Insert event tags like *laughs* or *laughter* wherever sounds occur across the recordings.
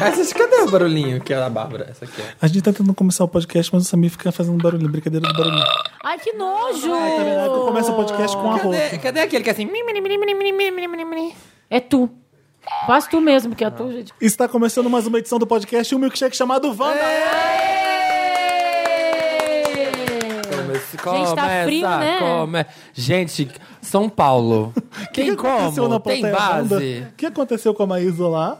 Essas, Ah, cadê o barulhinho que é da Bárbara? Essa aqui é. A gente tá tentando começar o podcast, mas o Samir fica fazendo barulho, brincadeira do barulho. Ai, que nojo! Tá vendo? Aí que eu começo o podcast com a Oh! Cadê, roupa. cadê aquele que é assim? mim, mim, mim, mim, mim, mim, mim, mim, mim? É tu. Faz tu mesmo, porque é tu, gente. Está começando mais uma edição do podcast, um milkshake chamado Wanda. É, Começa, Gente, tá frio, né? come- Gente, São Paulo. *laughs* O Tem que aconteceu como? na Tem plateia Wanda? base? O que aconteceu com a Maísa lá?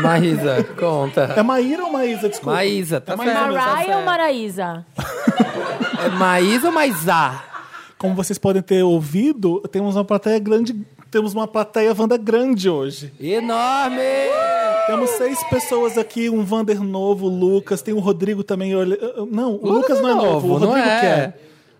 Maísa, É conta. Maíra ou Maísa? Desculpa. Maísa, tá É Maísa. certo. tá Mariah ou certo. Maraísa? É Maísa ou Maísa? Como vocês podem ter ouvido, temos uma plateia grande. Temos uma plateia Wanda grande hoje. Enorme! Temos seis pessoas aqui, um Vander novo, o Lucas, tem o Rodrigo também. olha- Não, o Lucas, não é novo, o Rodrigo não é. que é.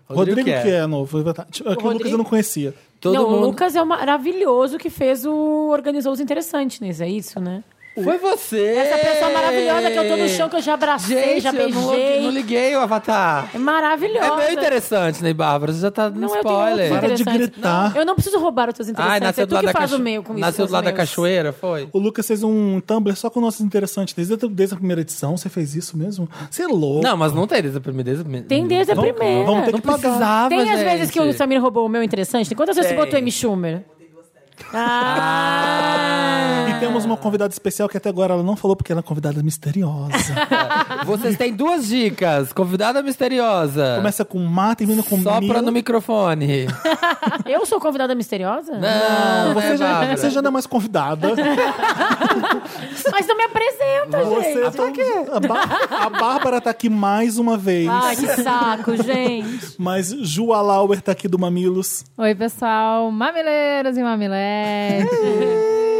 Rodrigo, Rodrigo que é. que é novo, é verdade. É que o Lucas Rodrigo- eu não conhecia. Todo não, mundo. o Lucas é o maravilhoso que fez o. organizou os interessantes, né? É isso, né? Foi você! Essa pessoa maravilhosa que eu tô no chão, que eu já abracei, Gente, já eu não, não beijei. liguei o avatar. É maravilhosa. É meio interessante, né, Bárbara? Você já tá dando Não, eu tenho outros spoiler. Para de interessantes. gritar. Não, eu não preciso roubar os teus interessantes. Ai, nasceu é do tu lado que da faz cacho- o meio com isso. Nasceu com do os lado da meus. cachoeira, foi? O Lucas fez um Tumblr só com nossos interessantes. Desde, a- desde a primeira edição, você fez isso mesmo? Você é louco. Não, mas não tem desde a primeira. Desde a primeira. Tem desde a Vamos- primeira. vamos ter Não que pagar. precisava, Tem as gente. vezes que o Samir roubou o meu interessante? Quantas vezes você é, Tem. botou M. Schumer? Ah! E temos uma convidada especial que até agora ela não falou porque ela é convidada misteriosa. Vocês têm duas dicas. Convidada misteriosa. Começa com Má, termina com Sopra Mila. no *laughs* microfone. *laughs* Eu sou convidada misteriosa? Não, Você né, já, Bárbara? você já não é mais convidada. Mas não me apresenta, Você gente. tá aqui. A, Bá- a Bárbara tá aqui mais uma vez. Ai, que saco, gente. Mas Ju Alauer tá aqui do Mamilos. Oi, pessoal, mamileiras e mamiletes.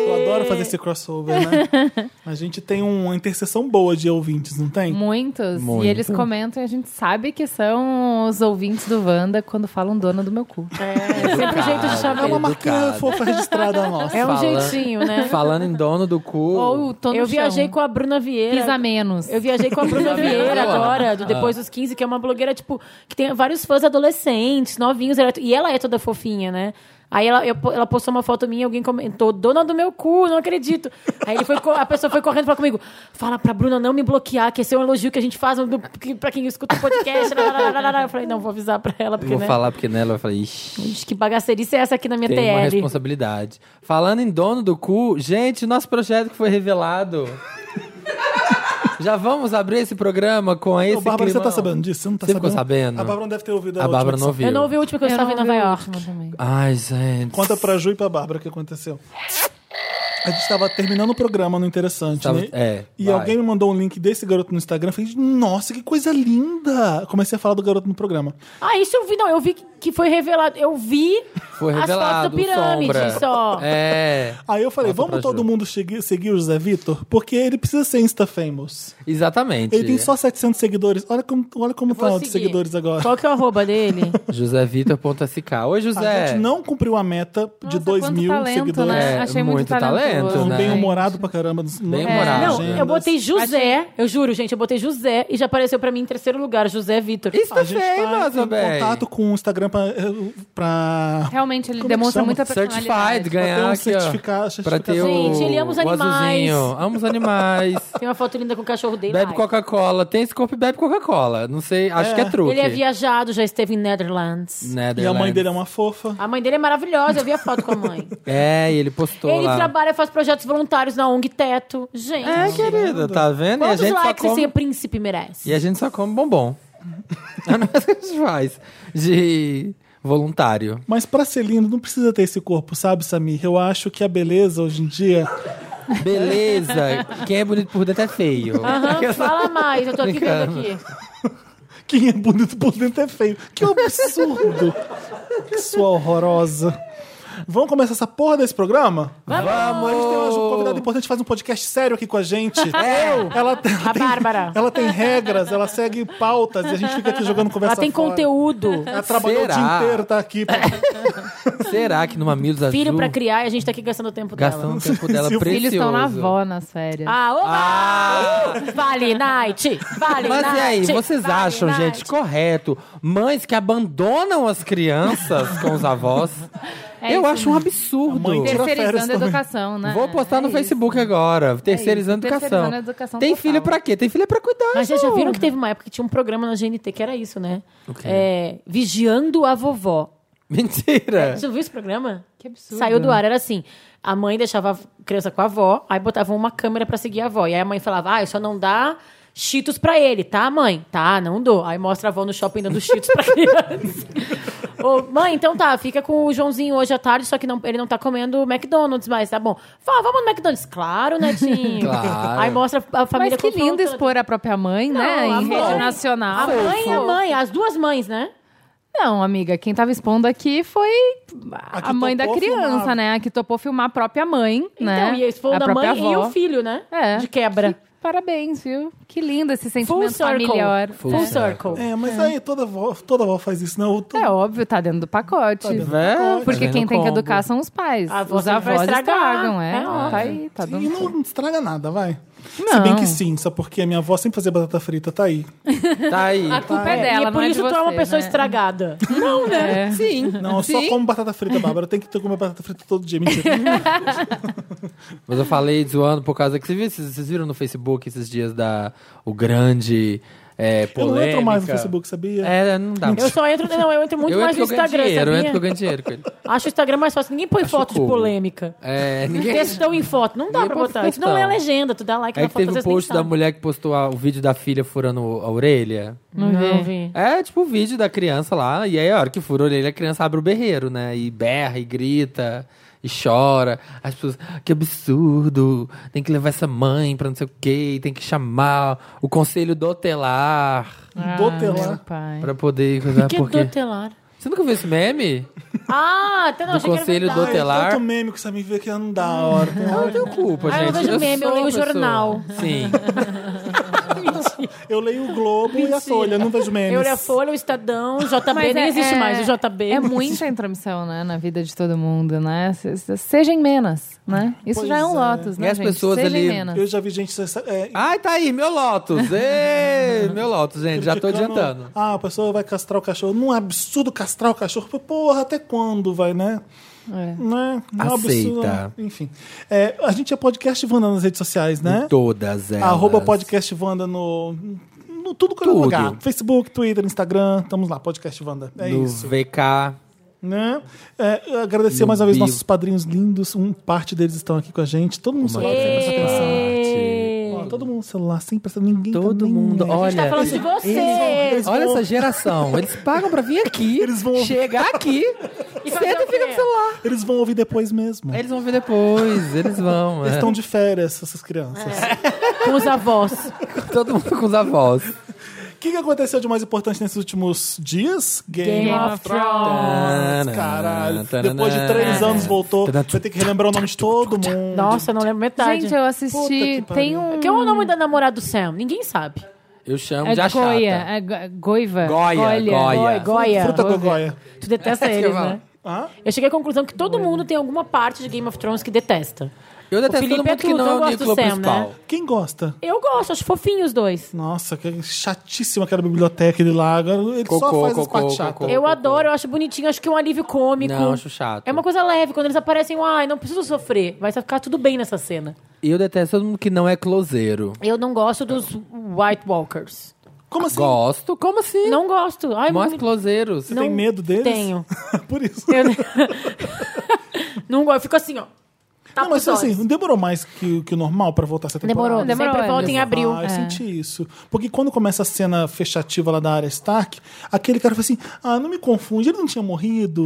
Eu adoro fazer esse crossover, né? A gente tem uma interseção boa de ouvintes, não tem? Muitos. Muito. E eles comentam e a gente sabe que são os ouvintes do Wanda quando falam dona do meu cu. É sempre um jeito de É uma chamar. Educado. marquinha fofa registrada nossa. É um Falando- jeitinho, né? Falando em dono do cu. Ou tô no Eu viajei chão. com a Bruna Vieira. Pisa menos. Eu viajei com *laughs* a Bruna Vieira Boa. agora, do Depois dos 15, que é uma blogueira, tipo, que tem vários fãs adolescentes, novinhos, ela- e ela é toda fofinha, né? Aí ela, eu- ela postou uma foto minha e alguém comentou, dona do meu cu, não acredito. Aí ele foi, co- a pessoa foi correndo e falou comigo, fala pra Bruna não me bloquear, que esse é um elogio que a gente faz do- que- pra quem escuta o podcast. Eu falei, não, vou avisar pra ela, porque, Vou né? falar porque nela vai falar, ixi. Ixi, que bagaceirice é essa aqui na minha Tem uma TL? responsabilidade. Falando em dono do cu, gente, nosso projeto que foi revelado. Já vamos abrir esse programa com esse Ô, Bárbara, você climão? tá sabendo disso? Você não tá Você ficou sabendo? sabendo? A Bárbara não tipo, deve ter ouvido a, A Bárbara última não ouviu. Eu não ouvi o último que eu, estava em Nova York. Também. Ai, gente. Conta pra Ju e pra Bárbara o que aconteceu. A gente tava terminando o programa no Interessante, Tava- né? é, e vai. alguém me mandou um link desse garoto no Instagram. Eu Falei, nossa, que coisa linda! Comecei a falar do garoto no programa. Ah, isso eu vi, não, eu vi que foi revelado, eu vi Foi as revelado. fotos do pirâmide sombra. só. É. Aí eu falei, Conta vamos pra todo Ju. mundo seguir, seguir o José Vitor? Porque ele precisa ser Insta-famous. Exatamente. Ele tem só 700 seguidores. Olha como, olha como tá Vou de seguir. seguidores agora. Qual que é o *laughs* arroba dele? JoséVitor.sk. Oi, José. A gente não cumpriu a meta de Nossa, 2 quanto mil talento, seguidores. Né? É, Achei muito, muito talento, talentoso. né? Bem humorado pra caramba. Bem né? humorado. É, Não, Agendas. eu botei é. José, eu juro, gente, eu botei José e já apareceu pra mim em terceiro lugar, José Vitor. Isso A tá gente feio, tá nossa, em bem. contato com o Instagram pra, eh, pra Realmente, ele Como que demonstra chama? muita Certified, personalidade. ganhar um aqui, ó. certifica- Pra ter o, Gente, ele ama os o animais. azulzinho. Ama os *laughs* animais. Tem uma foto linda com o cachorro dele. bebe Ai. Coca-Cola. Tem esse corpo e bebe Coca-Cola. Não sei, acho É. que é truque. Né. Ele é viajado, já esteve em Netherlands. E a mãe dele é uma fofa. A mãe dele é maravilhosa, eu vi a foto com a *laughs* mãe. É, e ele postou ele lá. trabalha, faz projetos voluntários na ONG Teto. Gente, É, querida, tá vendo? E a quantos gente só likes come... esse príncipe merece? E a gente só come *laughs* bombom. é o que a gente faz. De voluntário. Mas pra ser lindo, não precisa ter esse corpo, sabe, Samir? Eu acho que a beleza hoje em dia. *laughs* Beleza. Quem é bonito por dentro é feio. *laughs* Aham, fala mais, eu tô aqui vendo aqui. Quem é bonito por dentro é feio. Que absurdo! que sua horrorosa. Vamos começar essa porra desse programa? A gente tem uma Vamos! convidada importante que faz um podcast sério aqui com a *laughs* gente. Eu? Ela tem, A Bárbara. ela tem regras, ela segue pautas e a gente fica aqui jogando conversa Ela tem fora. *laughs* conteúdo. Ela trabalhou o Será? dia inteiro, tá aqui. pra- Será que no Mamilos Azul... Filho pra criar e a gente tá aqui gastando o tempo dela. Gastando o tempo dela Se o filho precioso. Eles estão na avó nas férias. Ah, oba! Ah! Vale night! Vale Mas night! e aí, vocês vale acham, night. *laughs* gente, correto mães que abandonam as crianças com os avós? É eu isso acho um né? absurdo. A mãe tira- férias Terceirizando a também. educação, né? Vou postar É no isso. Facebook É agora. Terceirizando isso, educação. terceirizando a educação Tem total. filho pra quê? Tem filho é pra cuidar. Mas vocês já não. viram que teve uma época que tinha um programa na GNT que era isso, né? O quê? É, Vigiando a Vovó. *laughs* Mentira. Você não viu esse programa? Que absurdo. Saiu do ar, era assim. A mãe deixava a criança com a avó, aí botavam uma câmera pra seguir a avó. E aí a mãe falava, ah, eu só não dá cheetos pra ele, tá, mãe? Tá, não dou. Aí mostra a avó no shopping dando cheetos pra *laughs* criança. Ô, mãe, então tá, fica com o Joãozinho hoje à tarde, só que não, ele não tá comendo McDonald's mais, tá bom. Fala, vamos no McDonald's. Claro, Netinho. Claro. Aí mostra a família Mas que lindo confrontando. expor a própria mãe, né? Não, a Em mãe- rede nacional. A mãe e a mãe, as duas mães, né? Não, amiga, quem tava expondo aqui foi A a, que mãe da topou criança, filmar. né? A que topou filmar a própria mãe, né? Então, e eles foram a da mãe própria e avó. o filho, né? É. De quebra. Parabéns, viu? Que lindo esse Full sentimento circle. familiar. Full Full, É. circle. É, mas aí toda avó, toda avó faz isso, né? não? É óbvio, tá dentro do pacote. Vé, Porque tá quem vendo tem que como? educar são os pais. A avó os sempre vai avós estragar. estragam, é. É óbvio. né? tá aí, tá E dando. não estraga nada, vai. Se Não. bem que sim, só porque a minha avó sempre fazia batata frita, tá aí. Tá *laughs* aí. A culpa é, dela, e é não por é de isso tu é uma você, pessoa né? estragada. Não, né? É. Sim. Não, eu só Sim. como batata frita, Bárbara. Eu tenho que comer batata frita todo dia, mentira. Mas eu falei zoando por causa que vocês viram, vocês- vocês viram no Facebook esses dias da o grande é, Eu não polêmica. entro mais no Facebook, sabia? É, não dá. Eu só entro, não, eu entro muito Eu mais entro no que eu ganho Instagram, dinheiro, eu entro que eu ganho sabia? dinheiro com ele. Acho o Instagram mais fácil. Ninguém põe foto cool. de polêmica. É, ninguém... Textão em foto. Não dá Ninguém pra põe botar. Isso não textão. é legenda. Tu dá like Aí na que foto, teve o vocês nem post da sabem. mulher que postou a- o vídeo da filha furando a orelha. Não Não vi. vi. É, tipo, o vídeo da criança lá, e aí a hora que fura a orelha, a criança abre o berreiro, né? E berra, e grita, e chora. As pessoas, que absurdo, tem que levar essa mãe pra não sei o quê, tem que chamar o conselho dotelar Do telar. É, né? meu pai. pra *laughs* poder... coisar, Que porque... dotelar. Você nunca viu esse meme? Ah, até não, Do achei que era conselho verdade. do telar. É tanto meme que você me vê que não dá a hora. Tem Eu hora. não tenho culpa, Ah, eu gente. não vejo meme, eu sou leio uma pessoa. jornal. Sim. Eu leio o Globo e a Folha, não vejo memes. Eu li a Folha, o Estadão, o JB Mas nem é- existe é- mais. O JB. É muita intromissão, né, na vida de todo mundo, né? Se- se- Sejam menos, né? Isso Pois já é um é. Lotus, né, E as gente? pessoas Sejam ali- menos. Eu já vi gente. é, Ai, tá aí, meu Lotus. Ei, meu Lotus, gente, já tô criticando- adiantando. Ah, a pessoa vai castrar o cachorro. Não é absurdo castrar o cachorro? Porra, até quando vai, né? É. Né? Não é Aceita. absurdo. Enfim. É, a gente é podcast Wanda nas redes sociais, né? Então, Todas elas. Arroba podcast Wanda no. no tudo que é Tudo. lugar. Facebook, Twitter, Instagram. Estamos lá, podcast Wanda. É no isso. VK. Né? É, eu agradecer mais uma vez Bio. nossos padrinhos lindos. Um parte deles estão aqui com a gente. Todo mundo no celular sem *laughs* prestar atenção. Ei. Ó, todo mundo no celular sem prestar Ninguém tá Todo nem mundo. aí. Olha. Tá falando de você. eles Olha vão- essa geração. Eles pagam pra vir aqui. *laughs* Eles vão- chegar *laughs* aqui. E fazer Senta e o fica quê? no celular. Eles vão ouvir depois mesmo. Eles vão ver depois. Eles vão. Eles é. estão de férias, essas crianças. Com os avós. *laughs* Todo mundo com os avós. O que, que aconteceu de mais importante nesses últimos dias? Game, of Thrones. Caralho. Tanana. Depois de três anos voltou. Tanana. Vai ter que relembrar o nome de todo mundo. Nossa, não lembro metade. Gente, Puta eu que assisti. pariu. Tem um. Que é o nome da namorada do Sam? Ninguém sabe. Eu chamo É de achata. Goia. É go- Goiva. Goia, Goia. Goi- Goia. Fruta gogoia. Tu detesta *laughs* É, eles, eu- né? Ah? Eu cheguei à conclusão que todo mundo tem alguma parte de Game of Thrones que detesta. Eu detesto todo Felipe é mundo que tudo, não eu é o gosto do Nicolas Sam, principal. né? Quem gosta? Eu gosto, acho fofinho os dois. Nossa, que chatíssima aquela biblioteca de lá. Agora Ele só Cocô, faz as cocô, partes chatas. cocô. Eu adoro, eu acho bonitinho, acho que é um alívio cômico. Não, acho chato. É uma coisa leve, quando eles aparecem, eu, ai, não preciso sofrer. Vai ficar tudo bem nessa cena. E eu detesto todo mundo que não é closeiro. Eu não gosto dos White Walkers. Como assim? Gosto? Como assim? Não gosto. Ai, Mó me- closeiros. Você tem não medo deles? tenho. *laughs* Por isso. Eu... *laughs* não gosto, eu fico assim, ó. Tapa Não, mas os olhos. assim, demorou mais que, que o normal pra voltar essa temporada? Demorou, Demorou, Sempre é. volta em abril. Ah, eu senti isso. Porque quando começa a cena fechativa lá da área Stark, aquele cara fala assim: ah, não me confunde, ele não tinha morrido.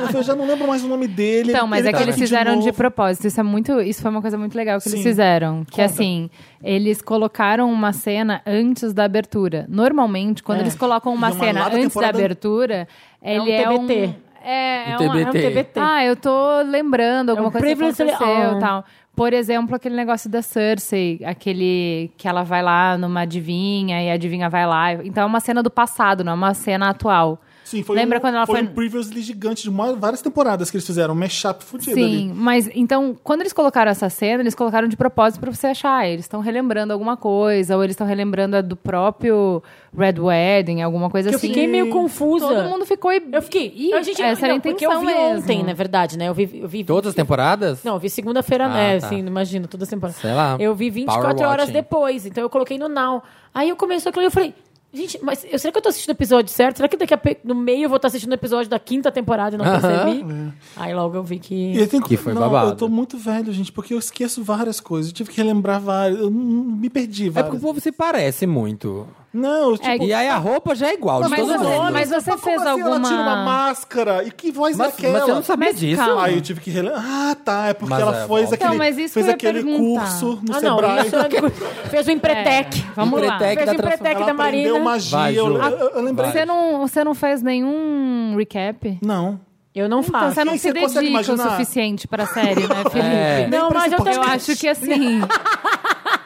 eu falei, já não lembro mais o nome dele. Então, mas é tá que eles aqui fizeram de, novo. propósito. Isso é muito, isso foi uma coisa muito legal que eles Sim. fizeram, que assim, eles colocaram uma cena antes da abertura. Normalmente, quando eles colocam uma E uma cena lá da antes da temporada- abertura, ele é um um TBT. é, é Um uma- TBT. É um TBT. Ah, eu tô lembrando alguma um coisa que privilege- aconteceu Ah. e tal. Por exemplo, aquele negócio da Cersei, aquele que ela vai lá numa adivinha e a adivinha vai lá. Então é uma cena do passado, não é uma cena atual. Sim, foi Lembra um, quando ela foi foi- um previously gigante de uma- várias temporadas que eles fizeram, um mashup fudido Sim, ali. mas então, quando eles colocaram essa cena, eles colocaram de propósito pra você achar. "Ah, Eles estão relembrando alguma coisa, ou eles estão relembrando a do próprio Red Wedding, alguma coisa Eu assim. É. fiquei meio confusa. Todo mundo ficou e. Eu fiquei. Ih, é, a gente, essa era a não, porque intenção eu vi mesmo. ontem, na verdade, né? Eu vi. Eu vi Todas as temporadas? Não, eu vi segunda-feira, Ah, né? tá. Assim, imagina, toda semana. Sei lá, Eu vi 24 power horas watching. depois, então eu coloquei no Now. Aí eu comecei aquilo e eu falei. Gente, mas eu, será que eu tô assistindo o episódio certo? Será que daqui a pe- no meio eu vou estar assistindo o episódio da quinta temporada e não Aham. percebi? Aí logo eu vi É. E eu que. tenho- Que foi não, babado. Eu tô muito velho, gente, porque eu esqueço várias coisas. Eu tive que relembrar várias. Eu não- me perdi É várias. porque o povo se parece muito. Não, eu, tipo, É, E aí a roupa já é igual de Mas todo você- mundo. mas você como fez assim Ela alguma- tira uma máscara. E que voz é Mas, aquela? mas você não sabia Mas disso? calma. Aí eu tive que relembrar. Ah, tá. É porque Mas ela é, fez volta. aquele, Então, mas fez isso que eu ia aquele perguntar. curso no Ah, não, Sebrae. tá isso *laughs* é- fez o empretec. Vamos lá. Empretec. Fez da o empretec transformação. Ela da Marina. aprendeu magia. Vai, eu, Ju. eu- eu lembrei. Vai. Você não, você não fez nenhum recap? Não. Eu não faço. Então, você não Mas se Ah, você consegue dedica imaginar? o suficiente pra série, *laughs* né, Felipe? É. Nem Não, pra mas esse eu Eu podcast. acho que assim.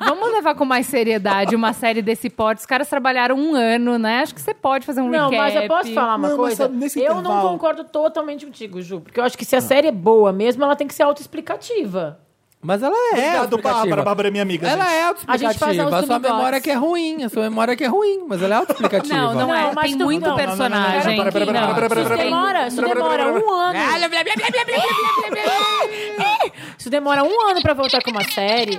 Vamos levar com mais seriedade uma série desse porte. Os caras trabalharam um ano, né? Acho que você pode fazer um Não, recap. mas eu posso falar Não, uma mas coisa? sabe, nesse eu não intervalo- concordo totalmente contigo, Ju. Porque eu acho que se a série é boa mesmo, ela tem que ser autoexplicativa. Mas ela é Obrigado, autoexplicativa. Bárbara. Bárbara é minha amiga. Ela gente. é A gente faz autoexplicativa. A, sua autoexplicativa. memória que é ruim. A sua memória que é ruim. Mas ela é autoexplicativa. Não, não, Não, é. mas Tem tu- muito não, não, não, não, personagem. não, não, que- não, não, não, não, Isso Pera, pera, demora, isso pera, pera, demora pera, um ano. Isso demora um ano pra voltar com uma série.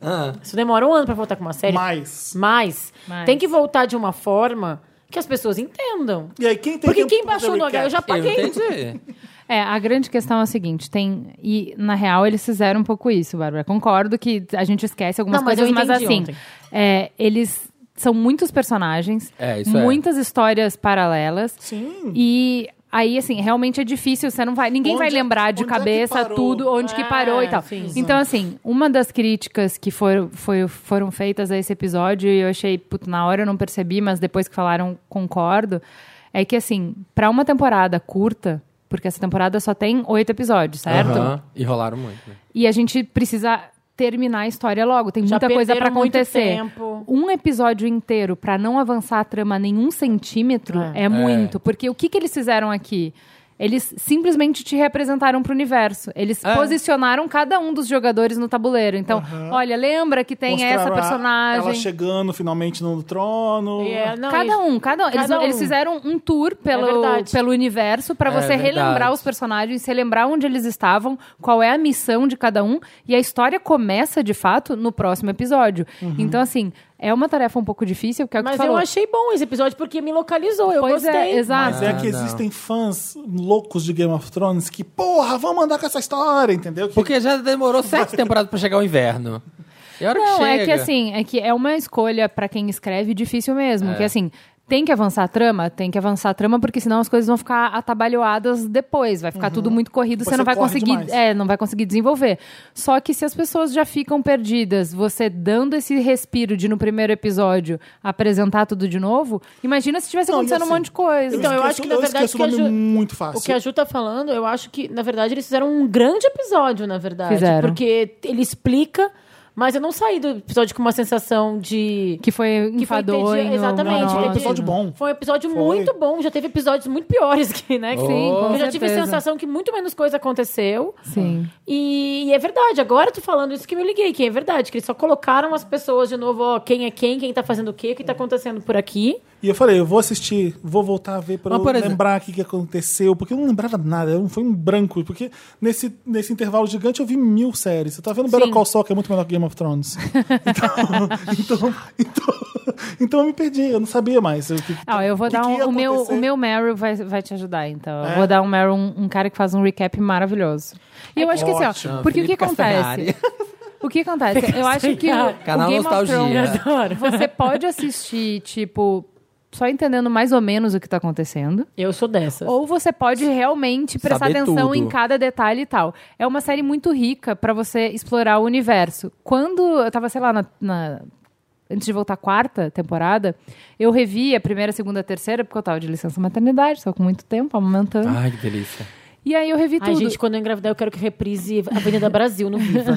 Ah, Isso demora um ano pra voltar com uma série. Mas. Mas Mas. tem que voltar de uma forma que as pessoas entendam. E aí, quem tem um Porque tempo quem pra baixou fazer no H, eu já recap? Eu paguei. entendi. É, a grande questão é a seguinte, tem... E, na real, eles fizeram um pouco isso, Bárbara. Concordo que a gente esquece algumas Não, mas eu coisas, mas, entendi assim... ontem. é, eles são muitos personagens. É, isso é. Muitas histórias paralelas. Sim. E... Aí, assim, realmente é difícil, você não vai. Ninguém Onde- vai lembrar de onde é que cabeça parou? É, tudo, onde que Ah, parou e tal. sim. Então, assim, uma das críticas que foram, foi- foram feitas a esse episódio, e eu achei, puto, na hora eu não percebi, mas depois que falaram, concordo, é que, assim, pra uma temporada curta, porque essa temporada só tem oito episódios, certo? Aham. E rolaram muito. né? E a gente precisa terminar a história logo, tem Já muita coisa pra perderam muito acontecer. tempo. Um episódio inteiro pra não avançar a trama nenhum centímetro é, muito, porque o que, que eles fizeram aqui? Eles simplesmente te representaram pro universo. Eles É. posicionaram cada um dos jogadores no tabuleiro. Então, olha, lembra que tem essa Mostraram a- Ela personagem. chegando finalmente no trono. E é, não, cada e- um, cada um. Eles, Cada um. É eles fizeram um tour pelo, verdade. pelo universo pra É você verdade. relembrar os personagens, relembrar onde eles estavam, qual é a missão de cada um. E a história começa, de fato, no próximo episódio. Então, assim, é uma tarefa um pouco difícil, porque é o que Uhum. Mas tu falou. eu achei bom esse episódio porque me localizou. Eu pois é, gostei. exato. Mas é que não. existem fãs loucos de Game of Thrones que, porra, vamos andar com essa história, entendeu? Que- Porque já demorou sete temporadas pra chegar o inverno. E a hora que Não, chega... é que assim, é que é uma escolha pra quem escreve difícil mesmo, que assim, tem que avançar a trama? Tem que avançar a trama, porque senão as coisas vão ficar atabalhoadas depois, vai ficar tudo muito corrido, você, Você não vai corre conseguir, demais. é, não vai conseguir desenvolver. Só que se as pessoas já ficam perdidas, você dando esse respiro de no primeiro episódio apresentar tudo de novo, imagina se tivesse Não, e acontecendo assim, um monte de coisa. Então, eu esqueço- acho que, na verdade, esqueço que o nome aju- muito fácil. O que a Ju tá falando, eu acho que, na verdade, eles fizeram um grande episódio, na verdade. Fizeram. Porque ele explica, mas eu não saí do episódio com uma sensação de. que foi Que foi enfadonho. entendi- exatamente, monótono. Foi um entendi. episódio bom. Foi um episódio Foi. muito bom. Já teve episódios muito piores que, né? que- Sim, com eu já tive a certeza. sensação que muito menos coisa aconteceu. Sim. E, e é verdade, agora eu tô falando isso que eu me liguei, que é verdade, que eles só colocaram as pessoas de novo, ó, quem é quem, quem tá fazendo o quê, o que tá acontecendo por aqui. E eu falei, eu vou assistir, vou voltar a ver pra Mas, eu por exemplo- lembrar o que, que aconteceu, porque eu não lembrava nada, eu não foi um branco, porque nesse, nesse intervalo gigante eu vi mil séries. Eu tava vendo Better Sim. Call Saul, que é muito melhor que Game of Thrones. Então, então, então, então eu me perdi, eu não sabia mais. Eu, que- Ah, eu vou o que dar que um, ia o meu acontecer. o meu Meryl vai, vai te ajudar então. Eu É? vou dar um Meryl um, um cara que faz um recap maravilhoso. E eu acho que assim, Ótimo. ó, porque o que Felipe acontece? Castanhari. O que acontece? Eu acho que o, Canal o Game Nostalgia. of É. Thrones Adoro. você pode assistir tipo só entendendo mais ou menos o que tá acontecendo. Eu sou dessa. Ou você pode realmente prestar Saber atenção tudo. em cada detalhe e tal. É uma série muito rica pra você explorar o universo. Quando eu tava, sei lá, na, na- antes de voltar à quarta temporada, eu revi a primeira, segunda, terceira, porque eu tava de licença maternidade, só com muito tempo, amamentando. Ai, que delícia. E aí eu revi Ai, tudo. *laughs* gente, quando eu engravidar, eu quero que reprise a Avenida Brasil no Viva.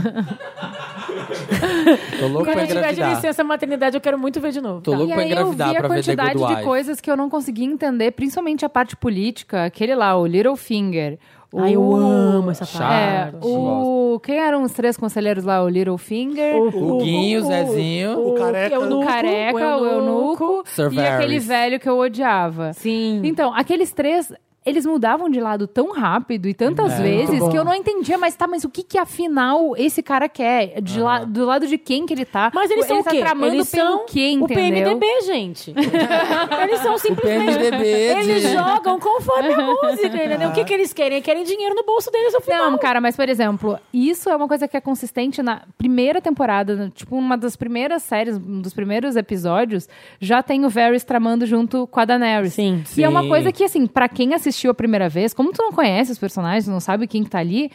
Tô louco Quando pra eu tiver de engravidar. licença maternidade, eu quero muito ver de novo. Tô tá? louco e pra aí eu vi engravidar a pra ver The quantidade Good de Wife. coisas que eu não conseguia entender, principalmente a parte política, aquele lá, o Littlefinger. o- Ai, eu amo essa Uh, Chato. É, parte. o... Quem eram os três conselheiros lá? O Littlefinger, o, O Guinho, o Zezinho. o careca. é eunuco, é Careca, o Eunuco Sir e aquele Varys. velho que eu É, odiava. Sim. Então, aqueles três, eles mudavam de lado tão rápido e É, tantas vezes que eu não entendia, mas tá, mas o que que afinal esse cara quer? De la- do lado de quem que ele tá? Mas eles são ele o quê? tá tramando eles pelo são quê, entendeu? o PMDB, *laughs* gente. eles são simplesmente... PMDB de- Eles jogam conforme a música, entendeu? O que, que eles querem? Querem dinheiro no bolso deles no final. Não, cara, mas por exemplo, isso é uma coisa que é consistente na primeira temporada, no- tipo, uma das primeiras séries, um dos primeiros episódios, já tem o Varys tramando junto com a Daenerys. Sim. E é uma Sim. coisa que, assim, pra quem assistiu a primeira vez, como tu não conhece os personagens, não sabe quem que tá ali.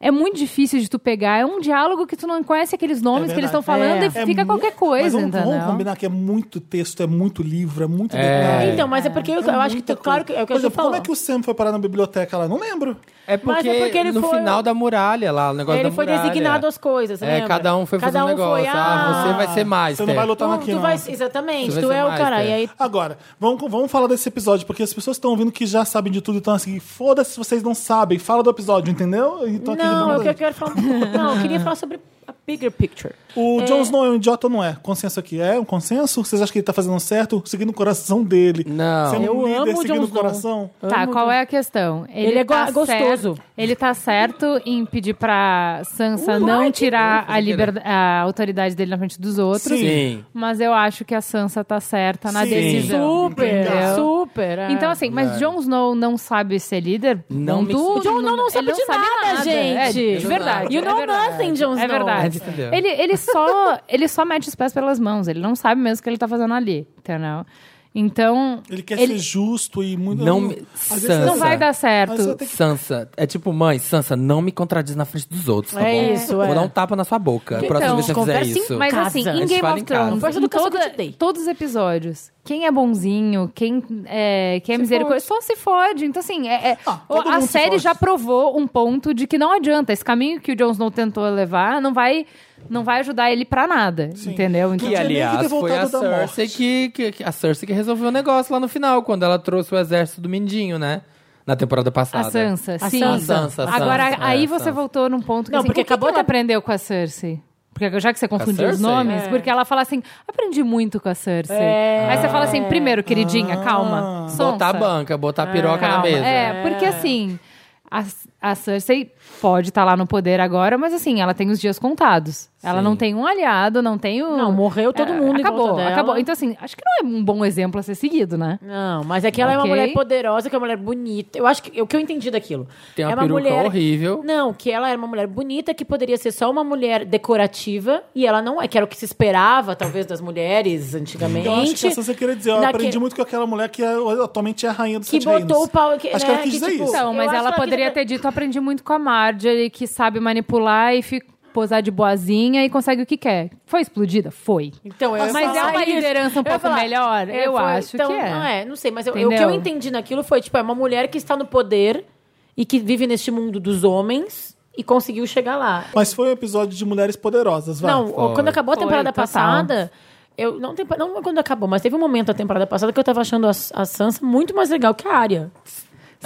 É muito difícil de tu pegar. É um diálogo que tu não conhece aqueles nomes que eles estão falando É. e fica mu- qualquer Mas coisa, vamos, entendeu? vamos combinar que é muito texto, é muito livro, é muito É. detalhe. Então, mas é porque eu, eu acho que... muita Claro, que coisa. é o que Por eu tô exemplo, como é falando. que o Sam foi parar na biblioteca lá? Não lembro. É Mas porque, é porque ele no foi- final da muralha lá, o negócio Ele da foi muralha. designado às coisas, É, lembra? cada um foi fazer um negócio. foi, ah, você vai ser mais. Você não Té. vai lutar Tu, naquilo. tu vai, exatamente, Tu tu, vai ser é o mais, cara. né? E aí, Agora, vamos, vamos falar desse episódio, porque as pessoas estão ouvindo que já sabem de tudo, então assim, foda-se se vocês não sabem, fala do episódio, entendeu? Então, aqui não, vamos- eu, que- eu *laughs* quero falar. Não, eu queria falar sobre a bigger picture. O Jon Snow é um idiota ou não é? Consenso aqui. É um consenso? Vocês acham que ele tá fazendo certo? Seguindo o coração dele. Não. Sendo Eu um líder, amo o Jon seguindo o Snow. Ah. coração. Tá, Amo qual Deus. é a questão? Ele é go- tá gostoso. certo- ele tá certo em pedir pra Sansa Hum, ai, não que tirar fazer o a, quê, né? liberdade, a autoridade dele na frente dos outros. Sim. Mas eu acho que a Sansa tá certa na Sim. decisão. Super, entendeu? super. é. Então, assim, mas Jon Snow não sabe ser líder? Não me- tu- O Jon Snow não ele sabe de nada, gente. É, de verdade. You know é verdade. nothing, Jon Snow. É verdade. Entendeu? Ele, ele, só, ele só mete os pés pelas mãos. Ele não sabe mesmo o que ele tá fazendo ali, entendeu? Então... Ele quer ele ser justo e muito. Não me- Às vezes- Sansa. não vai dar Mas eu certo. tenho Sansa, é tipo, mãe, Sansa, não me contradiz na frente dos outros, tá É bom? isso, Vou é. dar um tapa na sua boca. a próxima Então, vez que você fizer conversa em isso. Mas Casa. assim, A em gente Game fala of em casa. Thrones, Força em do caçador toda- te dei. todos os episódios, quem é bonzinho, quem é, quem é misericordioso, só se fode. Então assim, é- é- Ah, todo a mundo se série fode. já provou um ponto de que não adianta. Esse caminho que o Jon Snow tentou levar não vai, não vai ajudar ele pra nada, entendeu? Então, Que, tinha nem que aliás, ter foi a voltado da Cersei morte. que, que- que- a Cersei que resolveu o negócio lá no final, quando ela trouxe o exército do Mindinho, né? Na temporada passada. a Sansa, A sim. Sansa, a Sansa, a Agora Sansa, aí é, você Sansa. voltou num ponto que Não, assim, porque o que acabou que ela de- aprendeu com a Cersei. Porque já que você confundiu os Cersei? nomes, É. porque ela fala assim, aprendi muito com a Cersei. É. Aí você fala assim, primeiro, queridinha, calma. Sonsa, Botar a banca, botar a piroca na calma. mesa. É, porque assim, a, a Cersei pode estar lá no poder agora, mas assim, ela tem os dias contados. Ela Sim. não tem um aliado, não tem o... Não, morreu todo É, mundo em Acabou, volta dela. acabou. Então assim, acho que não é um bom exemplo a ser seguido, né? Não, mas é que ela é uma Ok. mulher poderosa, que é uma mulher bonita. Eu acho que o que eu entendi daquilo. Tem uma é uma peruca mulher horrível. Não, que ela era uma mulher bonita que poderia ser só uma mulher decorativa e ela não é, que era o que se esperava talvez das mulheres antigamente. Eu acho que essa você queria dizer. Eu Naque- aprendi muito com aquela mulher que é- atualmente é a rainha dos Que sete botou reinos. o pau- que- Acho que ela né, quis que, dizer tipo, isso. Então, Eu mas acho ela que ela poderia quis- ter dito, aprendi muito com a Marjorie, que sabe manipular e fica posar de boazinha e consegue o que quer. Foi explodida? Foi. Então, eu ia Mas é falar uma isso. liderança um Eu ia pouco melhor? é, Eu foi- acho então, que é. Não, é, não sei, mas eu- eu- o que Entendeu? eu entendi naquilo foi, tipo, é uma mulher que está no poder e que vive neste mundo dos homens e conseguiu chegar lá. Mas foi um episódio de mulheres poderosas, vai. Não, Foi. quando acabou a Foi, temporada total. passada, eu não, tempo- não quando acabou, mas teve um momento da temporada passada que eu tava achando a, a Sansa muito mais legal que a Arya.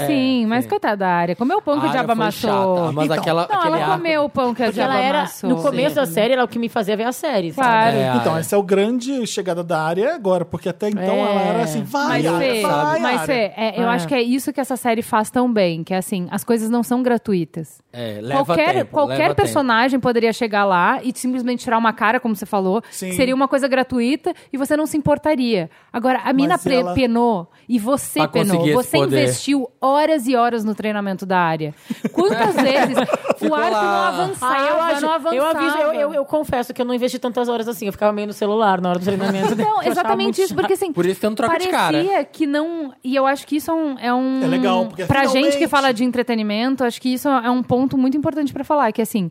sim, mas sim. coitada da área. Comeu o pão que o Arya diabo Ah, foi chata, amassou. Mas Então, aquela, Não, aquele ela arco- comeu o pão que o Porque diabo ela era, amassou. no começo da série, ela é o que me fazia ver a série. sabe? Claro. É, Então, Ah, Arya. esse é o grande chegada da área agora, porque até então É. ela era assim, vai, Mas, Arya, Fê, vai, mas Fê, Arya. é, eu Ah. acho que é isso que essa série faz tão bem. Que é assim, as coisas não são gratuitas. É, leva Qualquer, tempo, qualquer leva personagem poderia chegar lá e simplesmente tirar uma cara, como você falou. Sim. que Seria uma coisa gratuita e você não se importaria. Agora, a mina pre- ela- penou e você Pra penou. conseguir esse Você poder. investiu horas e horas no treinamento da área. *laughs* Quantas vezes o Ficou arco não lá. avançava, Ah, eu, acho, não avançava. eu aviso, eu, eu- eu confesso que eu não investi tantas horas assim, eu ficava meio no celular na hora do *laughs* treinamento. Eu Então, achava muito exatamente isso, chato. porque assim. Por isso que eu não troco de parecia cara. que não. E eu acho que isso é um. É, um, É legal, porque Pra finalmente- gente que fala de entretenimento, acho que isso é um ponto muito importante pra falar, que assim.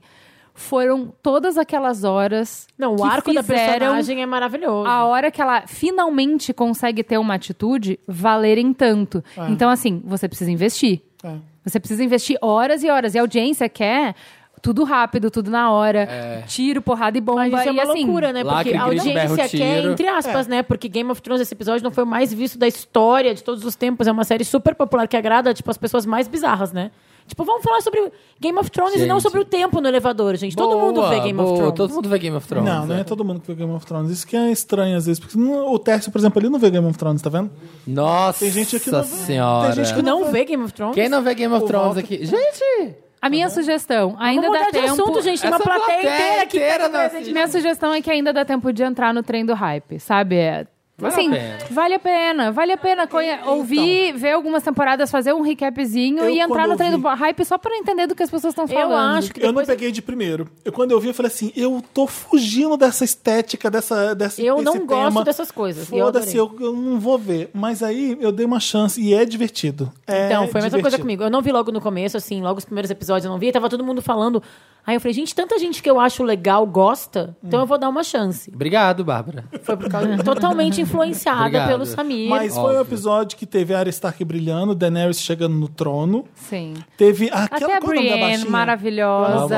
Foram todas aquelas horas. Não, o que arco da fizeram personagem é maravilhoso. a hora que ela finalmente consegue ter uma atitude valerem tanto. É. Então, assim, você precisa investir. É. Você precisa investir horas e horas. E a audiência quer tudo rápido, tudo na hora. É. Tiro, porrada e bomba. Mas isso é e uma assim, É. loucura, né? lacre, Porque a grito, berro, audiência quer, tiro. entre aspas, né? Porque Game of Thrones, esse episódio, não foi o mais visto da história de todos os tempos. É uma série super popular que agrada, tipo, as pessoas mais bizarras, né? Tipo, vamos falar sobre Game of Thrones e não Gente. sobre o tempo no elevador, gente. todo Boa, mundo vê Game boa, of Thrones. Todo mundo vê Game of Thrones. Não, não né? é todo mundo que vê Game of Thrones. Isso que é estranho às vezes. Porque não- o Tércio, por exemplo, ele não vê Game of Thrones, tá vendo? Nossa Tem gente que não vê. senhora. Tem gente que Tu não vê Game of Thrones? Quem não vê Game of O Thrones Walter- aqui? Gente! A minha sugestão, ainda Vamos dá mudar de tempo. assunto, gente. Tem uma essa plateia, inteira aqui. inteira não assiste. Minha sugestão é que ainda dá tempo de entrar no trem do hype, sabe? É, Vale a assim, pena. vale a pena, vale a pena conhe- ouvir, ver algumas temporadas, fazer um recapzinho Eu, e entrar quando no trem eu do hype só pra entender do que as pessoas estão falando. Eu acho que Eu não depois... peguei de primeiro. Eu, quando eu vi, eu falei assim: eu tô fugindo dessa estética, dessa. dessa Eu desse não gosto tema. dessas coisas. Eu Foda-se, eu, eu não vou ver. Mas aí eu dei uma chance e é divertido. É Então, foi a mesma coisa divertido. comigo. Eu não vi logo no começo, assim, logo os primeiros episódios eu não vi, tava todo mundo falando. Aí eu falei, gente, tanta gente que eu acho legal gosta, então eu vou dar uma chance. Obrigado, Bárbara. Foi por causa totalmente influenciada Obrigado. pelo Samir. Mas foi um Óbvio. episódio que teve a Arya Stark brilhando, Daenerys chegando no trono. Sim. Teve aquela Até qual é o a nome da Brienne, baixinha? Amo a maravilhosa.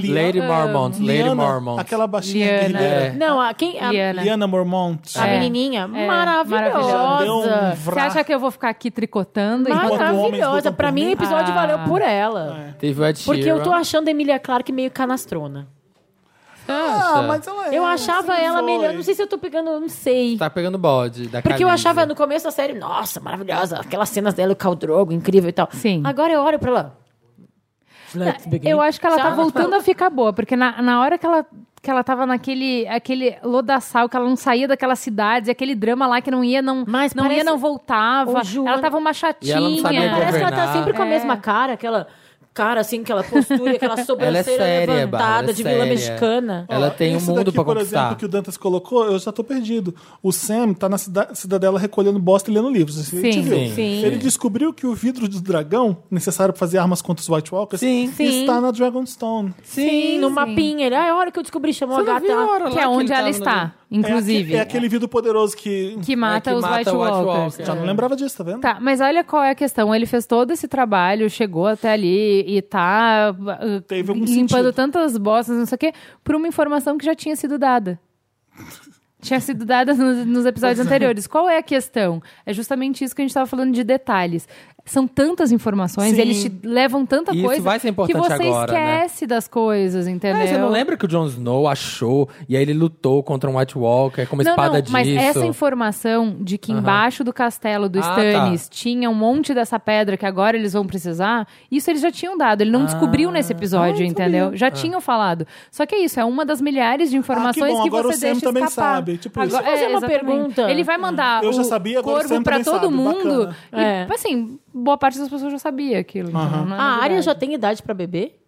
Brienne. Lady Mormont, Lady Lyanna, Mormont. É, É. Aquela baixinha Lyanna. guerrilheira. Não, a, quem, a, Liana. Liana Mormont. a É. menininha, maravilhosa. um Deu um maravilhosa. Você vrá. acha que eu vou ficar aqui tricotando? Então, enquanto- Quando homens Maravilhosa. lutam Pra por mim, o mim. episódio Ah. valeu por ela. Teve o Ed Porque eu tô Sheeran. achando a Emília Clarke meio canastrona. Ah, mas ela é, Eu achava sempre ela assim, foi. melhor. Não sei se eu tô pegando, eu não sei. Tá pegando bode da Porque eu Khaleesi. achava no começo da série, nossa, maravilhosa, aquelas cenas dela, o Caldrogo, incrível e tal. Sim. Agora eu olho pra ela. Eu acho que ela tá Sabe? voltando a ficar boa, porque na, na hora que ela, que ela tava naquele aquele lodaçal, que ela não saía daquelas cidades, aquele drama lá que não ia, não, Mas não parece- ia, não voltava. Ô, Ju, Ela tava uma chatinha. ela não sabia governar. Parece que ela tá sempre com a É. mesma cara, aquela cara assim, aquela postura, *laughs* aquela Ela sobrancelha é séria, Bárbara. levantada ela é de vila séria. mexicana. Ela Ó, tem um esse mundo daqui, pra por exemplo, conquistar. que o Dantas colocou, eu já tô perdido. O Sam tá na cida- cidadela recolhendo bosta e lendo livros. Isso a gente Sim, viu. sim, sim. Ele descobriu que o vidro do dragão, necessário pra fazer armas contra os White Walkers, Sim. Sim. está na Dragonstone. É Sim, no mapinha. Ele, ah, é a hora que eu descobri, chamou Você a não gata. viu a hora lá Que é ele onde ela tava no- está, É, inclusive. aqui- é aquele vidro poderoso que. Que mata É, que os mata White, o White Walkers. Walker. Já não lembrava disso, tá vendo? Tá, mas olha qual é a questão. Ele fez todo esse trabalho, chegou até ali e tá uh, Teve algum limpando sentido. tantas bostas, não sei o quê, por uma informação que já tinha sido dada. Tinha sido dada nos, nos episódios anteriores. Qual é a questão? É justamente isso que a gente estava falando de detalhes. São tantas informações, Sim. eles te levam tanta Isso coisa vai ser que importante você agora, né? esquece das coisas, entendeu? É, você não lembra que o Jon Snow achou e aí ele lutou contra um White Walker com uma Não, espada não, disso. mas essa informação de que embaixo do castelo do Ah, tá. Stannis tinha um monte dessa pedra que agora eles vão precisar, isso eles já tinham dado. Ele não Ah, descobriu nesse episódio, entendeu? Já tinham falado. Só que é isso, é uma das milhares de informações Ah, bom, que, agora você o Sam deixa também escapar. é, sabe, tipo isso. Deixa eu fazer uma exatamente. pergunta. Ele vai mandar Eu já o sabia, agora o corvo Sam pra também todo sabe, mundo. bacana. E, É. assim, boa parte das pessoas já sabia aquilo. então não é A área novidade. já tem idade pra beber?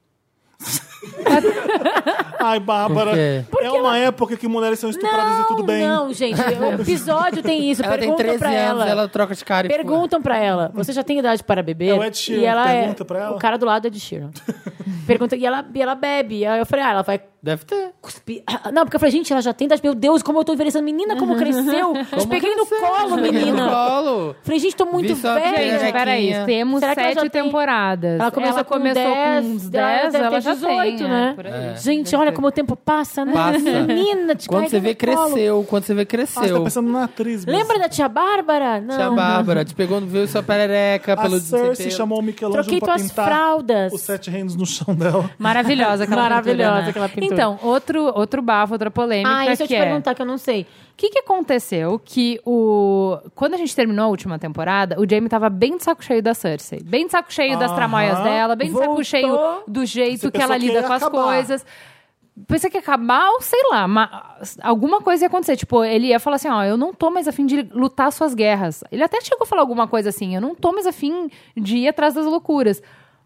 Ai, Bárbara. Por quê? É uma época que mulheres são estupradas e tudo bem. *laughs* não, gente. O episódio tem isso. Ela tem Pergunta 13 pra anos, ela. ela... troca de cara e Perguntam pra ela, você já tem idade para beber? É o Ed Sheeran e ela que é- pergunta pra ela? O cara do lado é *laughs* de Sheeran. Pergunta, e ela, e ela bebe. Aí eu falei, ah, ela vai Deve ter. cuspir. Não, porque eu falei, gente, ela já tem idade. Meu Deus, como eu tô envelhecendo. Menina, Uhum. como cresceu. Te peguei no colo, No menina. colo. Falei, gente, tô muito Vi só que velha. Jequinha. Gente, peraí, temos é Será que ela já sete tem- temporadas. Ela começou com começou 10, com uns ela 10, deve ela, ter já 18, tem, é, né? por aí. Gente, olha como o tempo passa, né? Passa. Menina, te Quando carrega você vê, no colo. cresceu. Quando você vê, Ah, você cresceu. tá pensando na atriz mesmo. Lembra da tia Bárbara? Não. Tia Bárbara, te pegou, viu sua perereca A pelo Cersei desempenho. chamou o um Michelangelo Troquei pra tuas pintar fraldas. os sete reinos no chão dela. Maravilhosa aquela Maravilhosa pintura, né? aquela pintura. Então, outro, outro bafo, outra polêmica tá Ah, isso eu que te é... perguntar que eu não sei. O que, que aconteceu que o... Quando a gente terminou a última temporada, o Jamie tava bem de saco cheio da Cersei. Bem de saco cheio das Aham. tramóias dela, bem de Voltou. saco cheio do jeito Você que ela pensou que lida ia com as acabar. coisas. Pensei que ia acabar, ou sei lá, ma- alguma coisa ia acontecer. Tipo, ele ia falar assim, ó, eu não tô mais afim de lutar suas guerras. Ele até chegou a falar alguma coisa assim, eu não tô mais afim de ir atrás das loucuras.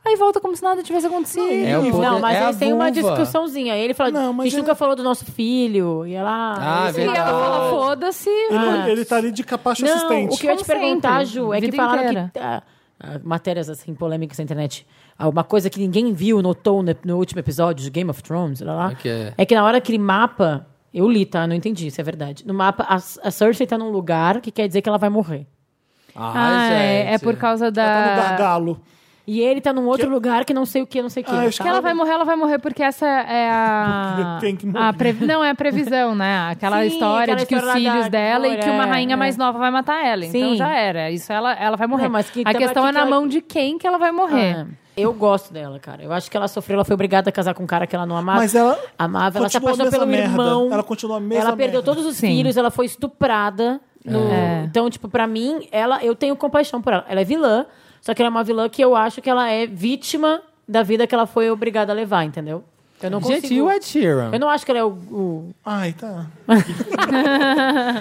Aí volta como se nada tivesse acontecido. É o poder- não, mas é a eles têm uma vulva. é discussãozinha. Ele fala, Não, a mas gente ele- nunca falou do nosso filho. E ela... Ah, Isso, E verdade. ela fala, foda-se. Ele, ele tá ali de capacho Ah. Não, assistente. o que eu ia te Como perguntar, sempre, Ju, é que vida falaram inteira. que... ah, ah, matérias, assim, polêmicas na internet. Ah, Uma coisa que ninguém viu, notou no, no último episódio de Game of Thrones, sei lá, O que é? é que na hora aquele mapa... Eu li, tá? Não entendi, isso é verdade. No mapa, a, a Cersei tá num lugar que quer dizer que ela vai morrer. Ai, Ah, é, gente. é por causa Ela tá no da. gargalo. E ele tá num outro lugar que não sei o que, não sei o que. tá? Ah, eu acho Que ela vai morrer, ela vai morrer porque essa *laughs* é a. Tem que morrer. a previ- Não, é a previsão, né? Aquela Sim, história aquela de que os história lá filhos da dela e Nora, que uma é, rainha é. mais nova vai matar ela. Então Sim. já era. Isso ela, ela vai morrer. Não, mas que a tava- questão que é na ela- mão de quem que ela vai morrer. É. Eu gosto dela, cara. Eu acho que ela sofreu, ela foi obrigada a casar com um cara que ela não amava. Mas ela amava, ela se continuou a apaixonou mesma pelo merda. irmão. Ela continuou a mesma Ela perdeu merda. todos os Sim. filhos, ela foi estuprada. no- É. Então, tipo, pra mim, ela, eu tenho compaixão por ela. Ela é vilã, só que ela é uma vilã que eu acho que ela é vítima da vida que ela foi obrigada a levar, entendeu? Eu não consigo. Gente, e o Ed Sheeran? Eu não acho que ela é o. o- Ai, tá.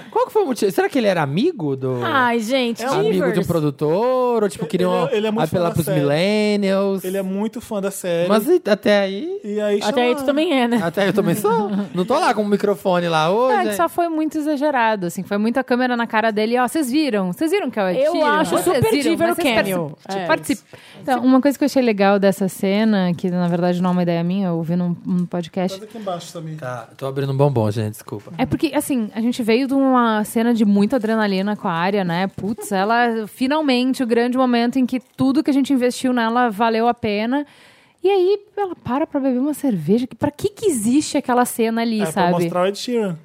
Qual que foi o motivo? Será que ele era amigo do... Ah, Ai, gente, Amigo de um divers. produtor, ou tipo, queriam É ele é muito apelar fã da pros série. millennials. Ele é muito fã da série. Mas e- até aí. E aí Até aí tu também é, né? Até eu também sou. Não tô lá com o microfone lá hoje. É que só foi muito exagerado, assim. Foi muita câmera na cara dele. Ó, vocês viram? Vocês viram que é o Ed Eu Sheeran? acho Vocês super viram? diver Mas vocês o cameo. particip- É. particip- Então, uma coisa que eu achei legal dessa cena, que na verdade não é uma ideia minha, eu ouvi num, num podcast, Faz aqui embaixo também. Tá, tô abrindo um bombom, gente, desculpa. É porque, assim, a gente veio de uma cena de muita adrenalina com a área, né? Putz, ela finalmente o grande momento em que tudo que a gente investiu nela valeu a pena. E aí ela para pra beber uma cerveja. Que, pra que que existe aquela cena ali, É, pra sabe? mostrar o Ed Sheeran.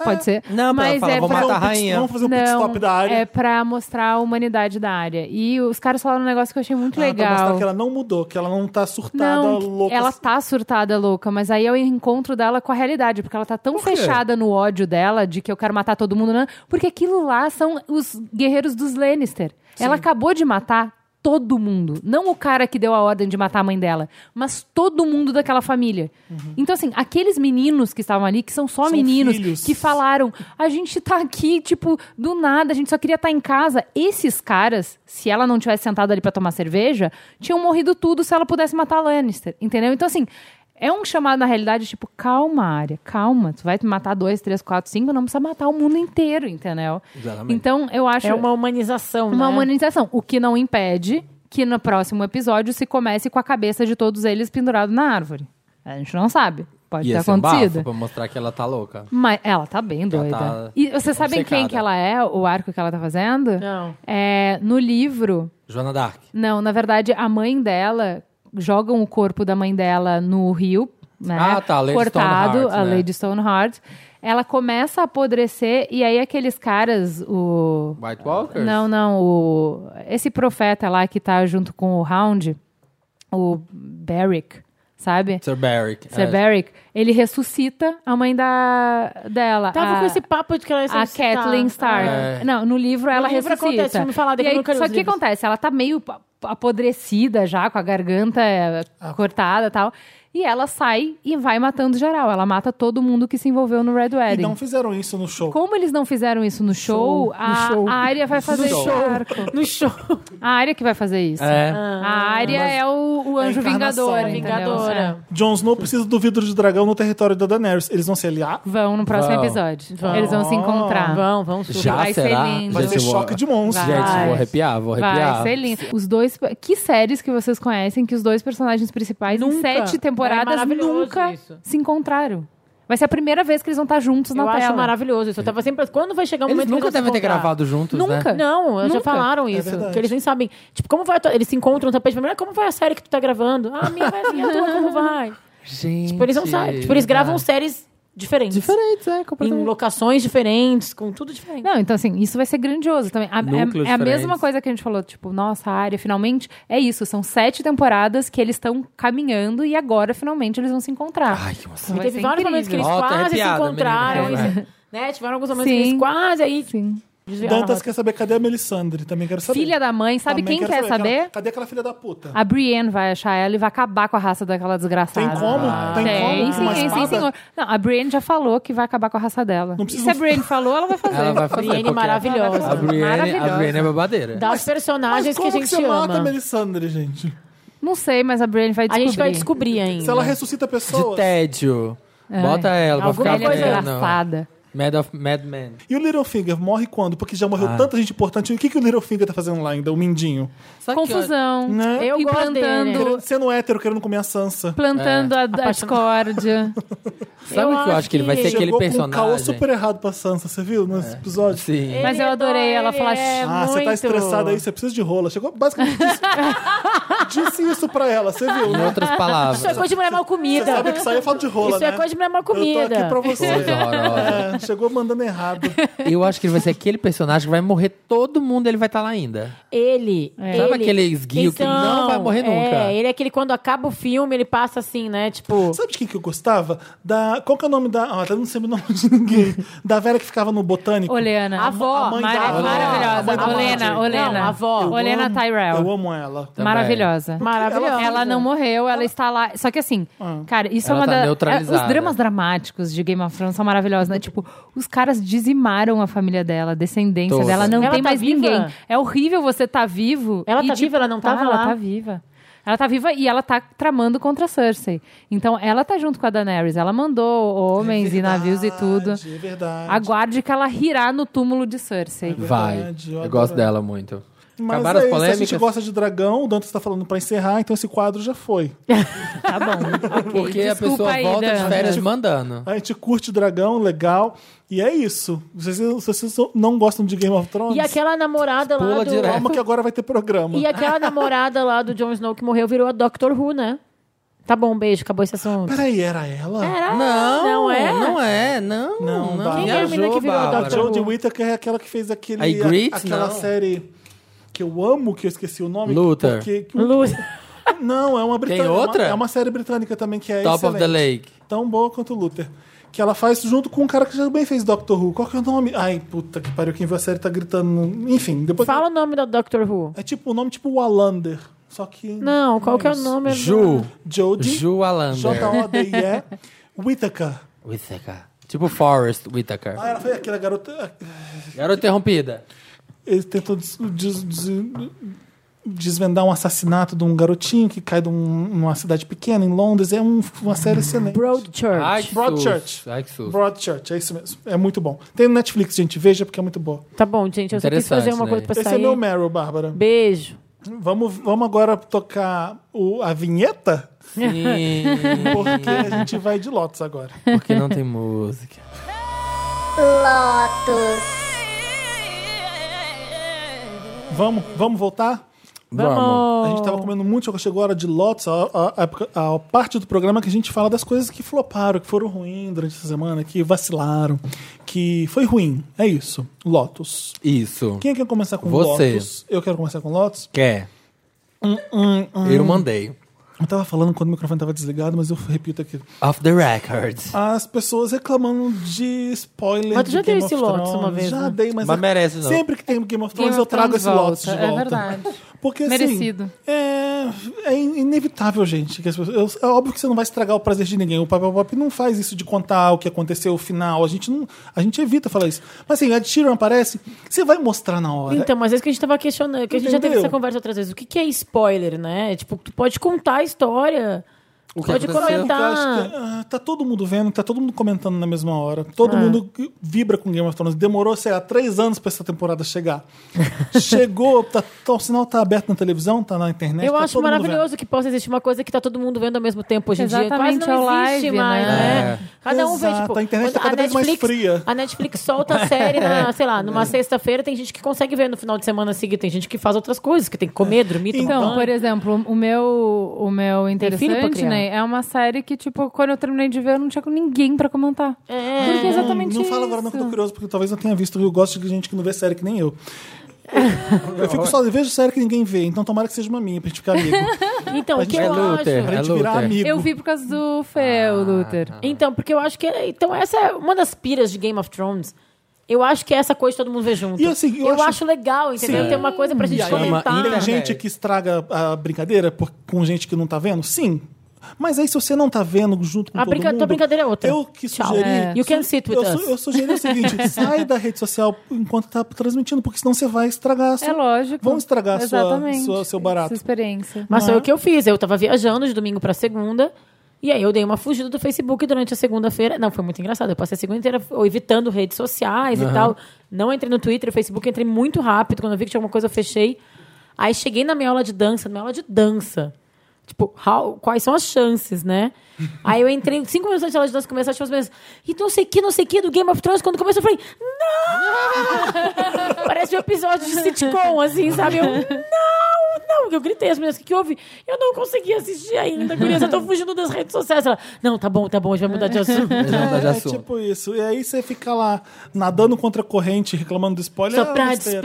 Pode ser. É. Não, pra Mas falar, é vamos pra... Fazer matar a um pit- rainha. Vamos fazer um pit stop da área. é pra mostrar a humanidade da área. E os caras falaram um negócio que eu achei muito Ah, Pra mostrar legal. que ela não mudou, que ela não tá surtada, Não, louca. ela tá surtada louca, mas aí é o encontro dela com a realidade, porque ela tá tão quê? fechada no ódio dela de que eu quero matar todo mundo, né? porque aquilo lá são os guerreiros dos Lannister. Ela acabou de matar todo mundo, não o cara que deu a ordem de matar a mãe dela, mas todo mundo daquela família. Então assim, aqueles meninos que estavam ali, que são só Uhum. São meninos filhos. que falaram, a gente tá aqui, tipo, do nada, a gente só queria estar em casa. Esses caras, se ela não tivesse sentado ali pra tomar cerveja, tinham morrido tudo se ela pudesse matar a Lannister, entendeu? Então, assim, é um chamado na realidade, tipo, calma, área, calma. Tu vai matar dois, três, quatro, cinco, não precisa matar o mundo inteiro, entendeu? Exatamente. Então, eu acho É uma humanização, uma né? humanização, o que não impede que no próximo episódio se comece com a cabeça de todos eles pendurado na árvore. A gente não sabe. Pode E ter esse é um tá acontecido. bafo pra mostrar que ela tá louca. Mas ela tá bem doida. tá e vocês sabem quem obcecada. que ela é, o arco que ela tá fazendo? Não. É, no livro, Joana Dark. não, na verdade, a mãe dela jogam o corpo da mãe dela no rio, né? Ah, tá, a Lady cortado, Stoneheart, a né? Lady Stoneheart. Ela começa a apodrecer e aí aqueles caras, o White Walkers? não, não. O... Esse profeta lá que tá junto com o Hound, o Beric, sabe? Sir É. Barrick. É. Sir Beric, ele ressuscita a mãe da... dela. Tava a... com esse papo de que ela ia A solicitar. Kathleen Stark. É. Não, no livro ela livro ressuscita. acontece, vamos falar, e depois aí, eu quero só os que livros. acontece, ela tá meio pa- apodrecida já, com a garganta é, cortada e tal. E ela sai e vai matando geral. Ela mata todo mundo que se envolveu no Red E Wedding. não fizeram isso no show. Como eles não fizeram isso no show, Show, no a, show. a área vai fazer No esse show. arco. No show. A área que vai fazer isso. É. A área é o, o anjo encarnação, vingador, né? entendeu? Vingadora. Jon Snow precisa do vidro de dragão no território da Daenerys. Eles vão se aliar? É. Vão no próximo Vão. episódio. Vão. Eles vão se encontrar. Vão, vão. super. Já Vai ser será? lindo. Vai Gente, ter eu vou- choque de monstros. Vai. Gente, vou arrepiar, vou arrepiar. Vai ser lindo. Os dois. Que séries que vocês conhecem que os dois personagens principais em Nunca. sete É temporadas maravilhoso nunca isso. se encontraram? Vai ser a primeira vez que eles vão estar juntos Eu na acho tela. maravilhoso isso. Eu tava sempre. assim, Quando vai chegar o Eles momento que nunca eles vão se devem ter encontrar? gravado juntos, Nunca. né? Não, já Nunca. falaram isso. verdade. que eles nem sabem. Tipo, como vai. a tua- Eles se encontram no tapete vermelho. Ah, Como vai a série que tu tá gravando? Ah, a minha vai assim, a tua como vai? Gente. Tipo, eles não sabem. Tipo, eles gravam ah. séries diferentes. *laughs* Diferentes, é, Em completamente. locações diferentes, com tudo diferente. Não, então assim, isso vai ser grandioso também. A- Núcleos é, é a mesma diferentes. coisa que a gente falou, tipo, nossa, a área, finalmente. É isso, são sete temporadas que eles estão caminhando e agora, finalmente, eles vão se encontrar. Então Ai, que emoção. E Vai teve ser vários momentos que é incrível. eles Ó, tô quase se arrepiada, encontraram. menina. e se- Né? Tiveram alguns momentos que Sim. eles quase aí. ah, Sim. desviaram a Dantas rota. quer saber cadê a Melisandre? Também quero saber. Filha da mãe, sabe Também quem quero quer saber? Ah, Aquela- cadê aquela filha da puta? A Brienne vai achar ela e vai acabar com a raça daquela desgraçada. Tem como? Tem como? tá. Tem, Com uma sim, sim, sim, espada? senhor. Não, a Brienne já falou que vai acabar com a raça dela. Não E precisa- se a Brienne falou, ela vai fazer. Ela vai fazer. Brienne qualquer- maravilhosa. A Brienne, a Maravilhosa. Brienne é babadeira. Das Mas personagens que como a gente você mata a ama. Melisandre, gente? Não sei, mas a Brienne vai A descobrir. gente vai descobrir ainda. né? Se ela ressuscita pessoas... De tédio. Bota ela pra Alguma ficar Ela é coisa vendo. desgraçada. Mad of Mad Men. E o Littlefinger morre quando? Porque já morreu Ah. tanta gente importante. O que, que o Littlefinger tá fazendo lá ainda, o Mindinho? Sabe que Confusão. Né? Eu gosto implantando, dele. Querendo- Sendo hétero, querendo comer a Sansa. plantando É. a, a *laughs* discórdia. eu- Sabe o que eu acho que ele vai ser Chegou aquele com um caô personagem? É. super errado pra Sansa, você viu nesse episódio? Sim. Ele Mas eu adorei ela adora, falar, ele é Ah, você tá muito. estressada aí, você precisa de rola. Chegou basicamente *laughs* isso. Disse isso pra ela, você viu, Em né? outras Isso é palavras. coisa de mulher mal Você comida. sabe que isso aí é falta de rola, Isso né? é coisa de mulher mal comida. Eu tô aqui pra você. Coisa horrorosa. É, chegou mandando errado. Eu acho que ele vai ser aquele personagem que vai morrer todo mundo, ele vai estar lá ainda. Ele, ele. Sabe aquele esguio que não vai morrer nunca? É, ele é aquele quando acaba o filme, ele passa assim, né? Tipo. Sabe de quem que eu gostava? Da, qual que é o nome da... Ah, eu não sei o nome de ninguém. Da velha que ficava no Botânico. Oleana. A avó, a mãe Mara- da avó. A mãe da maravilhosa. Marjorie. Olena, Olena. Não, a avó. Eu Olena amo- Tyrell. Eu amo ela. Também. Maravilhosa. Maravilhosa. Ela não morreu, ela está lá. Só que assim, Ah. cara, isso Ela é uma tá das. neutralizada. Os dramas dramáticos de Game of Thrones são maravilhosos, né? Tipo, os caras dizimaram a família dela, a descendência Toda. dela, não Ela tem tá mais viva? ninguém. É horrível você tá vivo. Ela e, tá viva? Ela não tava ela lá? tá viva. Ela tá viva e ela tá tramando contra a Cersei. Então, ela tá junto com a Daenerys. Ela mandou homens e navios e tudo. Verdade, É verdade. Aguarde que ela rirá no túmulo de Cersei. Vai. Verdade, eu Eu gosto adoro. dela muito. Mas Acabaram é as isso, a gente polêmicas. gosta de dragão, o Dantas tá falando pra encerrar, então esse quadro já foi. Tá bom. Porque a pessoa volta né? de férias mandando. A gente curte dragão, legal, e é isso. Vocês, se vocês não gostam de Game of Thrones, E aquela namorada lá Pula do. direto. calma que agora vai ter programa. E aquela namorada lá do Jon Snow que morreu virou a Doctor Who, né? Tá bom, beijo, acabou esse assunto. Peraí, era ela? Era? Não, Não é? Não é, não. Não, Não, Bárbara. Quem é a viajou, menina que virou a Bárbara. A Dr. Who? Jodie Whittaker é aquela que fez aquele, A Ygritte, aquela tipo, não. série que eu amo, que eu esqueci o nome. Luther. Porque, que- Luz. não, é uma britânica. outra? É uma, é uma série britânica também que é Top of the excelente. Lake. Tão boa quanto o Luther. Que ela faz junto com um cara que já também fez Doctor Who. Qual que é o nome? Ai, puta que pariu. Quem viu a série tá gritando. no- Enfim, depois... Fala o nome da Doctor Who. É tipo o nome tipo Wallander. Só que... Não, qual que é o isso. nome? Ju. Jodie. Ju Alander. J-O-D-I-E. Whittaker. Whittaker. Tipo Forrest Whittaker. Ah, ela foi aquela garota... Garota interrompida. Ele tentou des- des- des- desvendar um assassinato de um garotinho que cai de um- uma cidade pequena em Londres. É um- uma série excelente. Broadchurch. Ai, que Broadchurch. susto. Ai, que susto. Broadchurch, é isso mesmo. É muito bom. Tem no Netflix, gente. Veja, porque é muito bom. Tá bom, gente, eu só quis fazer uma Interessante, coisa né? pra Esse é sair. meu Meryl, Bárbara. Beijo. Vamos, vamos agora tocar o- a vinheta? Sim, Porque a gente vai de Lotus agora. porque não tem música. Lotus. Vamos, vamos voltar? Vamos. A gente tava comendo muito, só que chegou a hora de Lotus, a, a- a época- a parte do programa que a gente fala das coisas que floparam, que foram ruins durante a semana, que vacilaram, que foi ruim. É isso. Lotus. Isso. Quem quer começar com Você. Lotus? Eu quero começar com Lotus. Hum, Quer? Eu mandei. Eu tava falando quando o microfone tava desligado, mas eu repito aqui. Off the record. As pessoas reclamando de spoiler. Mas tu de já deu Game esse of Lotus Thrones. uma vez, Já né? dei, mas. é Mas merece, não. Sempre que tem Game of Thrones, Game eu of trago Thrones esse Lotus de volta, volta. é verdade. Porque Merecido. assim. É, é in- inevitável, gente. Que as pessoas, eu- é óbvio que você não vai estragar o prazer de ninguém. O Papel Pop não faz isso de contar o que aconteceu, o final. A gente, não, a gente evita falar isso. Mas assim, a Sheeran aparece, você vai mostrar na hora. Então, mas é isso que a gente tava questionando, que a gente já teve Entendeu? essa conversa outras vezes. O que, que é spoiler, né? Tipo, tu pode contar a história, O que pode aconteceu? Porque eu acho comentar. que, ah, tá todo mundo vendo, tá todo mundo comentando na mesma hora. Todo Ah. mundo vibra com Game of Thrones. Demorou, sei lá, três anos pra essa temporada chegar. Chegou, tá, tá- o sinal tá aberto na televisão, tá na internet. Eu tá acho todo mundo vendo. maravilhoso que possa existir uma coisa que tá todo mundo vendo ao mesmo tempo hoje em dia. Quase Exatamente, é o não live, existe mais, né? né? Cada um vê, É. Exato, tipo... a internet tá quando- cada vez mais fria. É. A Netflix solta a *laughs* série, na, sei lá, numa sexta-feira, tem gente que consegue ver no final de semana seguinte. Tem gente que faz outras coisas, que tem que comer, dormir, tomar Então, banho. por exemplo, o meu, o meu filho pra interessante, criar. né? É uma série que, tipo, quando eu terminei de ver, eu não tinha com ninguém pra comentar. É. Porque é exatamente Não isso. fala agora não que eu tô curioso, porque talvez eu tenha visto. Eu gosto de gente que não vê série que nem eu. Eu fico só, eu vejo série que ninguém vê, então tomara que seja uma minha pra gente ficar *laughs* amigo. *laughs* Então, o que É eu Luther, acho... Pra é gente virar Luther. amigo. Eu vi por causa do Ah, Feu, Luther. tá. Então, porque eu acho que... Então, essa é uma das piras de Game of Thrones. Eu acho que é essa coisa que todo mundo vê junto. E, assim, eu acho- legal, entendeu? Sim. Tem uma coisa pra gente aí, comentar. uma Tem internet. gente que estraga a brincadeira por- com gente que não tá vendo? Sim. Mas aí, se você não tá vendo junto com A todo brinca- mundo... tua brincadeira é outra. Eu que Tchau. sugeri... É. You can sit with eu, su- us. eu sugeri o *laughs* seguinte, sai da rede social enquanto tá transmitindo, porque senão você vai estragar a sua... É lógico. Vão estragar a sua, Exatamente. sua- seu barato. Essa experiência. Mas foi o que eu fiz. Eu tava viajando de domingo pra segunda. E aí eu dei uma fugida do Facebook durante a segunda-feira. Não, foi muito engraçado. Eu passei a segunda inteira ou evitando redes sociais e tal. Não entrei no Twitter, Facebook, entrei muito rápido. Quando eu vi que tinha alguma coisa, eu fechei. Aí cheguei na minha aula de dança, na minha aula de dança. Tipo, how- quais são as chances, né? Aí eu entrei cinco minutos antes da aula de dança começar, tipo, as meninas, e não sei o que, não sei o que, do Game of Thrones, quando começou, eu falei, não! Parece um episódio de sitcom, assim, sabe? Eu, não, não! Porque eu gritei, as meninas, o que, que houve? Eu não consegui assistir ainda, gurias, eu tô fugindo das redes sociais. Ela, não, tá bom, tá bom, a gente vai mudar de assunto. Legenda tá de É assunto. tipo isso. E aí você fica lá nadando contra a corrente, reclamando do spoiler. Só é pra besteira.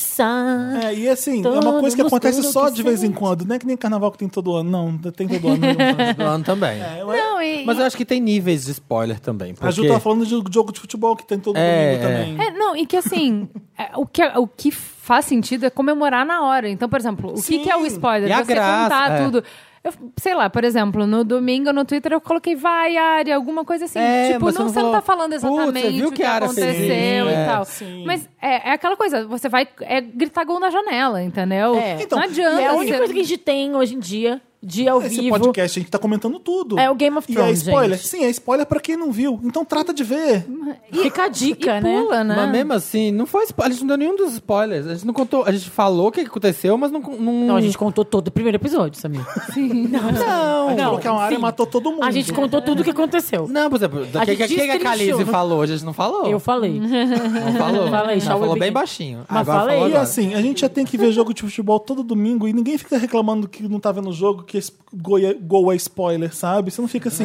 desperdiçar. É, e assim, é uma Todo coisa que acontece mostrando só que de vez em sente. quando. Não é que nem carnaval que tem todo ano, não. Tem todo ano. *laughs* Do ano *laughs* também. Não, e, Mas eu acho que tem níveis de spoiler também. Porque... É. A Ju tá falando de jogo de futebol que tem todo É, domingo é. também. É, não, e que assim, é, o, que, o que faz sentido é comemorar na hora. Então, por exemplo, o que, Sim. que é o spoiler? E a Você graça, contar é. tudo. Eu, sei lá, por exemplo, no domingo no Twitter eu coloquei vai, Ari, alguma coisa assim. É, tipo, mas você não, não você não falou, tá falando "Putz, você exatamente viu o que que, a Ara fez aconteceu isso?" e É. tal. Sim. Mas é, é aquela coisa, você vai é, gritar gol na janela, entendeu? É. Então, não adianta. E é a única você- coisa que a gente tem hoje em dia, de ao Esse vivo. podcast a gente tá comentando tudo. É o Game of E é Thrones, spoiler? gente. Sim, é spoiler pra quem não viu. Então trata de ver. Fica a dica, e né? pula, né? Mas mesmo assim, não foi spoiler. A gente não deu nenhum dos spoilers. A gente não contou. A gente falou o que aconteceu, mas não. Não, Não, a gente contou todo o primeiro episódio, Samir. não. Não, Falou que a área sim. matou todo mundo. A gente contou tudo o *laughs* que aconteceu. Não, por exemplo, o que, que, gente que a destrinchou. Khaleesi falou? A gente não falou. Eu falei. Uhum. Não falou. *laughs* Fala aí, Ela Shawn falou bem Begin. baixinho. Mas agora fala aí. falou E agora. assim, a gente já tem que ver jogo de futebol todo domingo e ninguém fica reclamando que não tá vendo o jogo, que esse gol é, gol é spoiler, sabe? Você não fica assim,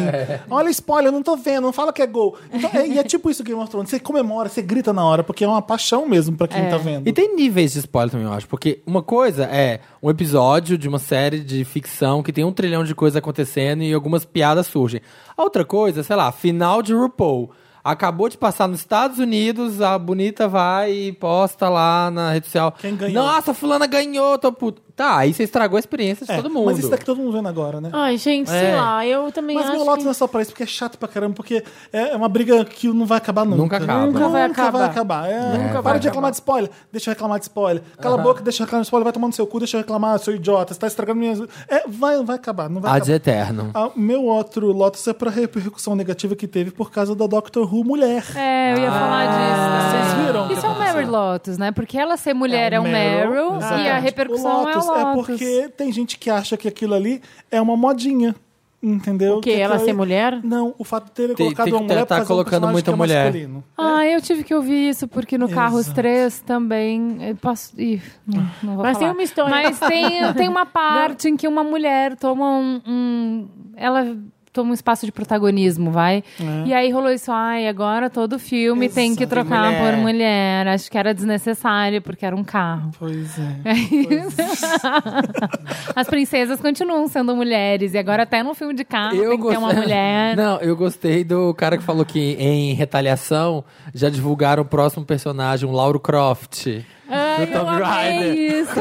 olha spoiler, não tô vendo, não fala que é gol. Então, é, e é tipo isso Game of Thrones, você comemora, você grita na hora, porque é uma paixão mesmo pra quem tá vendo. É. E tem níveis de spoiler também, eu acho. Porque uma coisa é um episódio de uma série de ficção que tem um trilhão de coisas acontecendo e algumas piadas surgem. A outra coisa, sei lá, final de RuPaul. Acabou de passar nos Estados Unidos, a bonita vai e posta lá na rede social. Quem ganhou? Nossa, fulana ganhou, tô puto. Tá, aí você estragou a experiência de É, todo mundo. Mas isso daqui todo mundo vendo agora, né? Ai, gente, sei É. lá, eu também Mas meu acho lote que... não é só pra isso, porque é chato pra caramba, porque é uma briga que não vai acabar nunca. Nunca acaba. Nunca vai vai acabar. acabar. É, para vai de reclamar de spoiler. Deixa eu reclamar de spoiler. Cala a boca, deixa eu reclamar de spoiler. Vai tomando seu cu, deixa eu reclamar, seu idiota. Você tá estragando minhas... É, vai, vai acabar, não vai Ad acabar. eterno. Ah, meu outro Lotus é pra repercussão negativa que teve por causa da Doctor Who mulher. É, eu ia falar disso. Vocês viram o que Isso é um Mary Lotus, né? Porque ela ser mulher é, um Meryl e a exatamente. repercussão O Lotus é o É Lotus. porque tem gente que acha que aquilo ali é uma modinha. Entendeu? O quê? Ela aquilo ser ali- mulher? Não, o fato de terem Tem- colocado tem que uma mulher tá pra fazer colocando um personagem muita que é mulher. masculino. Ah, eu tive que ouvir isso, porque no Carros É. Exato. 3 também. Eu posso... Ih, não, não vou um Mas falar. tem uma história- Mas tem, *laughs* tem uma *laughs* parte em que uma mulher toma um. um- ela toma um espaço de protagonismo, vai? E aí rolou isso. Ai, agora todo filme tem que É. Exato. trocar Tem mulher. por mulher. Acho que era desnecessário, porque era um carro. Pois é. *laughs* As princesas continuam sendo mulheres. E agora até num filme de carro Ah, tem que ter gostei- *laughs* uma *laughs* mulher. Não, eu gostei do cara que falou que em retaliação já divulgaram o próximo personagem, o Lauro Croft. Ai, Do eu Tomb amei isso.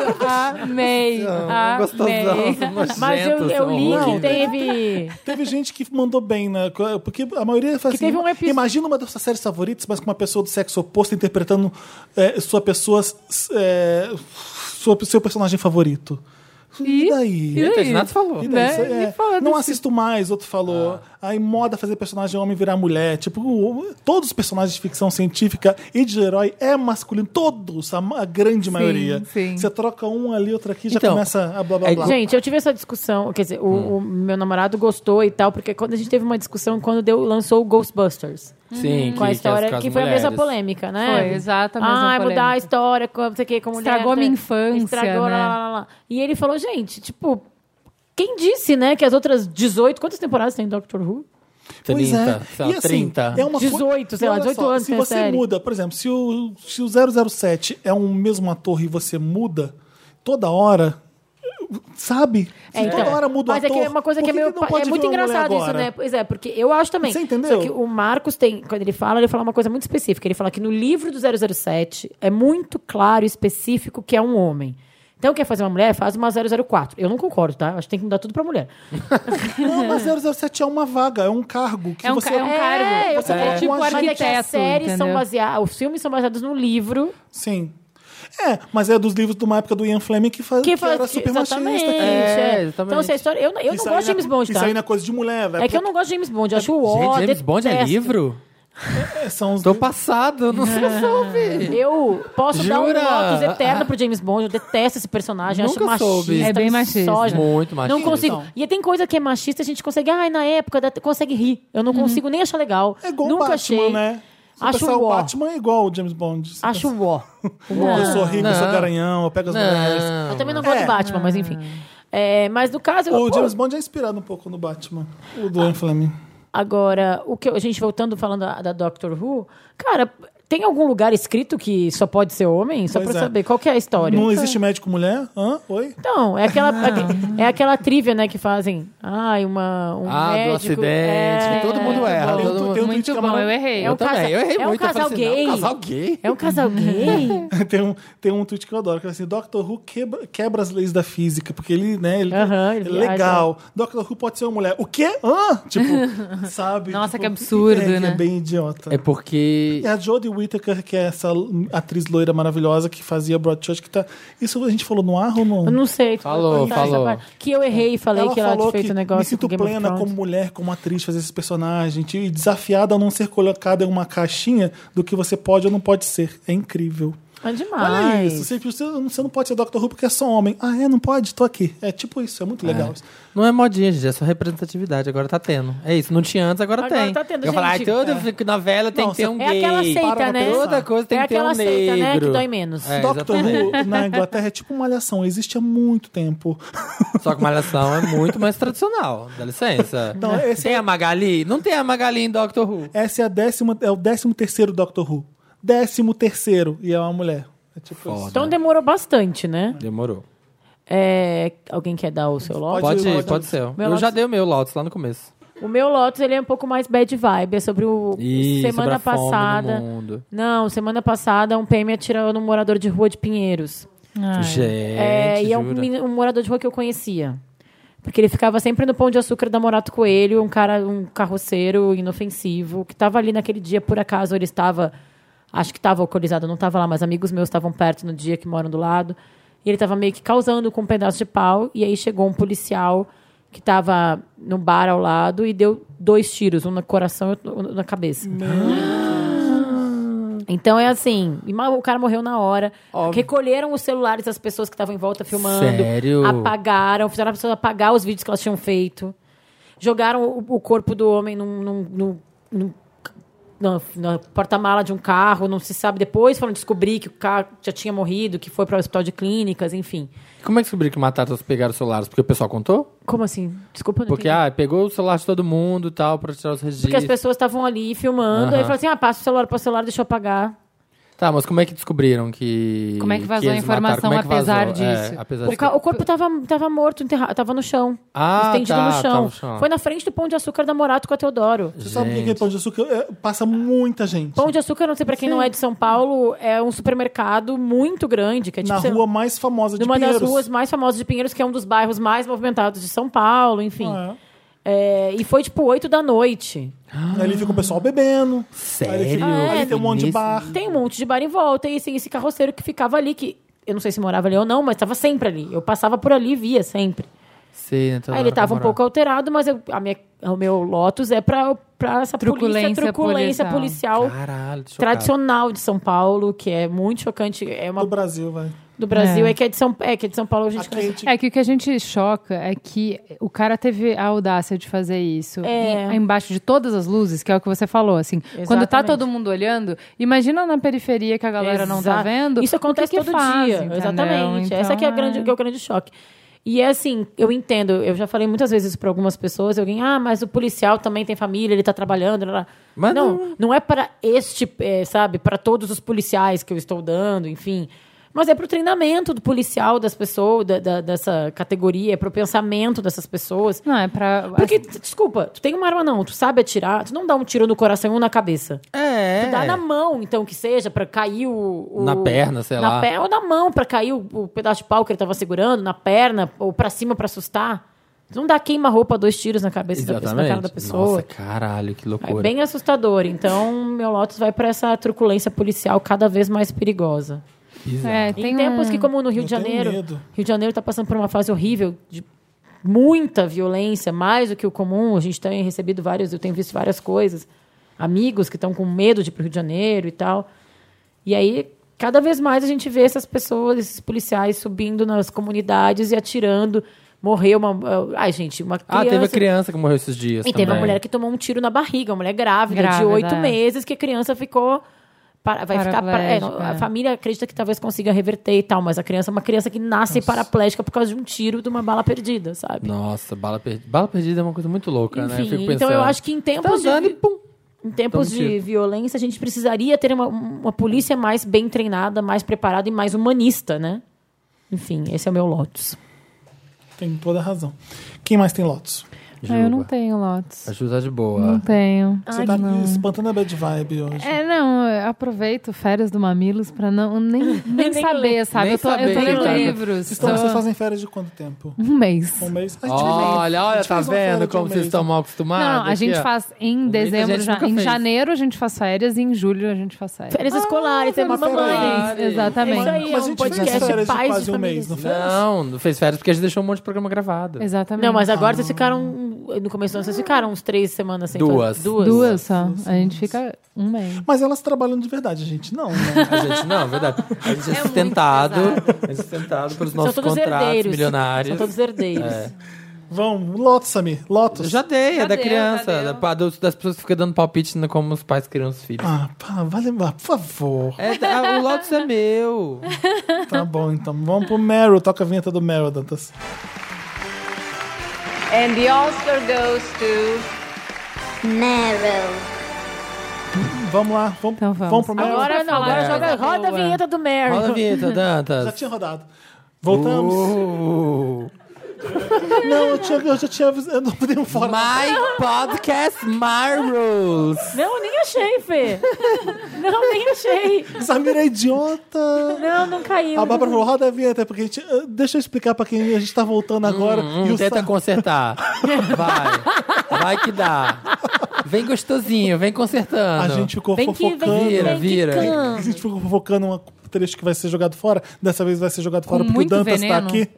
Amei. Amei. é um Gostosão, nojento, Mas eu, eu são li que horríveis. teve... Teve gente que mandou bem, né? Porque a maioria faz Que assim, teve um epi- Imagina uma das suas séries favoritas, mas com uma pessoa do sexo oposto interpretando é, sua pessoa. é, sua- seu personagem favorito. é E, um daí? E aí? Renato falou. E daí? né? Isso é, E foda-se. não assisto mais, outro falou. Ah. Aí moda fazer personagem homem virar mulher. Tipo, o- todos os personagens de ficção científica e de herói é masculino. Todos, a, ma- a grande maioria. sim. Você troca um ali, outro aqui, já Então, começa a blá blá é blá. Gente, eu tive essa discussão, quer dizer, o, o meu namorado gostou e tal, porque quando a gente teve uma discussão quando deu, lançou o Ghostbusters. Sim, Hum, Com a que- história, que, é que, as- com as foi a mesma mulheres. polêmica, né? Foi, exato, a mesma ah, polêmica. mudar a história, com, não sei o que, com mulher. Estragou tá? minha infância, Estragou, né? lá, lá, lá, lá. E ele falou, gente, tipo, quem disse, né, que as outras 18, quantas temporadas tem Doctor Who? 30, sei lá, E, assim, 30. é uma co- 18, sei lá, E olha 18 só, anos Se tem a você série. muda, por exemplo, se o, se o 007 é um mesmo ator e você muda toda hora, sabe? Se É, toda hora muda o mas ator. é que é uma coisa por que é meio. não pode é muito vir uma mulher engraçado isso, agora? né? Pois é, porque eu acho também. Você entendeu? Só que o Marcos tem. Quando ele fala, ele fala uma coisa muito específica. Ele fala que no livro do 007 é muito claro e específico que é um homem. Então, quer fazer uma mulher? Faz uma 004. Eu não concordo, tá? Acho que tem que mudar tudo pra mulher. Não, *laughs* mas 007 é uma vaga, é um cargo que É um, você ca- é um cargo. eu você é concordo. tipo Mas é que arquiteto, as séries são entendeu? baseadas. Os filmes são baseados no livro. Sim. É, mas é dos livros de uma época do Ian Fleming que, fa... que, Que faz- era super machista. exatamente, cara. É, é. exatamente. Então, essa história. Eu, eu não Isso gosto aí de James Bond, Isso tá? aí não é coisa de mulher, velho. É que eu não gosto de James Bond. Eu acho o ó, Gente, James Bond é detesto. livro? São os Tô passado, eu não sei soube. Eu posso Jura? dar um voto eterno pro James Bond. Eu detesto esse personagem. eu acho Nunca machista. soube. É bem machista. misógino. Muito machista. Não consigo. E tem coisa que é machista, a gente consegue. Ai, na época, da- consegue rir. Eu Uhum. não consigo nem achar legal. É igual Nunca o Batman, achei. né? Se Acho pensar, o uó. Batman é igual o James Bond. Se Acho pensar, o ó. eu sou rico, eu sou Não. garanhão, eu pego as mulheres. Não. Eu também não gosto É. de Batman, mas enfim. É, mas no caso. eu- O pô, James Bond é inspirado um pouco no Batman, o do Ian Fleming. Agora, o que eu- a gente voltando falando da, da Doctor Who, cara, tem algum lugar escrito que só pode ser homem? Só Pois pra é. saber qual que é a história. Não existe médico mulher? Hã? Oi? *laughs* Então, é aquela, Ah. é aquela trivia, né, que fazem. Ai, uma, um Ah, médico... do acidente. é, que todo mundo muito erra. bom. Eu Todo tô- mundo... eu- Muito Tem um bom, tweet que eu errei. É Eu um também, casa- eu errei é um muito. eu falei casal assim, não, gay. casal gay? É um casal gay? tem, um, tem um tweet que eu adoro, que é assim, Doctor Who quebra, quebra as leis da física, porque ele, né, ele, Aham, ele ele viaja. legal. Doctor Who pode ser uma mulher. O quê? Hã? Tipo, sabe? Nossa, Tipo, que absurdo, é, É né? bem idiota. É porque... E a Jodie Whittaker, que é essa atriz loira maravilhosa que fazia Broadchurch, que tá... Isso a gente falou no ar ou não? Eu não sei. Falou, Tá, falou. essa parte. Que eu errei e falei que ela tinha feito um negócio me sinto com Game of plena Thrones. como mulher, como atriz, fazer esses personagens e desafiada a não ser colocada em uma caixinha do que você pode ou não pode ser. É incrível. É demais. Olha isso, você, você não você não pode ser Dr. Who porque é só homem. Ah, é, não pode? Tô aqui. É tipo isso, é muito legal. isso. Não é modinha, gente, é só representatividade. Agora tá tendo. É isso, não tinha antes, agora, Agora tem. tá tendo, Eu falar, gente. toda novela tem Não, que ter cê- um É gay. aquela para seita, pra né? pensar. Toda coisa tem é que ter aquela um seita, né? negro. Que dói menos. É, Doctor Who na Inglaterra é tipo uma malhação, existe há muito tempo. *laughs* Só que Malhação é muito mais tradicional, dá licença. Né? Não, Então, esse Tem a Magali? Não tem a Magali em Doctor Who. Essa é, a décima, é o décimo terceiro Doctor Who. Décimo terceiro, e é uma mulher. É tipo Foda. isso. Então demorou bastante, né? Demorou. É, alguém quer dar o seu lote? Pode, Pode pode, ir, ser. Meu eu Lotus- já dei o meu Lotus lá no começo. O meu Lotus, ele é um pouco mais bad vibe. É sobre o... Ih, sobre semana a fome no passada... mundo. Não, semana passada um PM atirou num morador de rua de Pinheiros. Ai. Gente, Ah. É, e é um, jura? meni- um morador de rua que eu conhecia. Porque ele ficava sempre no Pão de Açúcar da Morato Coelho, um cara, um carroceiro inofensivo, que estava ali naquele dia, por acaso ele estava, acho que estava alcoolizado, não estava lá, mas amigos meus estavam perto no dia que moram do lado. E ele estava meio que causando com um pedaço de pau, e aí chegou um policial que estava no bar ao lado e deu dois tiros, um no coração e outro na cabeça. Então é assim, e ma- o cara morreu na hora. Óbvio. Recolheram os celulares das pessoas que estavam em volta filmando. Sério? Apagaram, fizeram a pessoa apagar os vídeos que elas tinham feito. Jogaram o, o corpo do homem num, num- num- num- na, na porta-mala de um carro, não se sabe. Depois foram descobrir que o carro já tinha morrido, que foi para o hospital de clínicas, enfim. Como é que descobriu que mataram os pegaram os celulares? Porque o pessoal contou? Como assim? Desculpa, eu não Porque, entendi. ah, pegou o celular de todo mundo e tal, pra tirar os Porque registros. as pessoas estavam ali filmando, Aham. aí falaram assim: ah, passa o celular para o celular, deixa eu apagar. Tá, mas como é que descobriram que. Como é que vazou a eles mataram? informação Como é que vazou? apesar É, disso? apesar O, disso. ca- o corpo tava, tava morto, enterrado, tava no chão. Ah, estendido tá, no, chão. tava no chão. Foi na frente do Pão de Açúcar da Morato com a Teodoro. Você sabe o que é Pão de Açúcar? É, passa muita gente. Pão de Açúcar, não sei pra quem não é de São Paulo, é um supermercado muito grande, que é tipo Na sei lá, rua mais famosa de numa Pinheiros. das ruas mais famosas de Pinheiros, que é um dos bairros mais movimentados de São Paulo, enfim. Ah, É, e foi tipo 8 da noite. é. Aí ele fica o pessoal bebendo. Aí, ele Sério? fica- Ah, é, aí tem um monte de Nesse- bar. Tem um monte de bar em volta e assim, esse carroceiro que ficava ali, que eu não sei se morava ali ou não, mas tava sempre ali. Eu passava por ali e via sempre. Sei, né, toda Aí ele hora tava um comemorar. pouco alterado, mas eu- a minha, o meu Lotus é pra, pra essa Truculência polícia, truculência policial, Caralho, chocado. tradicional de São Paulo, que é muito chocante. É uma Do Brasil, vai. do Brasil, É. é. que é de São, é, que é de São Paulo a gente Aqui a gente- É que o que a gente choca é que o cara teve a audácia de fazer isso É. em- embaixo de todas as luzes, que é o que você falou, assim. Quando tá Exatamente. todo mundo olhando, imagina na periferia que a galera não tá Exa- vendo. Isso o que acontece que todo faz, dia. entendeu? Exatamente. Então, Essa que é, a grande, que é o grande choque. E é assim, eu entendo, eu já falei muitas vezes para algumas pessoas, alguém, ah, mas o policial também tem família, ele tá trabalhando, lá, lá. Mas não, não- não, é para este, eh, sabe, para todos os policiais que eu estou dando, enfim. Mas é pro treinamento do policial, das pessoas, da- da- dessa categoria, é pro pensamento dessas pessoas. Não, é pra. Porque, t- desculpa, tu tem uma arma não, tu sabe atirar, tu não dá um tiro no coração ou na cabeça. É. Tu dá na mão, então, que seja, pra cair o. o- Na perna, sei na lá. pe- ou na mão, pra cair o, o pedaço de pau que ele tava segurando, na perna, ou pra cima pra assustar. Tu não dá queima-roupa dois tiros na cabeça da pessoa, na cara da pessoa. Nossa, caralho, que é loucura. bem assustador. Então, meu Lotus vai pra essa truculência policial cada vez mais perigosa. Bizarro. É, Em tem tempos um- que, como no Rio Eu de tenho Janeiro, medo. Rio de Janeiro está passando por uma fase horrível de muita violência, mais do que o comum. A gente tem recebido vários, eu tenho visto várias coisas. Amigos que estão com medo de ir para o Rio de Janeiro e tal. E aí, cada vez mais a gente vê essas pessoas, esses policiais subindo nas comunidades e atirando. Morreu uma. Ai, gente, uma Ah, criança. teve a criança que morreu esses dias. E teve uma também. mulher que tomou um tiro na barriga, uma mulher grávida, de Grávida, oito é. meses, que a criança ficou. para- vai ficar. para- é, não, Paraplégica, a é. família acredita que talvez consiga reverter e tal, mas a criança é uma criança que nasce paraplégica por causa de um tiro de uma bala perdida, sabe? Nossa, bala perdida. Bala perdida é uma coisa muito louca, né? Eu Enfim, fico pensando. então eu acho que em Tá tempos andando de, e pum. em tempos Toma um de tiro. violência, a gente precisaria ter uma, uma polícia mais bem treinada, mais preparada e mais humanista, né? Enfim, esse é o meu Lotus. Tem toda a razão. Quem mais tem Lotus? Ah, eu não Juba. tenho lotes. A Ju tá de boa. Não tenho. Você tá espantando a bad vibe hoje. É, não, eu aproveito férias do Mamilos pra não *laughs* nem, nem Nem saber, ler. sabe? Nem eu, tô, eu tô saber, lendo cara. livros. Vocês, estão- Ah. tô- vocês fazem férias de quanto tempo? Um mês. Um mês? A gente tipo fez- Olha, a olha, gente tá fez uma férias vendo de como um vocês mês. estão mal acostumados? Não, não, a Aqui, gente ó. Um faz em mês a dezembro, gente já, nunca em fez. janeiro a gente faz férias e em julho a gente faz férias. Ah, Férias escolares, tem uma férias mamãe. escolares. É Exatamente. isso aí, Mas é a gente um fez podcast férias de pais de quase um famílias. mês, não fez? Não, não fez férias porque a gente deixou um monte de programa gravado. Exatamente. Não, mas é agora vocês ficaram. No começo do ano, vocês ficaram uns três semanas sem Duas. fazer- Duas. Duas só. A gente fica um mês. Mas elas trabalham de verdade, gente. Não, né? *laughs* A gente, não, é verdade. A *laughs* gente é, sustentado. A gente é sustentado pelos São nossos todos contratos herdeiros. São milionários. É. todos herdeiros. Vamos, Lotus, Samir. Lotus. Já dei, Já é da deu, já criança. deu. da- pá, dos- das pessoas que ficam dando palpite no como os pais criam os filhos. Ah, pá, vai lembrar, por favor. É, tá, o Lotus é meu. Tá bom, então. Vamos pro Meryl. Toca a vinheta do Meryl, Dantas. É, And the Oscar goes to. Meryl. Vamos lá. Vamos, Então vamos. pro Meryl. Agora né? não, agora É. joga, roda a vinheta do Mary. Roda a vinheta, Já Dantas. tinha rodado. Voltamos. Uh, Não, eu, tinha, eu já tinha avisado. Eu não dei um fora. my podcast, my rules. Não, nem achei, *laughs* Fê. não, nem achei. Samir é idiota. Não, não caiu. A Bárbara falou, roda a vinheta, porque a gente, eh, deixa eu explicar pra quem a gente tá voltando agora. e Hum, o tenta Sa- consertar. Vai. Vai que dá. Vem gostosinho, vem consertando. A gente ficou Vem que- vem Ah. fofocando. que- Vira, vem que vira. can- A gente ficou fofocando um trecho que vai ser jogado fora. Dessa vez vai ser jogado fora porque o muito Dantas veneno. tá *laughs* aqui.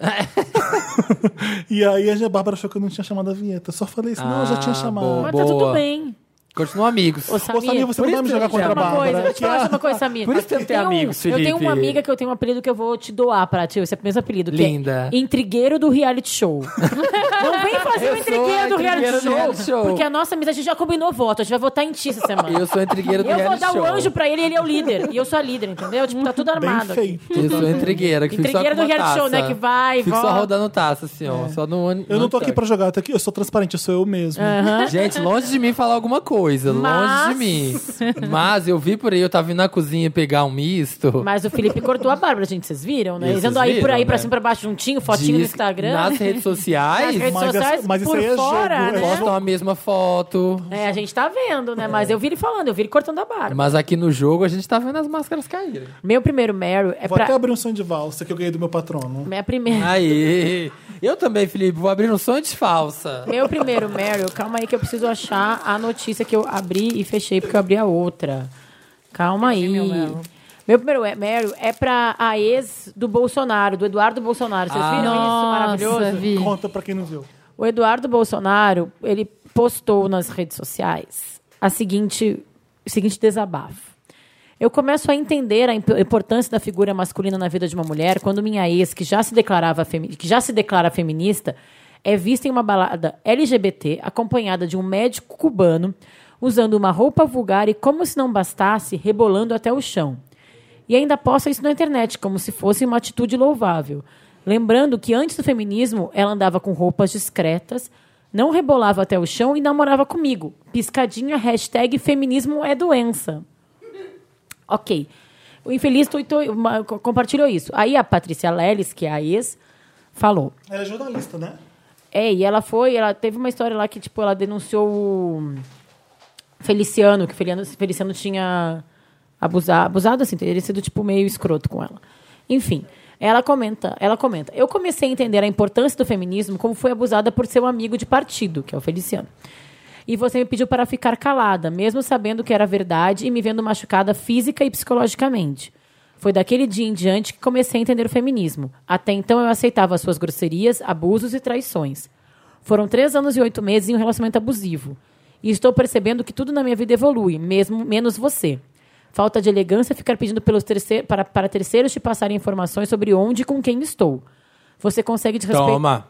e aí a Bárbara achou que eu não tinha chamado a vinheta. Eu só falei isso. não, eu já tinha Ah, chamado. boa. Mas tá tudo Boa. bem. Continua amigos. Ô, Ô, Samir, você não vai me jogar Deixa eu contra a falar uma Bárbara. coisa, deixa eu te falar uma coisa, Samir. Por isso que eu Eu tenho tenho amigos, um- Eu tenho Felipe. uma amiga que eu tenho um apelido que eu vou te doar pra ti, esse é apenas apelido. que é Linda. intrigueiro do *laughs* reality show. Não vem fazer Eu sou o intrigueiro a do reality intrigueira do show, reality show. porque a nossa amizade a gente já combinou voto, a gente vai votar em ti essa semana. Eu sou intrigueira do eu vou reality dar show. o anjo pra ele e ele é o líder. E eu sou a líder, entendeu? Tipo, tá tudo Bem armado. aqui. feito. Eu sou intrigueira. Que fico só Intrigueira com do uma reality show, taça. né, que vai, Fico só volta. rodando taça, assim, ó. Só no, É. Eu não tô aqui pra jogar, eu, tô aqui- eu sou transparente, eu sou eu mesmo. Gente, longe de mim falar alguma coisa. Mas- Longe de mim. Mas eu vi por aí, eu tava indo na cozinha pegar um misto. Mas o Felipe cortou a Bárbara, gente, vocês viram, né? Isso, Eles vocês andam aí por aí, viram, pra né? cima, pra baixo, juntinho, fotinho no Diz- Instagram. Nas redes sociais, *laughs* Nas redes Mas sociais, essa- mas isso por aí é fora, jogo, é né? jogo. postam a mesma foto. É, a gente tá vendo, né? Mas eu vi ele falando, eu vi ele cortando a barba. Mas aqui no jogo a gente tá vendo as máscaras caírem. Meu primeiro Meryl é Vou até pra... abrir um sonho de valsa que eu ganhei do meu patrono. Minha primeira... Aí. Eu também, Felipe, vou abrir um sonho de falsa. Meu primeiro Meryl, calma aí que eu preciso achar a notícia que eu abri e fechei, porque eu abri a outra. Calma aí. Meu, primeiro é- Meryl é pra a ex do Bolsonaro, do Eduardo Bolsonaro. Vocês Ah. viram isso? Nossa, Maravilhoso. Vi. Conta pra quem não viu. O Eduardo Bolsonaro, ele postou nas redes sociais a seguinte, o seguinte desabafo. Eu começo a entender a imp- importância da figura masculina na vida de uma mulher quando minha ex, que já se declarava femi- que já se declara feminista, é vista em uma balada LGBT acompanhada de um médico cubano usando uma roupa vulgar e como se não bastasse, rebolando até o chão e ainda posta isso na internet, como se fosse uma atitude louvável. Lembrando que antes do feminismo, ela andava com roupas discretas, não rebolava até o chão e namorava comigo. Piscadinha, hashtag feminismo é doença. Ok. O infeliz tuitou- uma- co- compartilhou isso. Aí a Patrícia Leles, que é a ex, falou. Ela é jornalista, né? É, e ela foi, ela teve uma história lá que, tipo, ela denunciou o Feliciano, que Feliciano, Feliciano tinha abusado, abusado assim, teria sido, tipo, meio escroto com ela. Enfim, ela comenta, ela comenta, eu comecei a entender a importância do feminismo como foi abusada por seu amigo de partido, que é o Feliciano. E você me pediu para ficar calada, mesmo sabendo que era verdade e me vendo machucada física e psicologicamente. Foi daquele dia em diante que comecei a entender o feminismo. Até então eu aceitava suas grosserias, abusos e traições. Foram três anos e oito meses em um relacionamento abusivo. E estou percebendo que tudo na minha vida evolui, mesmo menos você. Falta de elegância ficar pedindo pelos terceir- para, para terceiros te passarem informações sobre onde e com quem estou. Você consegue desrespeitar. Toma.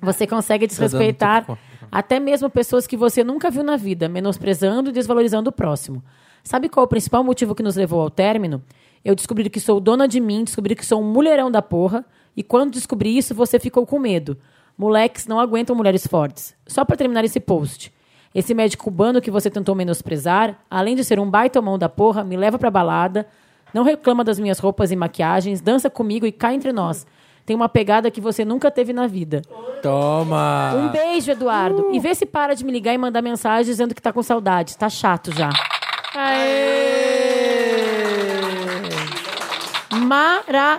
Você consegue dando desrespeitar muito até mesmo pessoas que você nunca viu na vida, menosprezando e desvalorizando o próximo. Sabe qual é o principal motivo que nos levou ao término? Eu descobri que sou dona de mim, descobri que sou um mulherão da porra, e quando descobri isso, você ficou com medo. Moleques não aguentam mulheres fortes. Só pra terminar esse post. Esse médico cubano que você tentou menosprezar, além de ser um baita mão da porra, me leva pra balada, não reclama das minhas roupas e maquiagens, dança comigo e cá entre nós. Tem uma pegada que você nunca teve na vida. Toma. Um beijo, Eduardo. E vê se para de me ligar e mandar mensagem dizendo que tá com saudade. Tá chato já.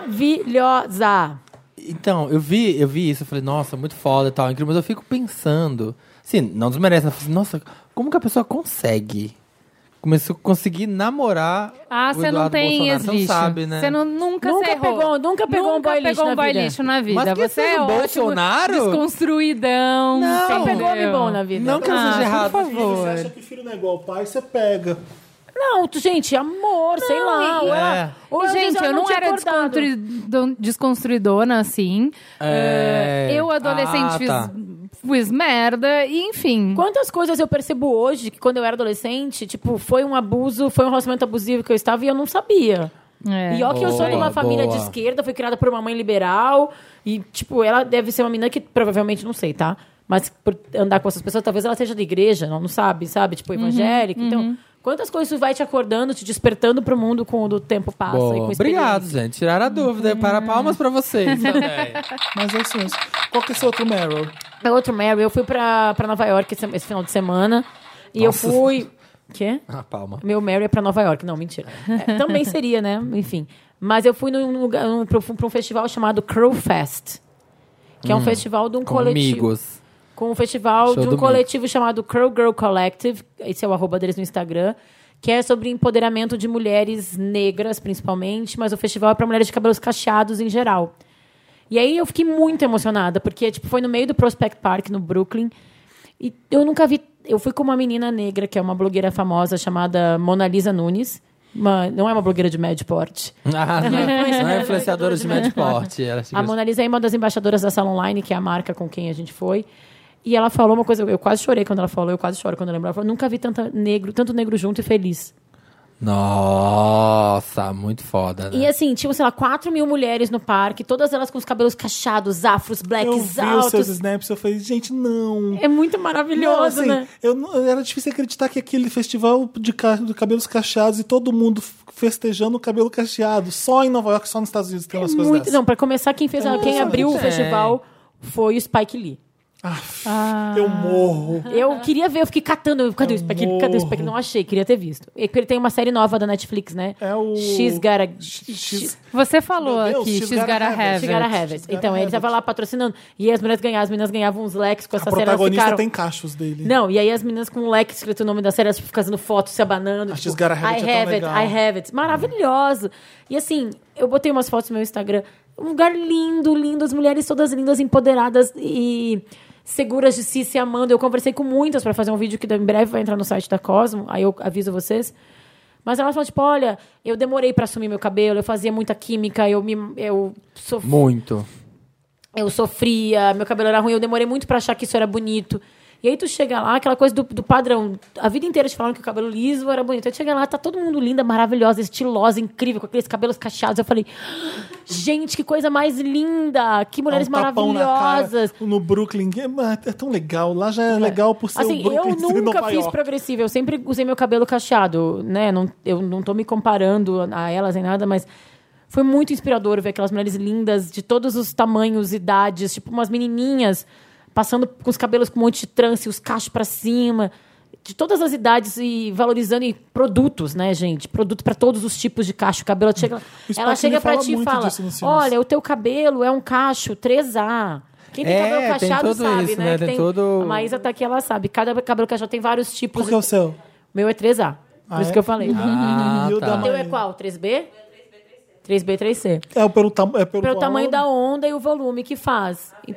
Maravilhosa. Então, eu vi, eu vi isso, eu falei, nossa, muito foda e tal, incrível, mas eu fico pensando, assim, não desmerece, mas eu falei, nossa, como que a pessoa consegue? Começou a conseguir namorar Ah, o você não Eduardo tem Bolsonaro, ex você não lixo. sabe, né? Você não- nunca Nunca você errou. pegou- nunca pegou um boy lixo pegou um na boy vida. lixo na vida. Mas que você seja é um ótimo, Bolsonaro? desconstruidão. Não. entendeu? Só Pegou homem bom na vida. Não que eu Ah, seja por errado, por Filho, favor. Você acha que filho não é igual ao pai, você pega. Não, tu, gente, amor, sei lá. ou ela- É. ou às vezes Gente, ela eu não tinha era acordado. desconstruidon- desconstruidona assim. É. Eh, Eu, adolescente, Ah, fiz, tá. fiz merda, e enfim. Quantas coisas eu percebo hoje que quando eu era adolescente, tipo, foi um abuso, foi um relacionamento abusivo que eu estava e eu não sabia. É. E ó que eu sou Boa, de uma família boa. de esquerda, fui criada por uma mãe liberal. E, tipo, ela deve ser uma menina que provavelmente, não sei, tá? Mas por andar com essas pessoas, talvez ela seja da igreja, não, não sabe, sabe? Tipo, evangélica. Então, quantas coisas isso vai te acordando, te despertando pro mundo quando o tempo passa e com Boa. a Obrigado, experiência. gente, tiraram a dúvida, para palmas pra vocês também. Mas é isso. mesmo. Qual que é o seu outro Meryl? É outro Mary, eu fui pra, pra Nova York esse, esse final de semana. E eu Nossa. fui. Quê? *laughs* ah, palma. Meu Mary é pra Nova York. Não, mentira. É, também seria, né? Enfim. Mas eu fui num lugar, num, pra, um- pra um festival chamado Crow Fest. Que é um festival de *laughs* um Com coletivo. amigos. Com um festival Show de um domingo. coletivo chamado Crow Girl Collective. Esse é o arroba deles no Instagram. Que é sobre empoderamento de mulheres negras, principalmente. Mas o festival é pra mulheres de cabelos cacheados em geral. E aí eu fiquei muito emocionada, porque tipo, foi no meio do Prospect Park, no Brooklyn. E eu nunca vi. Eu fui com uma menina negra, que é uma blogueira famosa chamada Mona Lisa Nunes. Uma- não é uma blogueira de médio porte. Ah, não, é- não é influenciadora de médio porte. ela A fica- Mona Lisa é uma das embaixadoras da Sala Online, que é a marca com quem a gente foi. E ela falou uma coisa, eu quase chorei quando ela falou, eu quase choro quando eu lembro. Ela falou, nunca vi tanta negro, tanto negro junto e feliz. Nossa, muito foda, né? E assim, tinham, sei lá, 4 mil mulheres no parque, todas elas com os cabelos cachados, afros, Eu blacks, vi os seus altos. snaps, eu falei, gente, não. É muito Não, maravilhoso, assim, né? eu não- era difícil acreditar que aquele festival de, ca- de cabelos cacheados e todo mundo f- festejando o cabelo cacheado. Só em Nova York, só nos Estados Unidos tem umas coisas É Muito- dessas. não, pra começar, quem fez, a- quem abriu o É. festival foi o Spike Lee. Ah, Ah. Eu morro. Eu quelia ver, eu fiquei catando. eu, Cadê o Spike? Lee? Cadê o Spike? Lee? morro. Não achei, queria ter visto. E que Ele tem uma série nova da Netflix, né? É o- She's Gotta... X- X- Você falou Meu Deus, aqui, She's She's Gotta Have Gotta It. Have She It. Gotta Have It. Então, ele tava lá patrocinando. E as meninas ganhavam, as meninas ganhavam uns leques com essa A série. elas protagonista ficaram- tem cachos dele. Não, e aí as meninas com um leque escrito o nome da série, elas ficam fazendo fotos, se abanando. tipo, A She's Gotta Have It é tão I have it, legal. I have it. Maravilhoso. E assim, eu botei umas fotos no meu Instagram. Um lugar lindo, lindo. As mulheres todas lindas, empoderadas e seguras de si, se amando. Eu conversei com muitas pra fazer um vídeo que em breve vai entrar no site da Cosmo. Aí eu aviso vocês. Mas elas falam, tipo, olha, eu demorei pra assumir meu cabelo, eu fazia muita química, eu me... Eu sou Muito. eu sofria, meu cabelo era ruim, eu demorei muito pra achar que isso era bonito. E aí tu chega lá, aquela coisa do, do padrão. A vida inteira te falando que o cabelo liso era bonito. Aí tu chega lá, tá todo mundo linda, maravilhosa, estilosa, incrível, com aqueles cabelos cacheados. Eu falei, *gasps* gente, que coisa mais linda! Que Dá mulheres um tapão na maravilhosas! cara, no Brooklyn. É, é tão legal. Lá já é legal por ser Assim, o Brooklyn *laughs* eu e Nova nunca fiz York. progressivo, eu sempre usei meu cabelo cacheado, né? Não, eu não tô me comparando a elas nem nada, mas foi muito inspirador ver aquelas mulheres lindas de todos os tamanhos, idades, tipo umas menininhas passando com os cabelos com um monte de trança, e os cachos pra cima, de todas as idades e valorizando e produtos, né, gente? Produto pra todos os tipos de cacho, cabelo ela chega, Spike ela chega Lee para fala ti e muito fala: disso nos filmes. "Olha, o teu cabelo é um cacho 3A". Quem tem É, cabelo tem cacheado tudo sabe, isso, né? né? que Tem todo- A Maísa tá aqui, ela sabe. Cada cabelo cacheado tem vários tipos. Qual que é o seu? Meu é 3A. Por Ah, isso é? que eu falei. Ah, E o da tá. O teu é Maísa? qual? 3B? 3B, 3C. É pelo, tam, é pelo, Pelo tamanho onda. da onda e o volume que faz. E-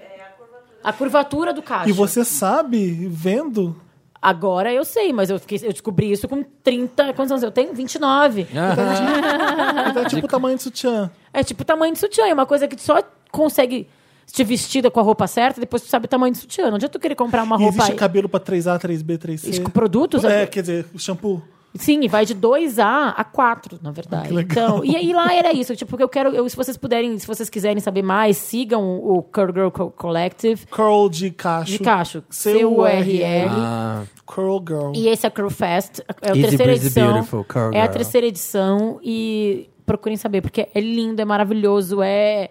A curvatura do caixa. E você sabe, vendo. Agora eu sei, mas eu, fiquei, eu descobri isso com 30. Quantos anos eu tenho? 29. Ah. Aham. *laughs* Então é tipo o tamanho do sutiã. É tipo o tamanho de sutiã, é uma coisa que tu só consegue te vestida com a roupa certa, depois tu sabe o tamanho do sutiã. Não adianta tu querer comprar uma E roupa existe aí. cabelo pra 3A, 3B, 3C. Isso, com produtos? É, quer dizer, o shampoo. Sim, e vai de 2A a 4, na verdade. Que legal. Então, e aí lá era isso, tipo, porque eu quero, eu- se vocês puderem, se vocês quiserem saber mais, sigam o Curl Girl Co- Collective Curl de cacho. de cacho, C U R C-U-R-L. L. Ah, Curl Girl. E esse é Curl Fest, é a Easy terceira Breezy edição. Beautiful, Curl é a Girl. terceira edição e procurem saber, porque é lindo, é maravilhoso, é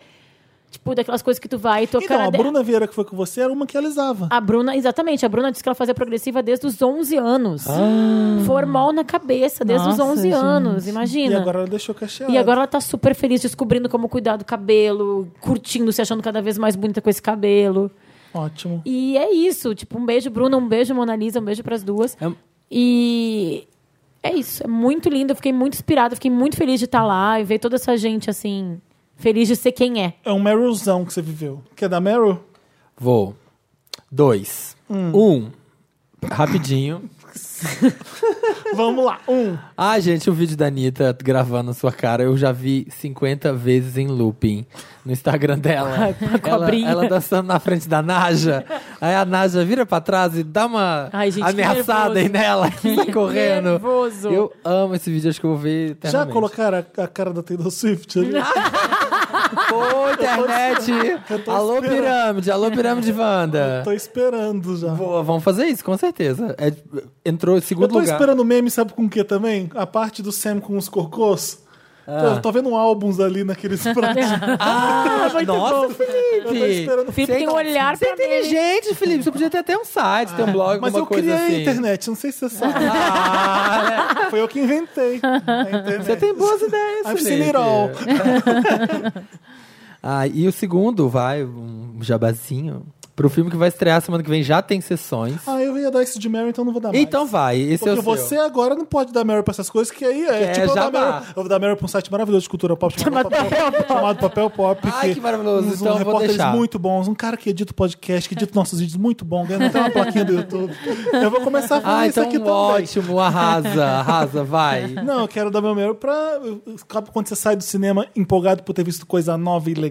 tipo daquelas coisas que tu vai e tua Então, cara a de- Bruna Vieira que foi com você era uma que alisava. A Bruna, exatamente, a Bruna disse que ela fazia progressiva desde os 11 anos. Formol na cabeça, desde os Nossa, 11 gente. anos, imagina. E agora ela deixou cacheado. E agora ela tá super feliz descobrindo como cuidar do cabelo, curtindo, se achando cada vez mais bonita com esse cabelo. Ótimo. E é isso. Tipo, um beijo, Bruna, um beijo, Mona Lisa, um beijo pras duas. É- E é isso. É muito lindo. Eu fiquei muito inspirada, fiquei muito feliz de estar lá e ver toda essa gente, assim, feliz de ser quem é. É um Merylzão que você viveu. Quer dar *laughs* Meryl? vou. Dois. Hum. Um. Rapidinho. Vamos lá. Um. Ah, gente, o vídeo da Anitta gravando sua cara, eu já vi 50 vezes em looping no Instagram *laughs* dela. ela, cobrinha. ela dançando na frente da Naja. Aí a Naja vira pra trás e dá uma Ai, gente, que ameaçada aí nervoso. nela, *laughs* que sai correndo. nervoso. Eu amo esse vídeo, acho que eu vou ver Já eternamente. colocaram a, a cara da Taylor *laughs* Swift ali? *laughs* Pô, internet! eu tô alô, esperando. pirâmide! Alô, pirâmide Wanda! Tô esperando já. Boa, vamos fazer isso, com certeza. É, entrou em Eu segundo tô lugar. esperando o meme, sabe com o que também? A parte do Sam com os cocôs. Tô, tô vendo álbuns *laughs* ali naqueles pratos. Ah, *laughs* nossa, bom. Felipe! Eu tô esperando. O Felipe tem um olhar Você é pra mim, né? inteligente, Felipe. Você podia ter até um site, ter um blog, Mas alguma eu coisa criei a assim. Ah, né? internet, não sei se você sabe. Foi eu que inventei *laughs* a internet. Você tem boas ideias, I've Felipe. seen it all. *laughs* Ah, e o segundo vai, um jabazinho, pro filme que vai estrear semana que vem. Já tem sessões. Ah, eu ia dar esse de Mary, então não vou dar mais. então vai, esse Porque é o seu. você agora não pode dar Mary pra essas coisas, que aí é, Que é tipo eu dar jabá. Mary- eu vou dar Mary pra um site maravilhoso de cultura pop chamado, Papel Pop. chamado Papel Pop. Ai, que maravilhoso. Uns, Então eu uns vou repórteres deixar. muito bons, um cara que edita o podcast, que edita nossos vídeos muito bom, ganhando até uma plaquinha do YouTube. Eu vou começar a fazer Ah, isso então aqui também. ótimo, arrasa, arrasa, vai. *laughs* Não, eu quero dar meu melhor pra. Sabe quando você sai do cinema empolgado por ter visto coisa nova e legal?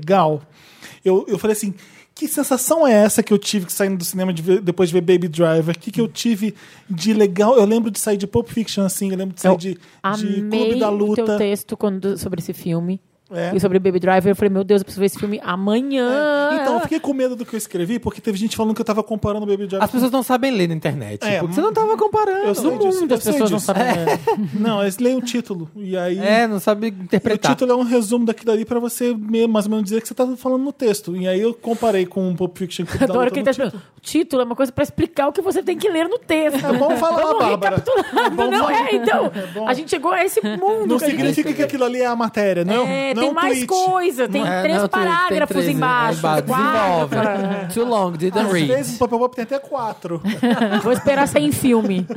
Eu, eu falei assim. Que sensação é essa que eu tive que saindo do cinema de ver- depois de ver Baby Driver? O que, que eu tive de legal? Eu lembro de sair de Pulp Fiction, assim, eu lembro de sair de, de Amei Clube da o teu Luta. texto quando, sobre esse filme. É. E sobre Baby Driver, eu falei, meu Deus, eu preciso ver esse filme amanhã. Então, eu fiquei com medo do que eu escrevi, porque teve gente falando que eu tava comparando Baby Driver. As pessoas não sabem ler na internet. É, porque você não tava comparando. eu sei No disso, mundo eu as sei pessoas não disso. sabem. É. Não, eles leem o título. E aí. É, não sabe O tá. interpretar. título é um resumo daqui dali pra você me- mais ou menos dizer o que você tá falando no texto. E aí eu comparei com o Pulp Fiction. que dá *laughs* Adoro luta quem no tá título. esperando. O título é uma coisa pra explicar o que você tem que ler no texto. É bom falar, Vamos Bárbara. recapitulando, *laughs* É bom não falar. é? Então, bom. a gente chegou *laughs* a esse mundo. Não que a gente- significa que aquilo ali é a matéria, não? É, não tem um mais tweet. coisa, tem É, três não, tu- tem parágrafos três, embaixo. é, quatro. Desenvolve. Too long, didn't Às read. vezes o papel pop tem até quatro. Vou esperar sair em filme.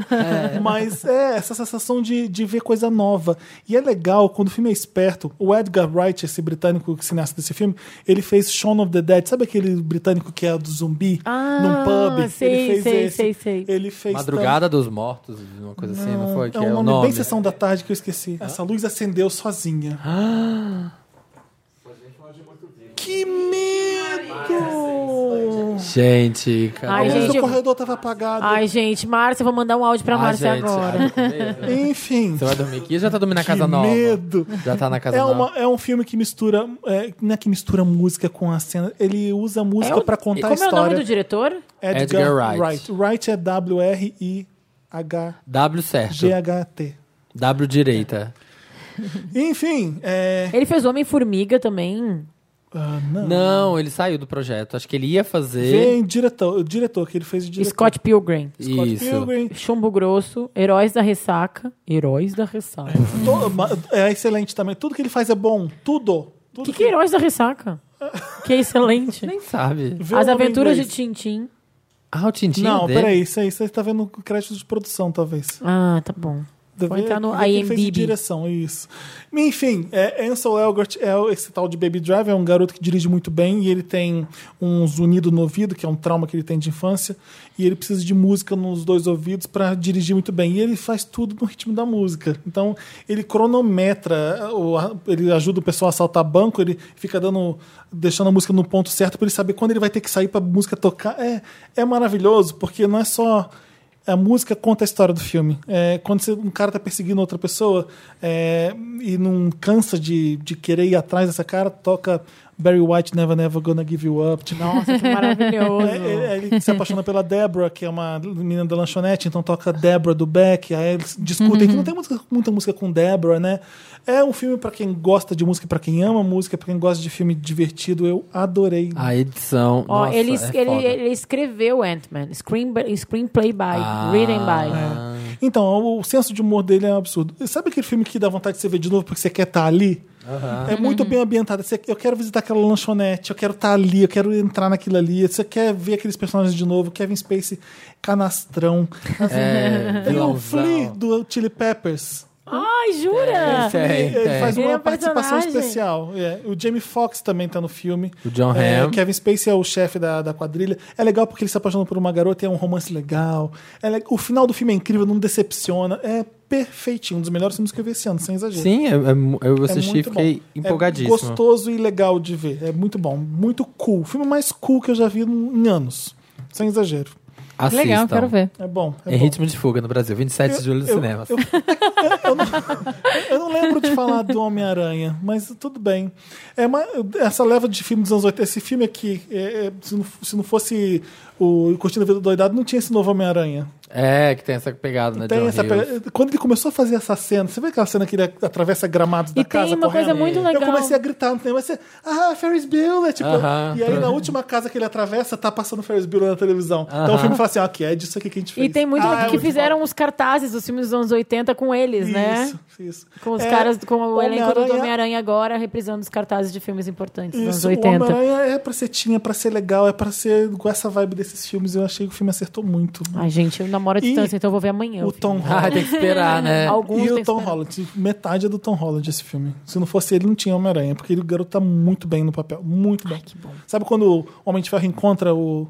Mas é essa sensação de, de ver coisa nova. E é legal quando o filme é esperto. O Edgar Wright, esse britânico que cineasta desse filme, ele fez Shaun of the Dead. Sabe aquele britânico que é do zumbi Ah, num pub? sei, ele fez sei, esse. sei, sei. Ele fez Madrugada dos Mortos, uma coisa assim, não foi? Que É um é o nome, nome. bem Sessão da Tarde que eu esqueci. Essa luz acendeu *gasps* sozinha. Que medo! Gente, cara. Ai, Mas gente, o corredor tava apagado. Ai, gente, Márcia, vou mandar um áudio pra Ah, Márcia gente, agora. ai, tô com medo. Enfim, Você vai dormir aqui ou já tá dormindo na que casa nova? medo! Já tá na casa É, nova. uma, é um filme que mistura. É, não é que mistura música com a cena. Ele usa música o- pra contar a Como é o nome história. do diretor? Edgar Wright. Wright. Wright é W-R-I-H-G-H-T. W certo. W direita. Enfim, é. Ele fez Homem-Formiga também. ah, não. Não, ele saiu do projeto. Acho que ele ia fazer. Vem diretor, o diretor que ele fez o diretor. Scott Pilgrim. Scott Isso. Pilgrim. Chumbo Grosso, Heróis da Ressaca. Heróis da Ressaca. To- ma- é excelente também. Tudo que ele faz é bom. Tudo. Tudo O que, que é Heróis da Ressaca? que é excelente. Nem sabe. Vê o As nome em Aventuras de inglês. Tintim. Ah, o Tintin Não, dele. peraí. Isso aí você tá vendo créditos de produção, talvez. Ah, tá bom. Vou ver entrar no ver o que ele fez de IMDb. direção, isso. Enfim, é, Ansel Elgort é o- esse tal de Baby Driver, é um garoto que dirige muito bem e ele tem um zunido no ouvido, que é um trauma que ele tem de infância, e ele precisa de música nos dois ouvidos para dirigir muito bem. E ele faz tudo no ritmo da música. Então, ele cronometra, o- a- ele ajuda o pessoal a assaltar banco, ele fica dando deixando a música no ponto certo para ele saber quando ele vai ter que sair para música tocar. É, é maravilhoso, porque não é só a música conta a história do filme. É, quando você- um cara tá perseguindo outra pessoa é, e não cansa de, de querer ir atrás dessa cara, toca Barry White Never Never Gonna Give You Up. *laughs* Nossa, que *laughs* maravilhoso. É, é, ele se apaixona pela Deborah, que é uma menina da lanchonete, então toca Deborah do Beck, aí eles discutem Uhum. que não tem música- muita música com Deborah, né? É um filme pra quem gosta de música, pra quem ama música, pra quem gosta de filme divertido, eu adorei. A edição. Ó, nossa, ele, é ele, foda. ele escreveu Ant-Man. Screen, screenplay by, Ah. written by. Então, o, o senso de humor dele é um absurdo. Sabe aquele filme que dá vontade de você ver de novo porque você quer estar ali? É muito bem ambientado. Você- eu quero visitar aquela lanchonete, eu quero estar ali, eu quero entrar naquilo ali. Você quer ver aqueles personagens de novo? Kevin Spacey, canastrão. Assim, É, Ele é um vilãozão. Flea um do Chili Peppers. Ai, jura? Esse é, ele, ele é. faz Ele é uma um participação personagem. especial. é. O Jamie Foxx também tá no filme. O John é, Hamm. Kevin Spacey é o chefe da, da quadrilha. É legal porque ele se apaixona por uma garota e é um romance legal. É le- O final do filme é incrível, não decepciona. É perfeitinho, um dos melhores filmes que eu vi esse ano, sem exagero. Sim, é- é mu- eu É assisti e muito fiquei bom. empolgadíssimo. É gostoso e legal de ver. É muito bom, muito cool. O filme mais cool que eu já vi em anos. Sem exagero. Tá Que Assistam. Legal, quero ver. É bom. É Em bom. ritmo de fuga no Brasil, 27 de julho nos eu- cinemas. eu- Eu não, eu não lembro de falar do Homem-Aranha, mas tudo bem. É uma- essa leva de filme dos anos 80, esse filme aqui, é, é, se, não, se não fosse o Curtindo a Vida Doidado, não tinha esse novo Homem-Aranha. É, que tem essa pegada, né? Tem John essa Hughes. pega- Quando ele começou a fazer essa cena, você vê aquela cena que ele atravessa gramados da E tem casa uma coisa correndo? muito legal. Eu comecei a gritar no cinema, você, ah, Ferris Bueller, tipo, Aham. e aí na última casa que ele atravessa, tá passando Ferris Bueller na televisão. Então Aham. o filme fala assim, ó, que é disso aqui que a gente fez. E tem muito Ah, é que bom. fizeram os cartazes dos filmes dos anos 80 com eles, né? Isso, isso. Com os É, caras, com o elenco do Homem-Aranha- Homem-Aranha agora, reprisando os cartazes de filmes importantes dos anos Isso, o 80. Homem-Aranha é pra ser tinha, pra ser legal, é pra ser com essa vibe desses filmes. Eu achei que o filme acertou muito. Ai, gente, eu namoro E à distância, então eu vou ver amanhã. o Ah, filme. Tom *laughs* Ah, Holland. tem que esperar, né? Alguns E têm o Tom esperança. Holland, metade é do Tom Holland esse filme. Se não fosse ele, não tinha Homem-Aranha, porque ele, o garoto tá muito bem no papel. Muito bem. Sabe quando o Homem de Ferro encontra o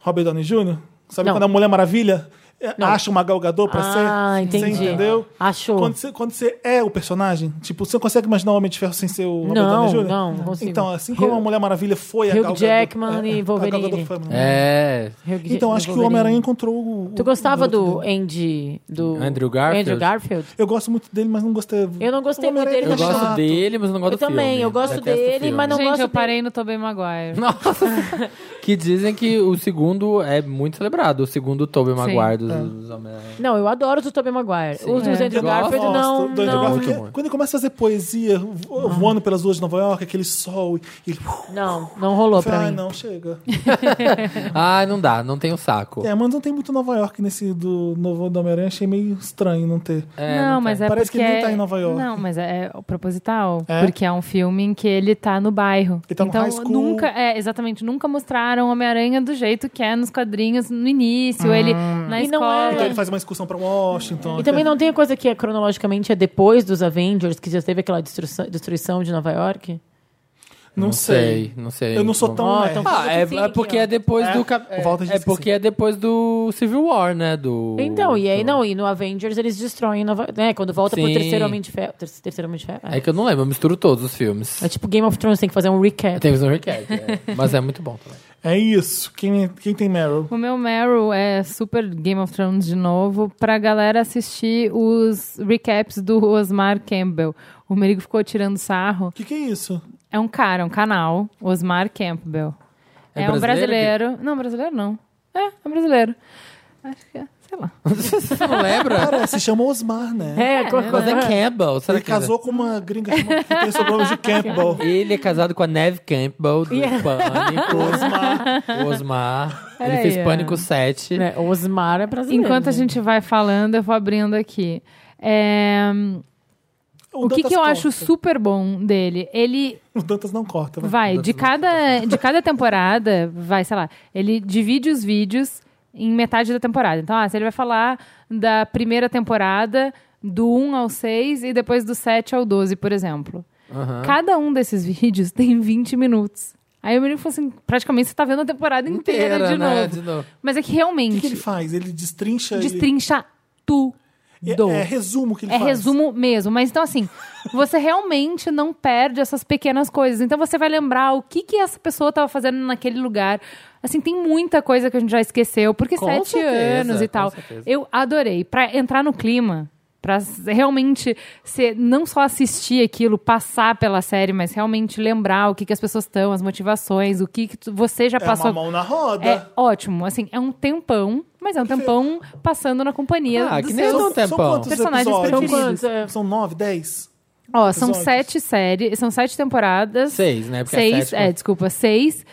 Robert Downey Jr.? Sabe Não. quando a Mulher Maravilha é, acha uma galgador pra ser? Ah, entendi. Você entendeu? Achou. Quando você, quando você é o personagem, tipo, você consegue imaginar o Homem de Ferro sem ser o Robert Não, Downey Jr.? não, não consigo. Então, assim como a Mulher Maravilha foi a Hugh Gal Gadot- Jackman é, e *laughs* a Gal Gadot Wolverine. foi a mulher. É. Então, acho que o Homem-Aranha encontrou o. Tu o gostava garoto do dele. Andy. Do Andrew Garfield? Andrew Garfield? Eu gosto muito dele, mas não gostei. Eu não gostei O Homem-Aranha muito Eu dele, é gosto chato. dele, mas não gosto Eu do filme. também, eu gosto Detesto dele, o filme. mas Ah, não- Gente, gosto eu dele. parei no Tobey Maguire. Nossa! que dizem que o segundo é muito celebrado, o segundo Tobey Maguire dos, dos Homem-Aranha. Não, eu adoro os do Tobey Maguire. Os dos É. Andrew Eu Garfield, gosto não. do Andrew não. Ah. Garfield, Muito que- bom. Quando ele começa a fazer poesia vo- voando pelas ruas de Nova York, aquele sol, e ele. Não, não rolou Eu falei, pra ah, mim. não, chega. Ah, não dá, não tem o saco. É, mas não tem muito Nova York nesse do novo do Homem-Aranha, achei meio estranho não ter. É, não, não mas tem. é Parece que porque... ele nem tá em Nova York. Não, mas é, é proposital. É? Porque é um filme em que ele tá no bairro. Ele tá no então, high school. nunca... É, exatamente. Nunca mostraram Homem-Aranha do jeito que é nos quadrinhos no início. Ele na E não escola... é- Então ele faz uma excursão pra Washington. E também não tem a coisa que é, cronologicamente é depois dos Avengers, que já teve aquela destruição, destruição de Nova York? Não, Não sei. sei, não sei. Eu não sou tão. Ó, nerd. então- Ah, é, Sim, é porque ó. é depois É, do. cap- o Walter É, disse é que porque é depois do Civil War, né? Do. Então, e aí do- não, e no Avengers eles destroem Nova né? Quando volta pro Sim. terceiro Homem de Ferro. ter- terceiro Homem de Ferro. É. É que eu não lembro, eu misturo todos os filmes. É tipo Game of Thrones, tem que fazer um recap. Tem visão requer, é. mas é muito bom também. É isso. Quem, quem tem Meryl? O meu Meryl é super Game of Thrones de novo, pra galera assistir os recaps do Osmar Campbell. O Merigo ficou tirando sarro. O que, que é isso? É um cara, um canal, Osmar Campbell. É brasileiro um brasileiro. Não, brasileiro não. É, é brasileiro. Acho que é, sei lá. Você não *laughs* lembra? Cara, se chama Osmar, né? É, co- Mas é Campbell. Será Ele que casou com uma gringa chamada- que tem sobrenome de Campbell. Ele é casado com a Neve Campbell do Pânico. Osmar. Osmar. Ele Peraí, fez é. Pânico 7. né, Osmar é brasileiro. Enquanto a né? gente vai falando, eu vou abrindo aqui. É, *laughs* O que, Dantas que eu corta. acho super bom dele? Ele O Dantas não corta. vai. Vai, de cada, de cada temporada, vai, sei lá, ele divide os vídeos em metade da temporada. Então, ah, se ele vai falar da primeira temporada do 1 ao 6 e depois do 7 ao 12, por exemplo. Cada um desses *laughs* vídeos tem 20 minutos. Aí o menino falou assim: praticamente você tá vendo a temporada inteira, de, né? novo. De novo. Mas é que O realmente que, que ele faz? Ele destrincha. ele- destrincha tudo. É, é resumo que ele É faz. resumo mesmo, mas então assim, você realmente não perde essas pequenas coisas. Então você vai lembrar o que que essa pessoa estava fazendo naquele lugar. Assim, tem muita coisa que a gente já esqueceu, porque Com sete certeza, anos e com tal. certeza. Eu adorei. Pra entrar no clima, pra s- realmente ser, não só assistir aquilo, passar pela série, mas realmente lembrar o que que as pessoas estão, as motivações, o que que tu- você já É passou. uma mão na roda. É ótimo, assim, é um tempão, mas é um tempão passando na companhia Ah, dos que nem seus eu não tenho tempão. quantos Personagens episódios? preferidos. São quantos? São nove, dez? Ó, são episódios? sete séries, são sete temporadas. Seis, né? Porque a seis, sétima- é, desculpa, seis.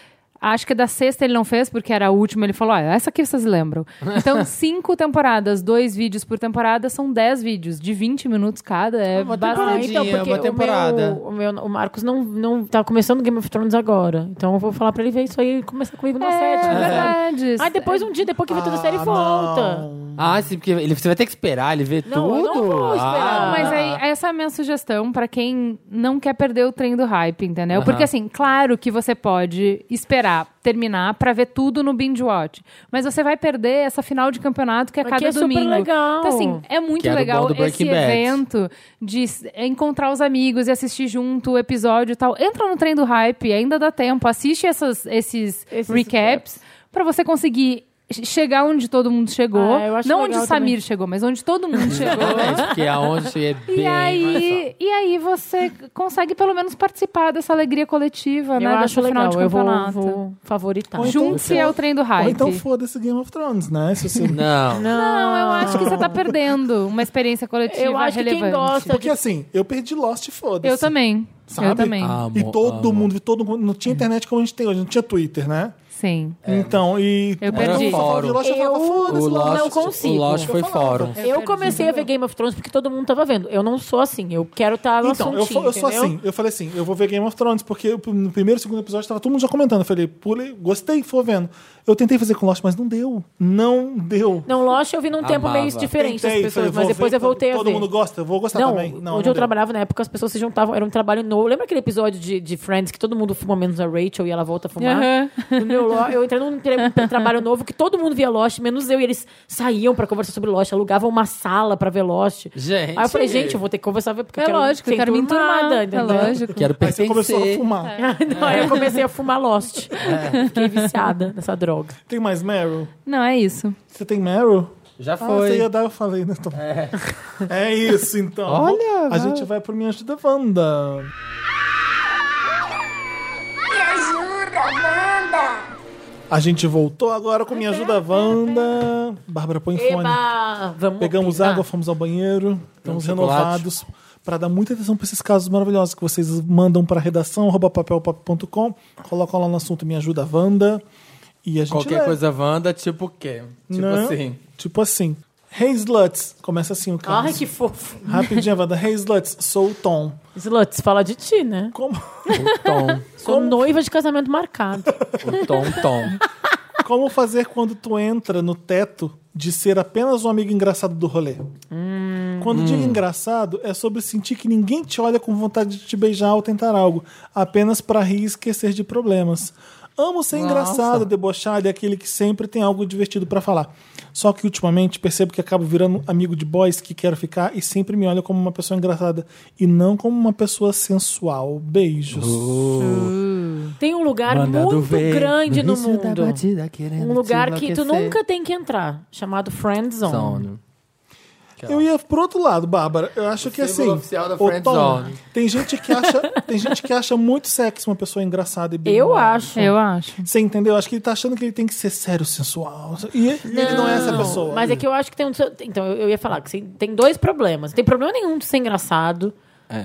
Acho que da sexta ele não fez, porque era a última. Ele falou, ah, essa aqui vocês *laughs* lembram. Então, cinco temporadas, dois vídeos por temporada, são dez vídeos, de 20 minutos cada. É uma bastante. Ah, então, Paradinha, porque uma o temporada. meu- O, meu, o Marcos não, não tá começando Game of Thrones agora. Então eu vou falar pra ele ver isso aí e começar comigo na É, série. verdade. Ah, depois um dia, depois que vê toda a série, Ah, volta. não. Ah, sim, porque ele, você vai ter que esperar ele ver Não, eu tudo. não vou esperar. Ah, Mas aí, essa é a minha sugestão pra quem não quer perder o trem do hype, entendeu? Porque, assim, claro que você pode esperar terminar pra ver tudo no binge watch. Mas você vai perder essa final de campeonato que é Mas cada que é super domingo. legal. Então, assim, é muito Que era o legal bom do esse Breaking Bad. evento de s- é encontrar os amigos e assistir junto o episódio e tal. Entra no trem do hype, ainda dá tempo. Assiste essas- esses, Esses recaps pra você conseguir. che- Chegar onde todo mundo chegou. Ah, eu acho não legal onde o Samir também. chegou, mas onde todo *laughs* mundo chegou. Exatamente, porque aonde é bem. E olha só. aí, e aí você consegue pelo menos participar dessa alegria coletiva, Eu né? acho dessa legal, final de eu vou, campeonato. vou favoritar. Ou então- Junte-se ao trem do Ou hype. então foda-se Game of Thrones, né? Se você... Não. *laughs* Não, eu acho que *laughs* você tá perdendo uma experiência coletiva Eu acho que quem relevante. gosta- Porque assim, eu perdi Lost, foda-se. Eu também. Sabe? Ah, Eu também. Amo, E todo amo. mundo, todo mundo. Não tinha internet como a gente tem hoje, não tinha Twitter, né? Sim. Então, e. Eu todo mundo perdi. só falava de Lost, eu falava, Eu- O foda-se, Lost, não consigo. O Lost foi Eu falava. fórum. Eu comecei a ver Game of Thrones porque todo mundo tava vendo. Eu não sou assim. Eu quero estar tá no Então, eu, assuntinho, fa- eu sou entendeu? assim, eu falei assim, eu vou ver Game of Thrones, porque eu, no primeiro e segundo episódio tava todo mundo já comentando. Eu falei, pulei, gostei, for vendo. Eu tentei fazer com Lost, mas não deu. Não deu. Não, Lost eu vi num tempo Amava. meio diferente das Tentei, pessoas, falei, mas vou depois ver, eu voltei todo a ver. mundo gosta, eu vou gostar não, também. Não, onde não eu deu. trabalhava na época, as pessoas se juntavam, era um trabalho novo. Lembra aquele episódio de, de Friends que todo mundo fuma menos a Rachel e ela volta a fumar? Aham. No meu lo- eu entrei num tra- um trabalho novo que todo mundo via Lost, menos eu, e eles saíam pra conversar sobre Lost, alugavam uma sala pra ver Lost. Gente. Aí eu falei, gente, eu vou ter que conversar porque É eu quero lógico, eu ser quero me enturmar. enturmada, É entendeu? lógico. Quero Aí pertencer. você começou a fumar. Não, *laughs* aí eu comecei a fumar *laughs* Lost. É. Fiquei viciada nessa droga. Tem mais Meryl? Não, é isso. Você tem Meryl? Já Ah, você foi. ia dar, eu falei, né? Tom? É. isso, então. Olha, A vai. gente vai pro Me Ajuda Wanda. Me ajuda, Wanda! A gente voltou agora com Me Ajuda Wanda. Bárbara, põe fone. Eba! Vamos Pegamos Ah, água, fomos ao banheiro, estamos um chocolate. renovados para dar muita atenção para esses casos maravilhosos que vocês mandam para redação arroba papelpop.com, colocam lá no assunto Me Ajuda Wanda e a gente Qualquer lê. coisa Wanda, tipo o quê? Tipo Né? assim. Tipo assim. Hey Sluts, começa assim o caso. Ai, que fofo. Rapidinho, Wanda. Hey Sluts, sou o Tom. Sluts, fala de ti, né? Como, O tom. Sou noiva de casamento marcado. O tom, tom. como fazer quando tu entra no teto de ser apenas um amigo engraçado do rolê? Quando digo engraçado, é sobre sentir que ninguém te olha com vontade de te beijar ou tentar algo, apenas pra rir e esquecer de problemas. Amo ser engraçado, debochado e aquele que sempre tem algo divertido pra falar. Só que ultimamente percebo que acabo virando amigo de boys que quero ficar e sempre me olha como uma pessoa engraçada e não como uma pessoa sensual. Beijos. Tem um lugar muito grande no mundo. Um lugar que tu nunca tem que entrar, chamado Friend Zone. Zone. Eu ia pro outro lado, Bárbara. Eu acho que assim. símbolo oficial da ô, friend Tom, zone. Tem gente que acha, tem gente que acha muito sexy uma pessoa engraçada e bem. Eu humorada. acho. Eu acho. Você entendeu? Acho que ele tá achando que ele tem que ser sério, sensual. E ele não é essa pessoa. Mas é que eu acho que tem um. Então, eu eu ia falar que assim, tem dois problemas. Não tem problema nenhum de ser engraçado.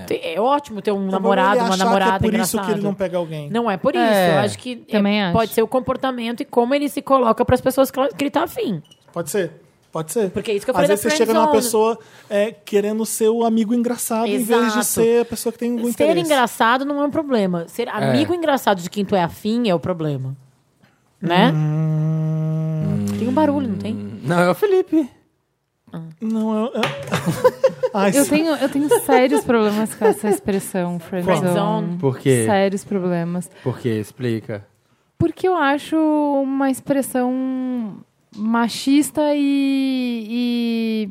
Tem- É, ótimo ter um O problema é namorado, ele uma achar namorada que é por engraçado. isso que ele não pega alguém. Não é por isso. É, eu acho que é- também acho. pode ser o comportamento e como ele se coloca pras pessoas que que ele tá afim. Pode ser? Pode ser. Porque é isso que eu Às falei da vezes você chega friend numa zone. pessoa é, querendo ser o amigo engraçado em vez de Exato. ser a pessoa que tem algum Ser interesse. engraçado não é um problema. Ser amigo engraçado de quem tu é afim é o problema. Né? Hum. Tem um barulho, não tem? Não, é o Felipe. Não, eu, eu- *laughs* Ai, Eu sim. tenho, eu tenho sérios problemas com essa expressão, friendzone. Friendzone. Por quê? Sérios problemas. Por quê? Explica. Porque eu acho uma expressão machista e, e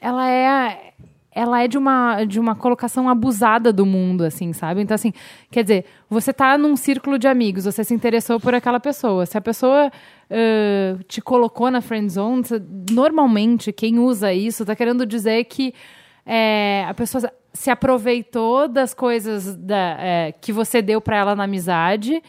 ela é ela é de uma, de uma colocação abusada do mundo, assim, sabe? Então, assim, quer dizer, você tá num círculo de amigos, você se interessou por aquela pessoa. Se a pessoa ãh, te colocou na friend zone, você- normalmente quem usa isso tá querendo dizer que é, a pessoa se aproveitou das coisas da, é, que você deu pra ela na amizade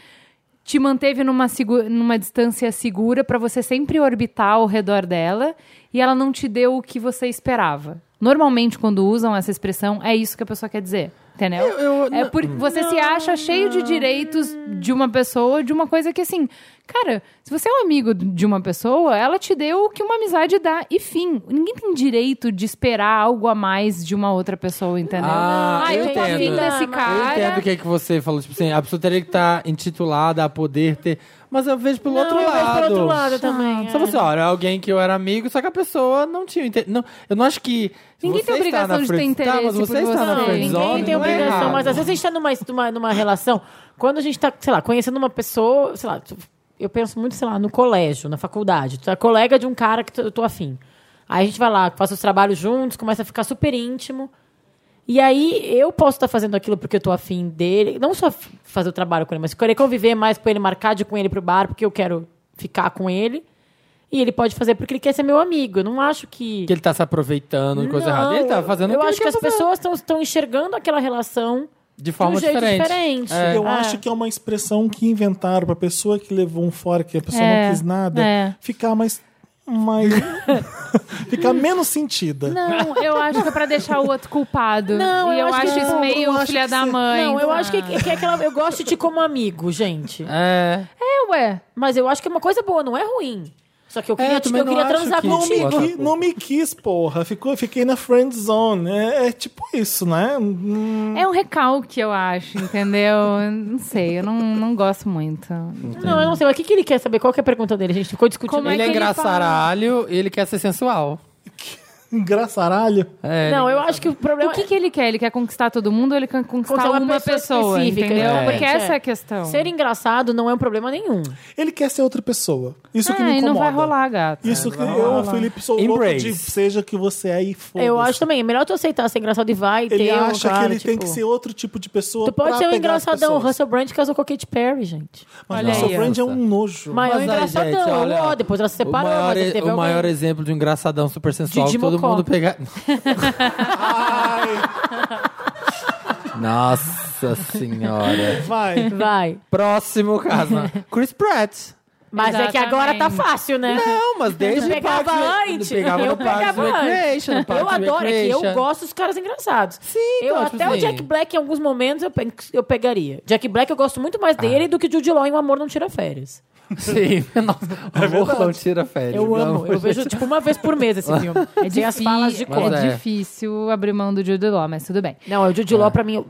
te manteve numa, segu- numa distância segura pra você sempre orbitar ao redor dela e ela não te deu o que você esperava. Normalmente, quando usam essa expressão, é isso que a pessoa quer dizer. Entendeu? Eu- Hum. eu- é porque você se acha cheio de direitos de uma pessoa, de uma coisa que assim, cara, se você é um amigo de uma pessoa, ela te deu o que uma amizade dá. E fim. Ninguém tem direito de esperar algo a mais de uma outra pessoa, entendeu? Ah, eu eu tô afim entendo. desse Eu Eu cara. entendo o que, é que você falou. Tipo assim, a pessoa teria que estar intitulada a poder ter. Mas eu vejo pelo outro eu vejo lado. pelo outro lado também. Só é. você, olha, alguém que eu era amigo, só que a pessoa não tinha inte- não Eu não acho que. se Ninguém você tem está na obrigação de ter friend- Tá, mas interesse você por está na você. friend Ninguém zone, tem não é obrigação, errado. mas às vezes a gente tá numa, numa, numa relação. Quando a gente tá, sei lá, conhecendo uma pessoa, sei lá, tu- eu penso muito, sei lá, no colégio, na faculdade. Tu é colega de um cara que tu- eu tô afim. Aí a gente vai lá, faz os trabalhos juntos, começa a ficar super íntimo. E aí eu posso estar fazendo aquilo porque eu tô afim dele. Não só f- fazer o trabalho com ele, mas querer conviver mais com ele, marcar de ir com ele pro bar, porque eu quero ficar com ele. E ele pode fazer porque ele quer ser meu amigo. Eu não acho que. Que ele tá se aproveitando de coisa Não, errada. Ele tá fazendo o Eu que ele acho que quer as fazer. pessoas estão enxergando aquela relação De forma de um jeito diferente. diferente. É. Eu É. acho que é uma expressão que inventaram pra pessoa que levou um fora, que a pessoa É, não quis nada, é. ficar mais. mais *laughs* ficar menos sentida. Não, eu acho que é pra deixar o outro culpado. Não, e eu, eu acho acho, que isso não. meio Eu acho filha que da sim. mãe. Não, eu sabe? acho que, que é aquela. Eu gosto de ti como amigo, gente. É. É, ué. Mas eu acho que é uma coisa boa, não é ruim. Só que eu queria, É, eu tipo, também eu não queria acho transar que- é Não me, Nossa, qui- pô. não me quis, porra. Ficou, fiquei na friend zone. É, é tipo isso, né? Hum, É um recalque, eu acho, entendeu? Eu Não sei, eu não, não gosto muito. Não, eu não sei. Mas o que, que ele quer saber? Qual que é a pergunta dele? A gente ficou discutindo. Como ele é que ele engraçaralho ele quer ser sensual. Engraçaralho. É, Não, ele- eu acho que o problema. O que, que ele quer? Ele quer conquistar todo mundo ou ele quer conquistar Conquistar uma uma pessoa pessoa? específica, entendeu? exatamente, Porque essa é a é. questão. Ser engraçado não é um problema nenhum. Ele quer ser outra pessoa. Isso que Ah, me e incomoda. não vai rolar, gato. É, Isso que eu, Felipe, sou louco Embrace. de seja que você é e foda-se. eu acho também. É melhor tu aceitar ser engraçado e vai Ele ter um acha cara, que ele tem tipo- que ser outro tipo de pessoa. Tu pode pra ser um pegar as engraçadão. O pessoas. Russell Brand casou com a Katy Perry, gente. Mas Olha nossa, aí, friend é Elsa. um nojo. Mas é um aí, engraçadão. gente, olha, ó, depois ela se o separou, maior, mas ele e- teve o alguém. maior exemplo de um engraçadão super sensual Didi que todo Mocó. mundo pegar. Ai, *laughs* *laughs* Nossa senhora. vai. Vai. Próximo caso. *laughs* né? Chris Pratt. Mas é que agora tá Exatamente. fácil, né? Não, *laughs* mas desde pegava Parks and- antes. Pegava Eu no Parks pegava and antes. Recreation. no Parks Eu and adoro, é que eu Recreation. gosto dos caras engraçados. Sim, eu então, tipo até o assim. Jack Black em alguns momentos eu, pe- eu pegaria. Jack Black eu gosto muito mais Ah. dele do que Jude Law em O Amor Não Tira Férias. *laughs* Sim, nossa. É amor não tira férias. Eu não. amo, *laughs* eu vejo tipo uma vez por mês esse filme. É, Tem as difí- falas de é cor. Mas é. difícil abrir mão do Jude Law, mas tudo bem. Não, o Jude Law pra mim... eu-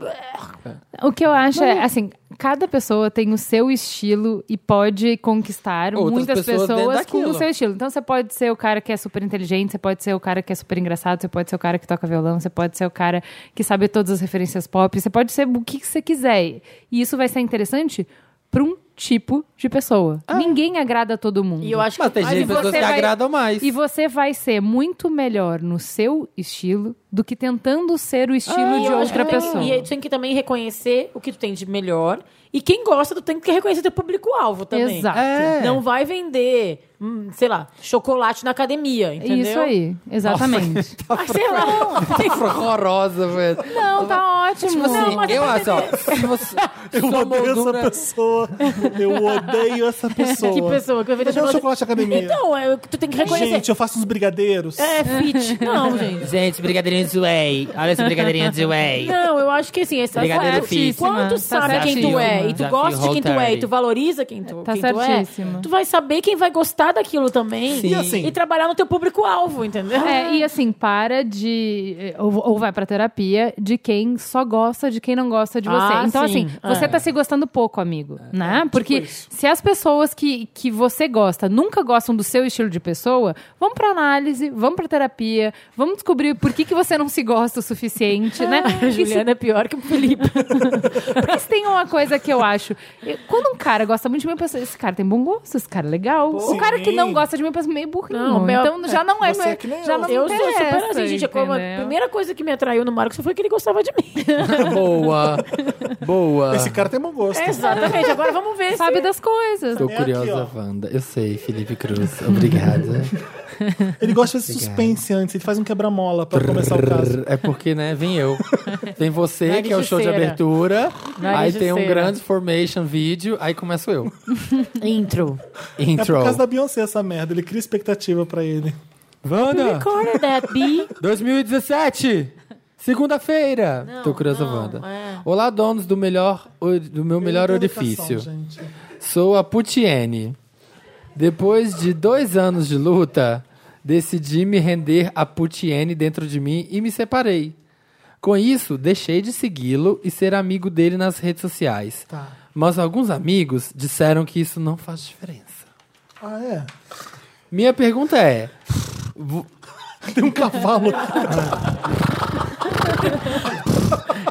O que eu acho é, assim, cada pessoa tem o seu estilo e pode conquistar Outras muitas pessoas pessoas, dentro com daquilo. o seu estilo. Então você pode ser o cara que é super inteligente, você pode ser o cara que é super engraçado, você pode ser o cara que toca violão, você pode ser o cara que sabe todas as referências pop, você pode ser o que que você quiser. E isso vai ser interessante para um tipo de pessoa. Ninguém agrada todo mundo. E eu acho Mas que... tem Mas gente e Ah. pessoas você que vai- agradam mais. E você vai ser muito melhor no seu estilo do que tentando ser o estilo e de Ah, eu acho que outra tu tem- pessoa. E aí tu tem que também reconhecer o que tu tem de melhor. E quem gosta, tu tem que reconhecer teu público-alvo também. Exato. É. Não vai vender, hum, sei lá, chocolate na academia, entendeu? Isso aí, *laughs* exatamente. Ah, sei lá. Horrorosa, velho. *laughs* Não, tá ótimo. Tipo assim, mas eu acho, ó. Se você. *laughs* Eu sua odeio moldura- essa pessoa. Eu odeio essa pessoa. *laughs* Que pessoa que vai vender Mas é um chocolate academia. Então, é, tu tem que reconhecer. Gente, eu faço uns brigadeiros. *laughs* É fit. Não, gente. Gente, brigadeirinho de whey. Olha essa brigadeirinha de whey. Não, eu acho que assim, essa Brigadeiro fit. Quando tu Tá sabe quem tu certíssima. é, e tu Desafio gosta de quem tu Whole é, e 30. tu valoriza quem tu, Tá quem tu é, certíssima. tu vai saber quem vai gostar gostar daquilo também. Sim. E assim- E trabalhar no teu público-alvo, entendeu? É, e assim, para de. eh, Ou, ou vai pra terapia de quem só gosta de quem não gosta de você. Ah, É, então, sim. assim, você É. tá se gostando pouco, amigo. né? Porque tipo isso. se as pessoas que, que você gosta nunca gostam do seu estilo de pessoa, vamos pra análise, vamos pra terapia, vamos descobrir por que, que você não se gosta o suficiente, né? *laughs* *laughs* A Juliana é pior que o Felipe. Mas tem uma coisa que eu acho. Eu- Quando um cara gosta muito de mim, eu penso, esse cara tem bom gosto, esse cara é legal. Sim. O cara que não gosta de mim, eu penso, meio burrinho. Não, meu- então já não é... Você meu- é que nem já eu. não me Eu sou super interessa, assim, gente. é como A entendeu? primeira coisa que me atraiu no Marcos foi que ele gostava de mim. *laughs* *laughs* Boa. Boa. Esse cara tem bom gosto. Exatamente. Agora vamos ver sabe se... das coisas. Tô É aqui, curiosa, ó. Wanda. Eu sei, Felipe Cruz. Obrigada. Ele gosta de fazer suspense antes, ele faz um quebra-mola pra começar o caso. É porque, né, vem eu. Tem você, Vai, que é o show de justiceira. abertura. Vai, aí tem um justiceira. grande formation vídeo. Aí começo eu. Intro. É Intro. por causa da Beyoncé essa merda, ele cria expectativa pra ele. Wanda, Corner that be. 2017! Segunda-feira! Tô curiosa, Wanda. é. Olá, donos do melhor, ori- do meu melhor Ele tem orifício. educação, gente. Sou a Putiene. Depois de dois anos de luta, decidi me render a Putiene dentro de mim e me separei. Com isso, deixei de segui-lo e ser amigo dele nas redes sociais. Tá. Mas alguns amigos disseram que isso não faz diferença. Ah, é? *laughs* Minha pergunta é: Tem um *laughs* cavalo.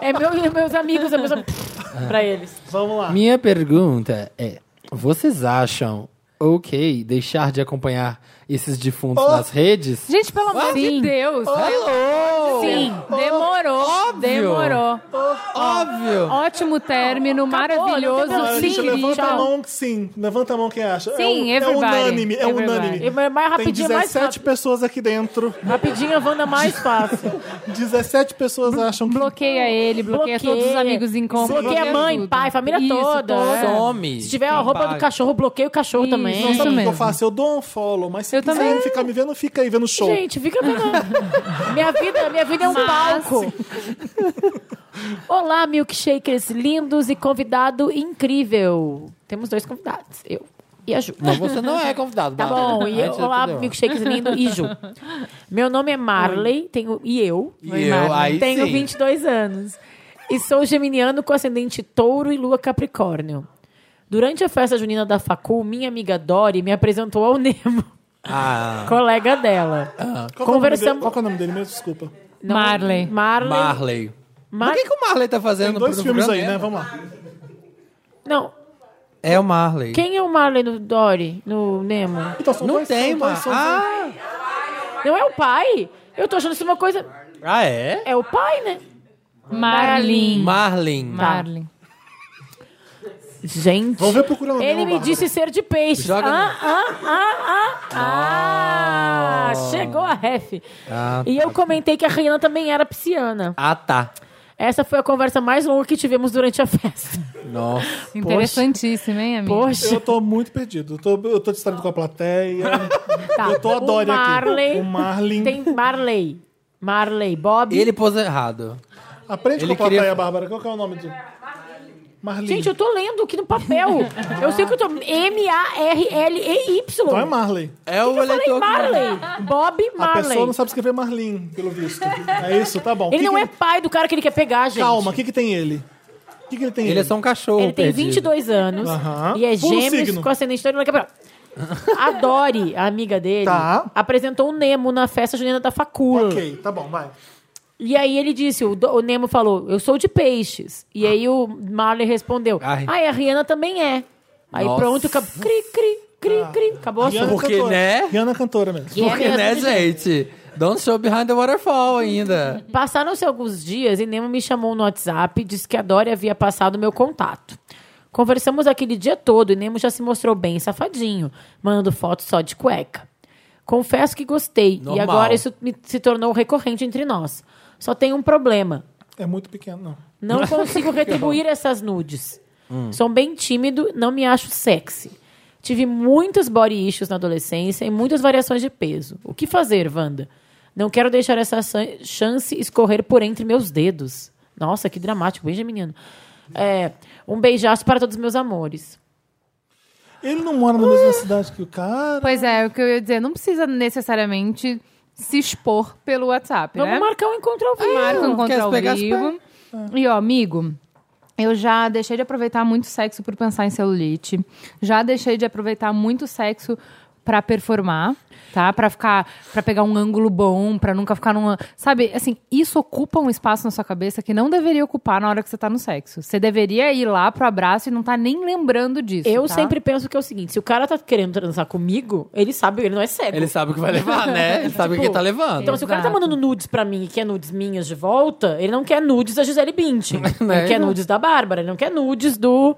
É meu, meus amigos, é meus am- pra eles. Vamos lá. Ah. Minha pergunta é: vocês acham ok deixar de acompanhar esses defuntos Oh! nas redes? Gente, pelo amor de Deus. Alô! Sim, demorou. Demorou. Óbvio! Ótimo término, Ah, não tem maravilhoso. problema. gente, Sim, levanta a tchau. mão, sim. Levanta a mão quem acha. é, Sim, um- everybody. é unânime, é Everybody. unânime. E mais Tem rapidinho, é mais 17 rápido. pessoas aqui dentro. Rapidinho, a Wanda mais fácil. 17 pessoas acham que. Bloqueia ele, bloqueia, todos os amigos em comum. Bloqueia a mãe, tudo. pai, família Isso, toda. todos. É. Some. Se tiver a roupa do cachorro, bloqueia o cachorro Isso. também. Não sabe o que mesmo. eu faço? Eu dou um follow, mas se Eu quiser também. ficar me vendo, fica aí vendo o show. Gente, fica vendo. *laughs* minha, vida, minha vida é um palco. Olá, milkshakers lindos e convidado incrível. Temos dois convidados, eu e a Ju. Não, você não é convidado. Tá bom, e eu, olá, milkshakers lindo e *laughs* Ju. Meu nome é Marley, tenho, e eu, E eu, aí tenho sim. 22 anos. E sou geminiano com ascendente touro e lua capricórnio. Durante a festa junina da facul, minha amiga Dori me apresentou ao Nemo, *laughs* Ah, colega dela. Qual que é o nome dele? Conversamos- Qual que é o nome dele mesmo? Desculpa. Não- Marley. Marley. Marley. é? Mar- Mas O que, que o Marley tá fazendo? Tem dois no filmes aí, programa? né? Vamos lá. Não. É o Marley. Quem é o Marley no Dory, no Nemo? Então, são Não dois- tem, são dois- mano. são dois- Ah, Não é o pai? Eu tô achando isso uma coisa. ah, é? É o pai, né? Marlin. Marlin. Marlin. Gente. Vamos ver procurando Ele Nemo, me Bárbara. disse ser de peixe. Joga ah, no- ah, ah, ah, ah, Chegou a ref. Ah, e tá. eu comentei que a Rihanna também era pisciana. Ah, tá. Essa foi a conversa mais longa que tivemos durante *laughs* a festa. Nossa. Interessantíssimo, hein, amigo? Poxa. Eu tô muito perdido. Eu tô, eu tô distraído com a plateia. *laughs* Tá. Eu tô a Dory o Marley, aqui. O Marlin. Tem Marley. Marley, Bob. Ele pôs errado. Aprende Ele com a plateia, queria- Bárbara. Qual que é o nome de. Marlin. Gente, eu tô lendo aqui no papel. eu sei que eu tô. M-A-R-L-E-Y. Então é Marley. É o Eu falei eleitor que- Marley. A Bob pessoa Marley. não sabe escrever Marlin, pelo visto. É isso? Tá bom. Ele Que não que é pai do cara que ele quer pegar, gente. Calma, o que, que tem ele? O que, que ele tem Ele é só um cachorro Ele tem perdido. 22 anos Aham. e é Pula o gêmeos signo. com ascendente touro. A Dori, a amiga dele, Tá. apresentou o Nemo na festa junina da um Facula. Ok, tá bom, vai. E aí ele disse, o, Do- o Nemo falou, eu sou de peixes. E aí o Marley respondeu, Ai. ah, e a Rihanna também é. Aí Nossa. pronto, acabou. Cri, cri, cri, cri. Acabou a Rihanna sua. Porque, cantora. né? Rihanna é cantora mesmo. E é Porque, mesmo, né, gente? Don't show behind the waterfall ainda. Passaram-se alguns dias e Nemo me chamou no WhatsApp e disse que a Dori havia passado meu contato. Conversamos aquele dia todo e Nemo já se mostrou bem safadinho, mandando fotos só de cueca. Confesso que gostei e Normal. agora isso me- se tornou recorrente entre nós. Só tem um problema. É muito pequeno, não. Não consigo retribuir essas nudes. Sou bem tímido, não me acho sexy. Tive muitos body issues na adolescência e muitas variações de peso. O que fazer, Wanda? Não quero deixar essa san- chance escorrer por entre meus dedos. Nossa, que dramático, bem geminiano. É, um beijaço para todos meus amores. Ele não mora na mesma cidade que o cara. Pois é, o que eu ia dizer, não precisa necessariamente se expor pelo WhatsApp, Vamos né? marcar um encontro ao vivo. Marca um quer contra se ao pegar, se vivo. E ó, amigo, eu já deixei de aproveitar muito sexo por pensar em celulite. Já deixei de aproveitar muito sexo pra performar, tá? Pra ficar, para pegar um ângulo bom, pra nunca ficar numa, sabe? Assim, isso ocupa um espaço na sua cabeça que não deveria ocupar na hora que você tá no sexo. Você deveria ir lá pro abraço e não tá nem lembrando disso, Eu tá? sempre penso que é o seguinte: se o cara tá querendo transar comigo, ele sabe, ele não é cego. Ele sabe o que vai levar, né? Ele sabe o que Tipo, tá levando. Então, se o cara tá Exato. mandando nudes pra mim e quer nudes minhas de volta, ele não quer nudes da Gisele *laughs* Bündchen. Né? Ele quer nudes da Bárbara, ele não quer nudes do...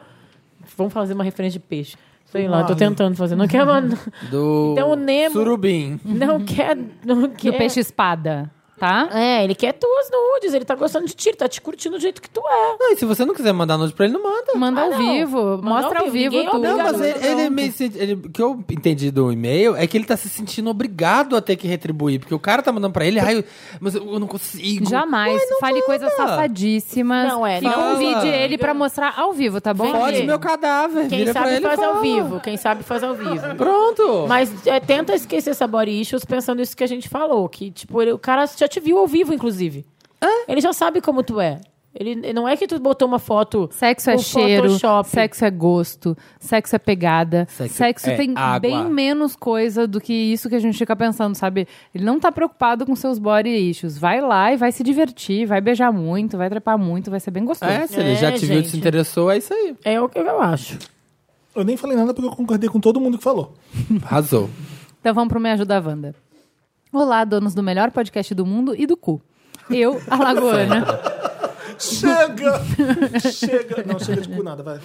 Vamos fazer uma referência de peixe. Sei lá, tô Marley. tentando fazer. *laughs* Não quer... Mano, Do Então, o Nemo- Surubim. não quer... Não do quer... peixe espada, tá? É, ele quer tuas nudes, ele tá gostando de ti, ele tá te curtindo do jeito que tu é. Não, e se você não quiser mandar nude pra ele, não manda. Manda Ah, ao não. vivo, Manda mostra ao ao vivo, vivo, ninguém tudo. obriga Não, mas Obrigado, ele, ele é meio. se- Ele, o que eu entendi do e-mail é que ele tá se sentindo obrigado a ter que retribuir. Porque o cara tá mandando pra ele, ai, eu- mas eu eu não consigo. Jamais. Ai, não Fale manda. coisas safadíssimas. um Não, é, E não. convide Fala. ele pra mostrar ao vivo, tá bom? Fode Entendi. meu cadáver. Quem vira pra sabe ele e faz ao fala. vivo, quem sabe faz ao vivo. Pronto. Mas é, tenta esquecer essa body issues pensando isso que a gente falou. Que, tipo, ele- o cara já te viu ao vivo, inclusive. Ele já sabe como tu é. Ele, não é que tu botou uma foto. Sexo é por cheiro, Photoshop. sexo é gosto, sexo é pegada, Sexo sexo, é tem água. bem menos coisa do que isso que a gente fica pensando, sabe? Ele não tá preocupado com seus body issues. Vai lá e vai se divertir, vai beijar muito, vai trepar muito, vai ser bem gostoso. É, se ele já É, te viu, gente. te interessou, é isso aí. É o que eu acho. Eu nem falei nada porque eu concordei com todo mundo que falou. Arrasou. Então vamos pro Me Ajuda Wanda. Olá, donos do melhor podcast do mundo e do cu. Eu, a Lagoana. *laughs* Chega! *laughs* chega! Não, chega de cu nada, vai.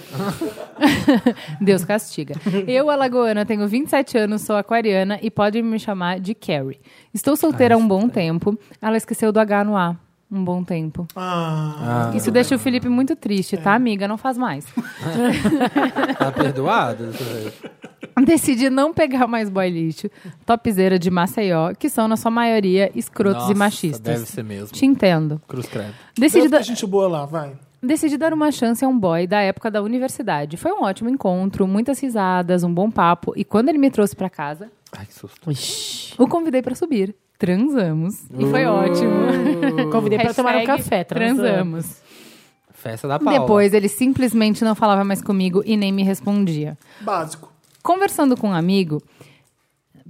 Deus castiga. Eu, Alagoana, tenho 27 anos, sou aquariana e podem me chamar de Carrie. Estou solteira há um bom tempo. Ela esqueceu do H no A. Um bom tempo. Ah, Isso deixa o Felipe muito triste, É. tá, amiga? Não faz mais. *laughs* Tá perdoado? dessa vez? Decidi não pegar mais boy lixo, topzeira de Maceió, que são, na sua maioria, escrotos Nossa, e machistas. Deve ser mesmo. Te entendo. Cruz credo. Decidi, Deve da- ter gente boa lá, vai. Decidi dar uma chance a um boy da época da universidade. Foi um ótimo encontro, muitas risadas, um bom papo. E quando ele me trouxe pra casa, Ai, que susto. O convidei pra subir. Transamos. E *laughs* foi *laughs* ótimo. Convidei Uh. pra tomar um Hashtag café, transamos. transamos. Festa da Paula. Depois ele simplesmente não falava mais comigo e nem me respondia. Básico. Conversando com um amigo.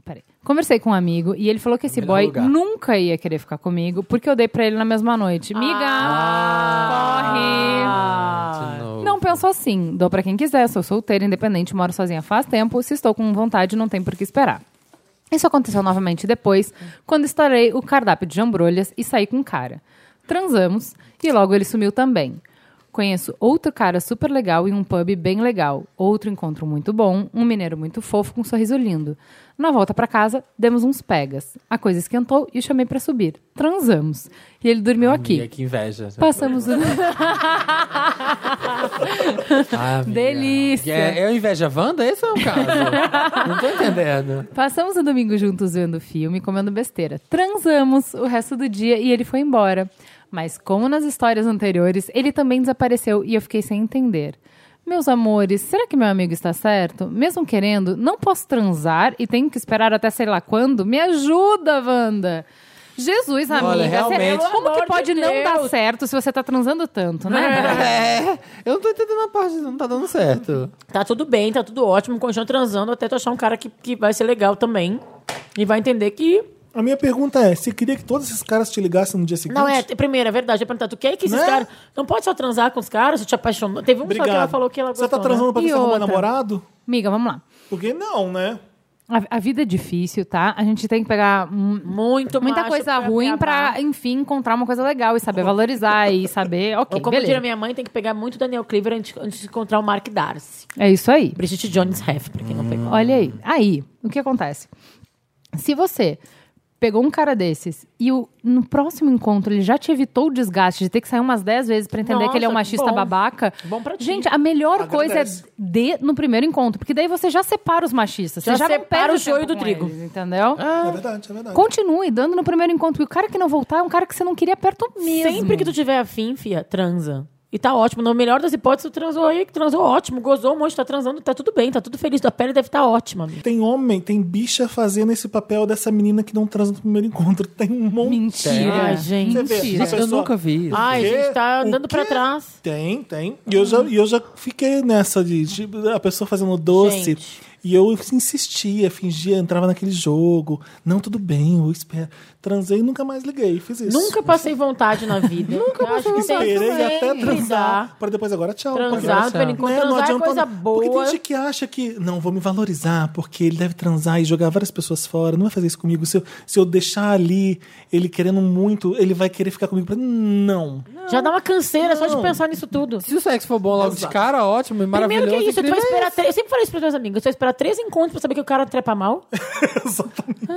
Peraí. Conversei com um amigo e ele falou que esse melhor boy lugar. nunca ia querer ficar comigo porque eu dei pra ele na mesma noite. Miga! Ah. Corre! De novo. Não penso assim. Dou pra quem quiser, sou solteira, independente, moro sozinha faz tempo. Se estou com vontade, não tem por que esperar. Isso aconteceu novamente depois, quando estourei o cardápio de jambrolhas e saí com o cara. Transamos e logo ele sumiu também. Conheço outro cara super legal em um pub bem legal, outro encontro muito bom, um mineiro muito fofo com um sorriso lindo. Na volta pra casa, demos uns pegas. A coisa esquentou e eu chamei pra subir. Transamos. E ele dormiu Amiga, aqui. que inveja. Passamos o Ah, amiga. Delícia. É, é inveja Wanda? Esse é um caso. não tô entendendo. Passamos o domingo juntos vendo filme, comendo besteira. Transamos o resto do dia e ele foi embora. Mas como nas histórias anteriores, ele também desapareceu e eu fiquei sem entender. Meus amores, será que meu amigo está certo? Mesmo querendo, não posso transar e tenho que esperar até sei lá quando? Me ajuda, Wanda! Jesus, amiga, Olha, sério, realmente- como que Pelo pode amor de não dar Deus. certo se você tá transando tanto, né? *laughs* É, eu não tô entendendo a parte, não tá dando certo. Tá tudo bem, tá tudo ótimo. Continua transando até tu achar um cara que, que vai ser legal também. E vai entender que. A minha pergunta é: você queria que todos esses caras te ligassem no dia seguinte? Não, é. Primeiro, é verdade. Eu ia perguntar, tu quer que esses Né? caras. Não pode só transar com os caras, você te apaixonou. Teve um só que ela falou que ela gostou. Você tá transando né? pra E você arrumar outra? namorado? Amiga, vamos lá. Porque não, né? A, a vida é difícil, tá? A gente tem que pegar hum, Muito muita macho coisa ruim acabar. pra, enfim, encontrar uma coisa legal e saber valorizar e *laughs* saber, ok, Ou como diria beleza. minha mãe, tem que pegar muito Daniel Cleaver antes, antes de encontrar o Mark Darcy. É isso aí. Brigitte Jones Heff, pra quem não pegou. Olha aí. Aí, o que acontece? Se você pegou um cara desses e o- no próximo encontro ele já te evitou o desgaste de ter que sair umas 10 vezes pra entender que ele é um Nossa, machista bom. babaca. Bom pra ti. Gente, a melhor coisa é Agradece. de no primeiro encontro, porque daí você já separa os machistas, Já você já não separa perde o joio tempo do com trigo. Ah. eles, entendeu? É verdade, é verdade. Continue dando no primeiro encontro. E o cara que não voltar é um cara que você não queria perto mesmo. Sempre que tu tiver afim, fia, transa. E tá ótimo. Na melhor das hipóteses, transou aí, transou ótimo, gozou um monte, tá transando, tá tudo bem, tá tudo feliz. A pele deve estar tá ótima, amigo. Tem homem, tem bicha fazendo esse papel dessa menina que não transa no primeiro encontro. Tem um monte. Mentira. Ai, gente. Você vê, Mentira. essa eu pessoa- nunca vi isso. Hum. Ai, O quê? gente, tá O andando pra quê? trás. Tem, tem. E eu já, Uhum. e eu já fiquei nessa de, tipo, a pessoa fazendo doce. Gente. E eu insistia, fingia, entrava naquele jogo. Não, tudo bem, eu espero. Transei e nunca mais liguei. Fiz isso. Nunca passei vontade na *laughs* vida. Nunca Eu Esperei até transar. Pra depois agora, né, tchau. Transar, Porque- pelo encontro, transar é coisa boa. Porque tem gente que acha que, não, vou me valorizar, porque ele deve transar e jogar várias pessoas fora, não vai fazer isso comigo. Se eu, se eu deixar ali, ele querendo muito, ele vai querer ficar comigo. Não. Já dá uma canseira só de Não. pensar nisso tudo. Se o sexo for bom logo de cara, ótimo e maravilhoso. Primeiro que é isso, tu vai incrível. esperar três. Eu sempre falei isso pras minhas amigas, tu vai esperar três encontros pra saber que o cara trepa *laughs* mal.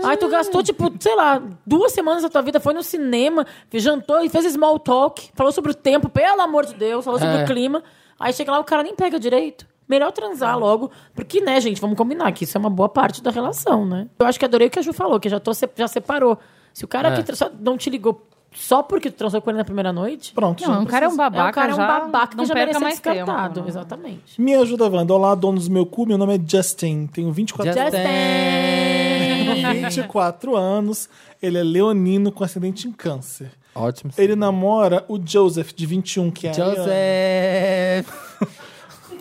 Aí tu gastou, tipo, sei lá, duas semanas da tua vida, foi no cinema, jantou e fez small talk, falou sobre o tempo, pelo amor de Deus, falou sobre É. o clima. Aí chega lá, o cara nem pega direito. Melhor transar logo. Porque, né, gente, vamos combinar que isso é uma boa parte da relação, né? Eu acho que adorei o que a Ju falou, que já, tô, se- já separou. Se o cara É. que tra- só não te ligou só porque tu transou com ele na primeira noite, Pronto, Não, o gente. cara é um babaca. é, o cara é um já, babaca não que já perca merece ser mais tempo, descartado. né? Exatamente. Me ajuda, Wanda. Olá, donos do meu cu. Meu nome é Justin. Tenho 24 Justin. anos. É. *laughs* Justin! 24 anos. Ele é leonino com acidente em câncer. Ótimo. Ele namora o Joseph, de 21, que é ariano. Joseph.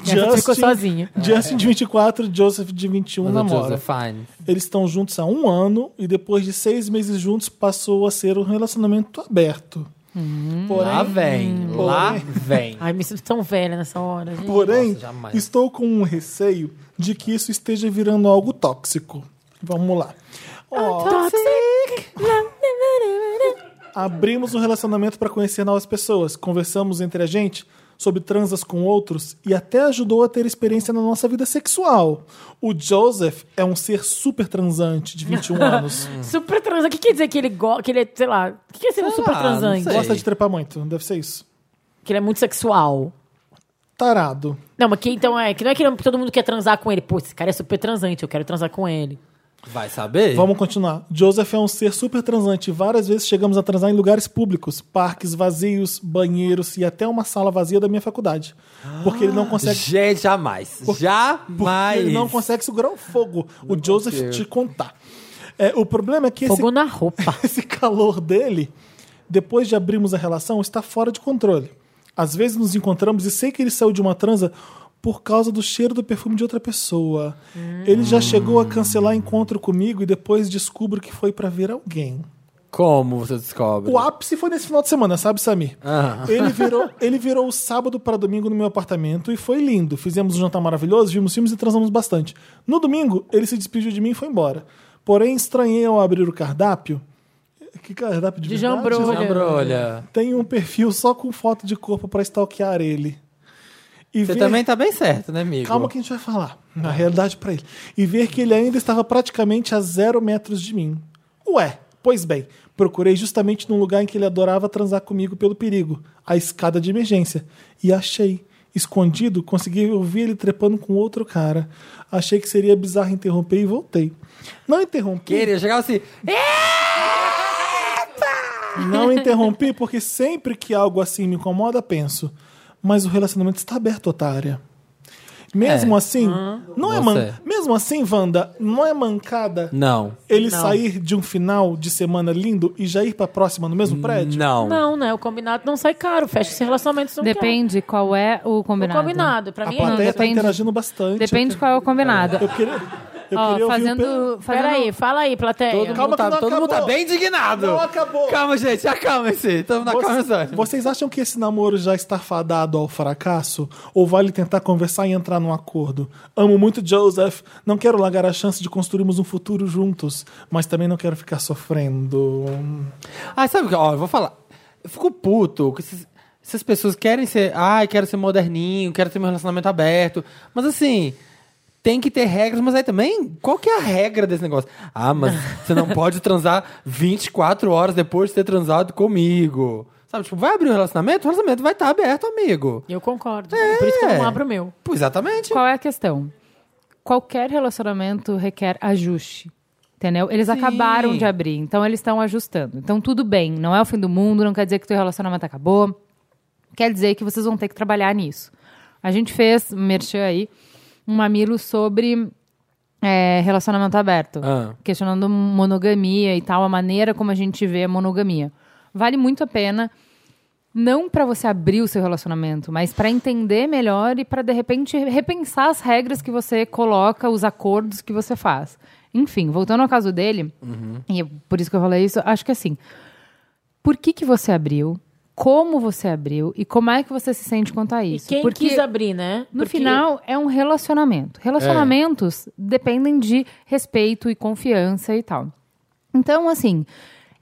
Essa ficou sozinha. Justin de 24, Joseph de 21 Mas o namora. Joseph Fine. Eles estão juntos há um ano e depois de seis meses juntos passou a ser um relacionamento aberto. Porém, Lá vem. Lá vem. Ai, me sinto tão velha nessa hora, gente. porém Nossa, jamais. estou com um receio de que isso esteja virando algo tóxico. Vamos lá. Ah, Ó, Toxic! abrimos um relacionamento para conhecer novas pessoas, conversamos entre a gente sobre transas com outros e até ajudou a ter experiência na nossa vida sexual. O Joseph é um ser super transante de 21 anos. Super transante. O que quer dizer que ele gosta? Que ele é, sei lá. O que quer dizer um Sei super lá, não transante? sei. Gosta de trepar muito, deve ser isso. Que ele é muito sexual. Tarado. Não, mas que então é. Que não é que ele- todo mundo quer transar com ele. Pô, esse cara é super transante, eu quero transar com ele. Vai saber? Vamos continuar. Joseph é um ser super transante. Várias vezes chegamos a transar em lugares públicos, parques vazios, banheiros e até uma sala vazia da minha faculdade. Porque ele não consegue. Já, jamais. Porque Jamais. ele não consegue segurar o fogo. o Joseph te contar. É, o problema é que esse, Fogo na roupa. *laughs* *laughs* esse calor dele, depois de abrirmos a relação, está fora de controle. Às vezes nos encontramos e sei que ele saiu de uma transa por causa do cheiro do perfume de outra pessoa. Ele já chegou a cancelar encontro comigo e depois descubro que foi pra ver alguém. Como você descobre? O ápice foi nesse final de semana, sabe, Samir? Ah. *laughs* Ele virou, ele virou o sábado para domingo no meu apartamento e foi lindo. Fizemos um jantar maravilhoso, vimos filmes e transamos bastante. No domingo, ele se despediu de mim e foi embora. Porém, estranhei ao abrir o cardápio. Que cardápio de, De verdade? jambrolha. Jambrolha. Tem um perfil só com foto de corpo para stalkear ele. E Você ver- também tá bem certo, né, amigo? Calma que a gente vai falar. Na realidade, pra ele. E ver que ele ainda estava praticamente a zero metros de mim. Ué, pois bem. Procurei justamente num lugar em que ele adorava transar comigo pelo perigo a escada de emergência. E achei. Escondido, consegui ouvir ele trepando com outro cara. Achei que seria bizarro interromper e voltei. Não interrompi. Queria chegar assim. *laughs* Não interrompi, porque sempre que algo assim me incomoda, penso. Mas o relacionamento está aberto, otária. Mesmo É. assim, Hum. não é Você. man... mesmo assim, Wanda, não é mancada Não. ele sair de um final de semana lindo e já ir pra próxima no mesmo prédio? Não. Não, né? O combinado não sai caro. Fecha esse relacionamento, se não Depende qual é o quer. combinado. O combinado. Pra A mim plateia é isso. tá depende. interagindo bastante. Depende Eu qual é o combinado. que- Eu queria, eu Ó, queria fazendo, ouvir o Pedro. fazendo... Peraí, fala aí, plateia. Todo, mundo, é. Calma que tá, não todo mundo tá acabou. bem indignado. Não acabou. Calma, gente. Acalma-se. Estamos na calma. Vocês, vocês acham que esse namoro já está fadado ao fracasso? Ou vale tentar conversar e entrar num acordo? Amo muito Joseph, não quero largar a chance de construirmos um futuro juntos, mas também não quero ficar sofrendo. Ah, sabe o que? Ó, eu vou falar. Eu fico puto com esses- essas pessoas querem ser. Ai, quero ser moderninho, quero ter meu relacionamento aberto. Mas assim. Tem que ter regras, mas aí também, qual que é a regra desse negócio? Ah, mas você não pode transar 24 horas depois de ter transado comigo. Sabe, tipo, vai abrir o relacionamento? O relacionamento vai estar aberto, amigo. Eu concordo. Por isso que eu É. não abro o meu. Pô, exatamente. Qual é a questão? Qualquer relacionamento requer ajuste. Entendeu? Eles acabaram de abrir, então eles estão ajustando. Então tudo bem, não é o fim do mundo, não quer dizer que teu relacionamento acabou. Quer dizer que vocês vão ter que trabalhar nisso. A gente fez, merchan aí, um mamilo sobre é, relacionamento aberto. Ah. Questionando monogamia e tal, a maneira como a gente vê a monogamia. Vale muito a pena não para você abrir o seu relacionamento, mas para entender melhor e para de repente repensar as regras que você coloca, os acordos que você faz. Enfim, voltando ao caso dele, e é por isso que eu falei isso, acho que assim, por que que você abriu? Como você abriu e como é que você se sente quanto a E isso? quem Porque quis abrir, né? no Porque- final é um relacionamento. Relacionamentos dependem de respeito e confiança e tal. Então, assim,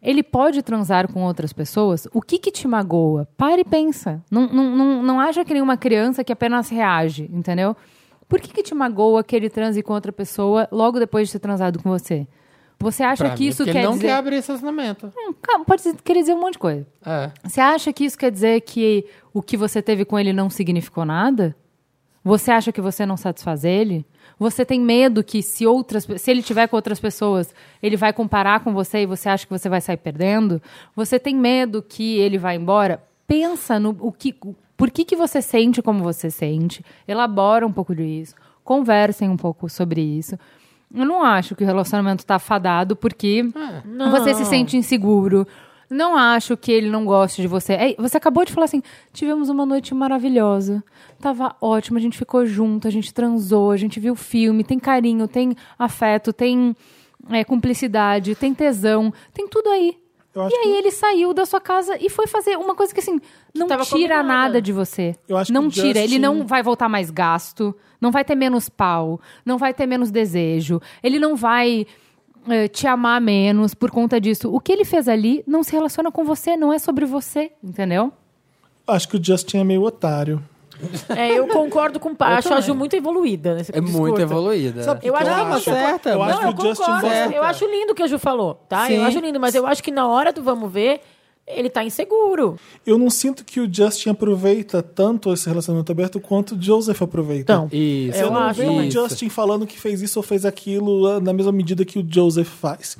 ele pode transar com outras pessoas? O que que te magoa? Para e pensa. Não, não, não, não haja que nenhuma criança que apenas reage, entendeu? Por que que te magoa que ele transe com outra pessoa logo depois de ter transado com você? Você acha Pra que mim, isso porque quer ele não dizer... quer abrir estacionamento. Hum, calma, Pode dizer- querer dizer um monte de coisa. É. Você acha que isso quer dizer que o que você teve com ele não significou nada? Você acha que você não satisfaz ele? Você tem medo que se outras, se ele tiver com outras pessoas, ele vai comparar com você e você acha que você vai sair perdendo? Você tem medo que ele vá embora? Pensa no o que, o- por que que você sente como você sente? Elabora um pouco disso, conversem um pouco sobre isso. Eu não acho que o relacionamento tá fadado porque você se sente inseguro. Não acho que ele não goste de você. É, Você acabou de falar assim: tivemos uma noite maravilhosa. Tava ótimo, a gente ficou junto, a gente transou, a gente viu filme, tem carinho, tem afeto, tem é, cumplicidade, tem tesão, tem tudo aí. Eu acho E aí ele saiu da sua casa e foi fazer uma coisa que assim, não tava tira combinada. nada de você. Eu acho que não o tira, ele Justin- não vai voltar mais gasto, não vai ter menos pau, não vai ter menos desejo, ele não vai eh, te amar menos por conta disso. O que ele fez ali não se relaciona com você, não é sobre você, entendeu? Acho que o Justin é meio otário. É, eu concordo com o Pá. Eu Acho a também. Ju muito evoluída nesse É muito evoluída. Sabe- Eu acho Não, que mas eu- certa, Eu mas acho, não, eu o Justin concordo. Bieber- Eu acho lindo o que a Ju falou, tá? Eu Sim. acho lindo, mas eu acho que na hora do vamos ver, ele tá inseguro. Eu não sinto que o Justin aproveita tanto esse relacionamento aberto quanto o Joseph aproveita. Então, Isso. Você Eu não acho vê o isso. Justin falando que fez isso ou fez aquilo ah, na mesma medida que o Joseph faz.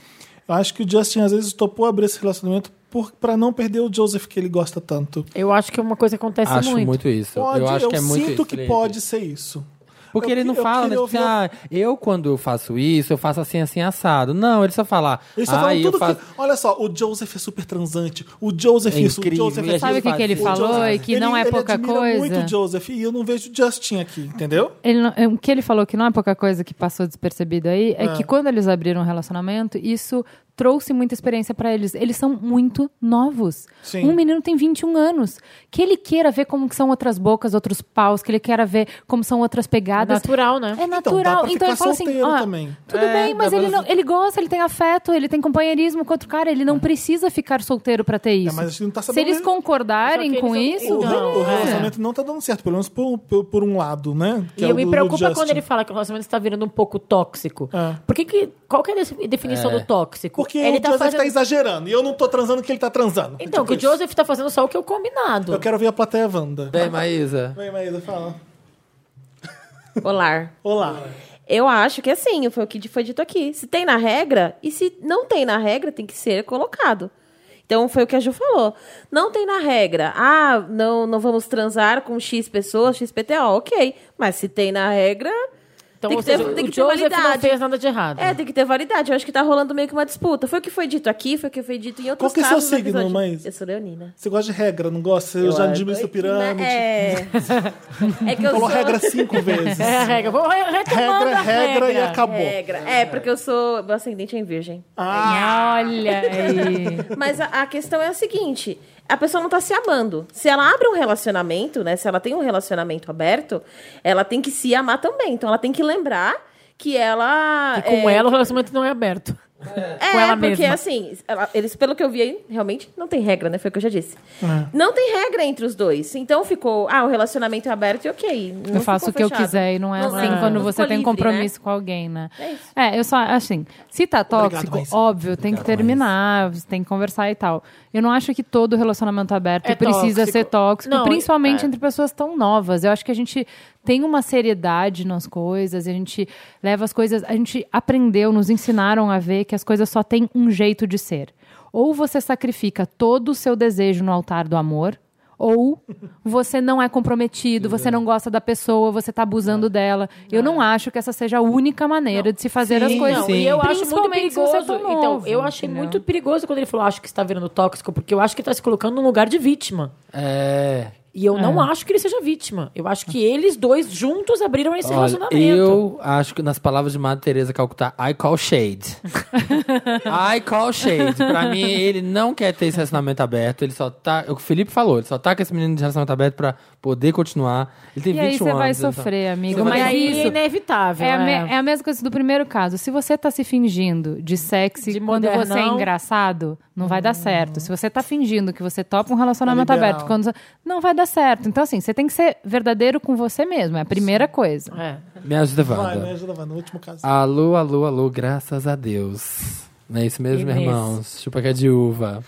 Eu acho que o Justin às vezes topou abrir esse relacionamento por, pra não perder o Joseph que ele gosta tanto. eu acho que é uma coisa que acontece Acho muito, muito. isso. Pode, eu acho que é muito sinto isso, que Felipe. pode ser isso. Porque Eu ele que- não eu fala, né? queria Tipo, ouvir- ah, eu quando eu faço isso, eu faço assim, assim, assado. Não, ele só fala. Ele está ah, falando eu tudo faço... que. Olha só, o Joseph é super transante. O Joseph É isso, incrível, o Joseph ele é Sabe o que, que ele O falou Joseph- e que não é pouca admira coisa? muito o Joseph e eu não vejo o Justin aqui, entendeu? Ele não- é, o que ele falou que não é pouca coisa que passou despercebido aí Ah. é, que quando eles abriram o relacionamento, isso trouxe muita experiência pra eles. Eles são muito novos. Sim. Um menino tem 21 anos. Que ele queira ver como que são outras bocas, outros paus, que ele queira ver como são outras pegadas. Natural, né? É dá pra natural. Então, ficar ele fala assim, solteiro ó, também. tudo É, bem, mas dá ele, pra- não- ele gosta, ele tem afeto, ele tem companheirismo com outro cara, ele não precisa ficar solteiro pra ter isso. É. mas a gente não tá Se sabendo eles mesmo. concordarem Só que com eles isso, não- o, Não, o é. relacionamento não tá dando certo, pelo menos por, por, por um lado, né? Que E é eu o me do- do preocupa Justin. quando ele fala que o relacionamento está virando um pouco tóxico. É. Por que que, qual que é a def- definição do tóxico? Porque ele o Joseph tá fazendo... exagerando e eu não tô transando o que ele tá transando. Então, Tipo que o isso. Joseph tá fazendo só o que é o combinado. Eu quero ver a plateia Wanda. *laughs* Bem, Maísa. Vem, Maísa, fala. Olá. Olá. Eu acho que é assim, foi o que foi dito aqui. Se tem na regra, e se não tem na regra, tem que ser colocado. Então foi o que a Ju falou. Não tem na regra. Ah, não, não vamos transar com X pessoas, XPTO, ok. Mas se tem na regra, Então, tem ou que ter- seja, tem o que ter Joseph não validade. fez nada de errado. é, tem que ter validade. Eu acho que tá rolando meio que uma disputa. Foi o que foi dito aqui, foi o que foi dito em outros Qual que é seu casos. no signo, episódio. Maísa? Eu sou leonina. né? Você gosta de regra, não gosta? Eu, já diminuí a pirâmide. né? *laughs* É. é que eu Falou sou... regra cinco vezes. *laughs* É a regra. Vamos re- retomando Regra, a regra. regra e acabou. Regra. É, porque eu sou... Meu ascendente é em virgem. é Ah, olha aí. Mas a, a questão é a seguinte: a pessoa não tá se amando. Se ela abre um relacionamento, né? Se ela tem um relacionamento aberto, ela tem que se amar também. Então ela tem que lembrar que ela. E com é, ela o relacionamento não é aberto. é, com ela porque mesma. assim, ela- eles, pelo que eu vi aí, realmente não tem regra, né? Foi o que eu já disse. É. Não tem regra entre os dois. Então ficou, ah, o relacionamento é aberto e ok. não Eu faço o que ficou eu fechado. quiser e não é assim não quando ficou você tem livre, compromisso né? com alguém, né? É isso. É, eu só, assim, se tá tóxico, Maísa. óbvio, tem que terminar, você tem que conversar e tal. Eu não acho que todo relacionamento aberto É precisa tóxico. ser tóxico, Não, principalmente é. entre pessoas tão novas. Eu acho que a gente tem uma seriedade nas coisas, a gente leva as coisas, a gente aprendeu, nos ensinaram a ver que as coisas só têm um jeito de ser. Ou você sacrifica todo o seu desejo no altar do amor, Ou você não é comprometido, você não gosta da pessoa, você tá abusando dela. Eu não acho que essa seja a única maneira de se fazer Sim, as coisas. não, E eu acho muito Principalmente se você perigoso. é tão então, novo, eu achei entendeu? muito perigoso quando ele falou, acho que está virando tóxico, porque eu acho que está se colocando num lugar de vítima. É. E eu não acho que ele seja vítima. Eu acho que eles dois juntos abriram é esse Olha, relacionamento. eu acho que nas palavras de Madre Teresa Calcutá, I call *laughs* shade. I call shade. Pra mim, ele não quer ter esse relacionamento aberto. Ele só tá. O que o Felipe falou, ele só tá com esse menino de relacionamento aberto pra poder continuar. Ele tem E 21 aí anos. você vai ele tá- sofrer, Você vai amigo. Mas ter- aí é isso inevitável. É a, me- é. é a mesma coisa do primeiro caso. Se você tá se fingindo de sexy De quando você é modernão. engraçado, não vai dar certo. Se você tá fingindo que você topa um relacionamento Liberal. aberto, quando não vai dar certo. Então, assim, você tem que ser verdadeiro com você mesmo. É a primeira coisa. É. Me ajuda, Vai, né? me Wanda. ajuda, vai, no último caso. Alô, alô, alô, graças a Deus. Não é isso mesmo, Inês. irmãos? Chupa que é de uva.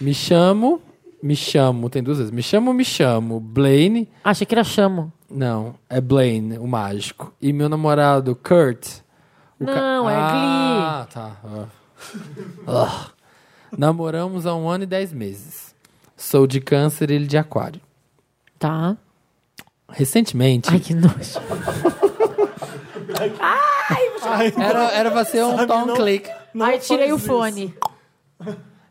Me chamo, me chamo, tem duas vezes. Me chamo, me chamo. Blaine, A Shakira chamo. Não, é Blaine, o mágico. E meu namorado, Kurt. o ca- Não, é Ah, tá. Ah. Ah. Namoramos há um ano e dez meses. Sou de câncer e ele de aquário. Tá. Recentemente, Ai, que nojo. Ai, era, era pra ser um Sabe, tom não- click. não Ai, tirei o faz isso. fone.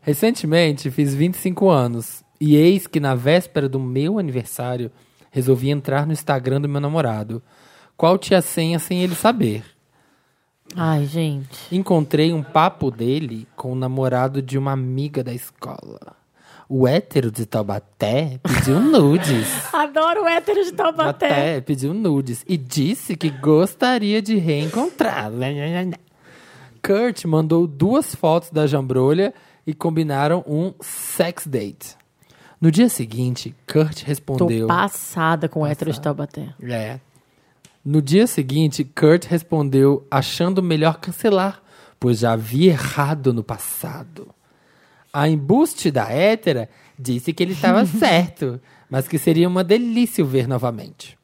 Recentemente, fiz 25 anos. E eis que na véspera do meu aniversário, resolvi entrar no Instagram do meu namorado. Qual tinha a senha sem ele saber? Ai, gente. Encontrei um papo dele com o namorado de uma amiga da escola. O hétero de Taubaté pediu nudes. Adoro o hétero de Taubaté. Até pediu nudes e disse que gostaria de reencontrar. Kurt mandou duas fotos da jambrolha e combinaram um sex date. No dia seguinte, Kurt Tô respondeu. passada com o hétero de Taubaté. É. No dia seguinte, Kurt respondeu achando melhor cancelar, pois já havia errado no passado. A embuste da hétera disse que ele estava certo, mas que seria uma delícia o ver novamente.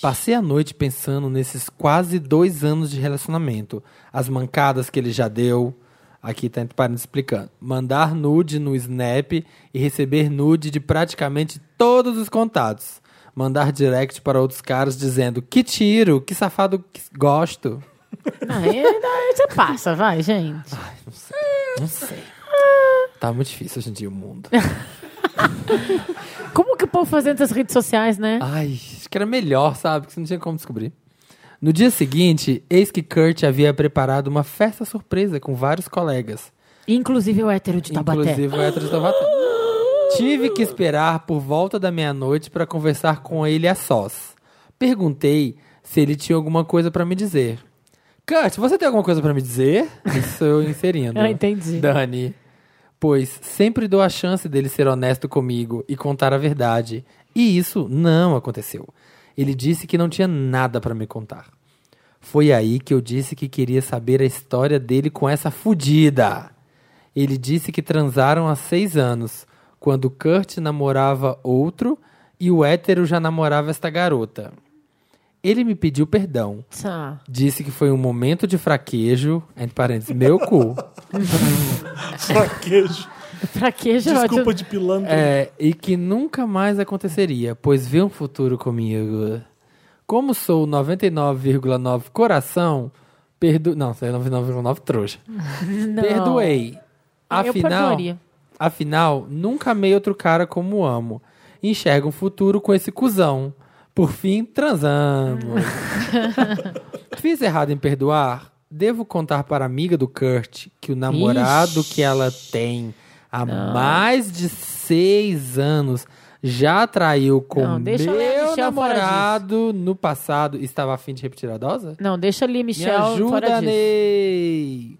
Passei a noite pensando nesses quase dois anos de relacionamento. As mancadas que ele já deu. Aqui tá entre parênteses explicando. Mandar nude no Snap e receber nude de praticamente todos os contatos. Mandar direct para outros caras dizendo que tiro, que safado que gosto. Ah, Aí, aí você passa, vai, gente. Não sei. Tá muito difícil hoje em dia o *laughs* mundo. Como que o povo fazendo essas redes sociais, né? Ai, acho que era melhor, sabe? Que você não tinha como descobrir. No dia seguinte, eis que Kurt havia preparado uma festa surpresa com vários colegas. Inclusive o hétero de Taubaté. Inclusive o hétero de Taubaté. Tive que esperar por volta da meia-noite para conversar com ele a sós. Perguntei se ele tinha alguma coisa para me dizer. Kurt, você tem alguma coisa para me dizer? Isso eu inserindo. *laughs* Ah, entendi. Dani. Pois sempre dou a chance dele ser honesto comigo e contar a verdade. E isso não aconteceu. Ele disse que não tinha nada para me contar. Foi aí que eu disse que queria saber a história dele com essa fudida. Ele disse que transaram há seis anos, quando Kurt namorava outro e o hétero já namorava esta garota. Ele me pediu perdão. Tá. Disse que foi um momento de fraquejo, entre parênteses, meu cu. *laughs* Fraquejo. Pra que, Jorge? Desculpa de pilantra. É, e que nunca mais aconteceria, pois vê um futuro comigo. Como sou 99,9 coração, perdo... Não, é sou 99,9 trouxa. Não. Perdoei. Ah, eu Afinal, perdoaria. afinal, nunca amei outro cara como amo. Enxerga um futuro com esse cuzão. Por fim, *laughs* transamos. Fiz errado em perdoar? Devo contar para a amiga do Kurt que o namorado que ela tem há mais de seis anos já traiu com Não, deixa ela e a meu Michelle fora disso. namorado no passado e estava afim de repetir a dose? Não, deixa ali a Me Michelle fora ajuda, disso. Ney!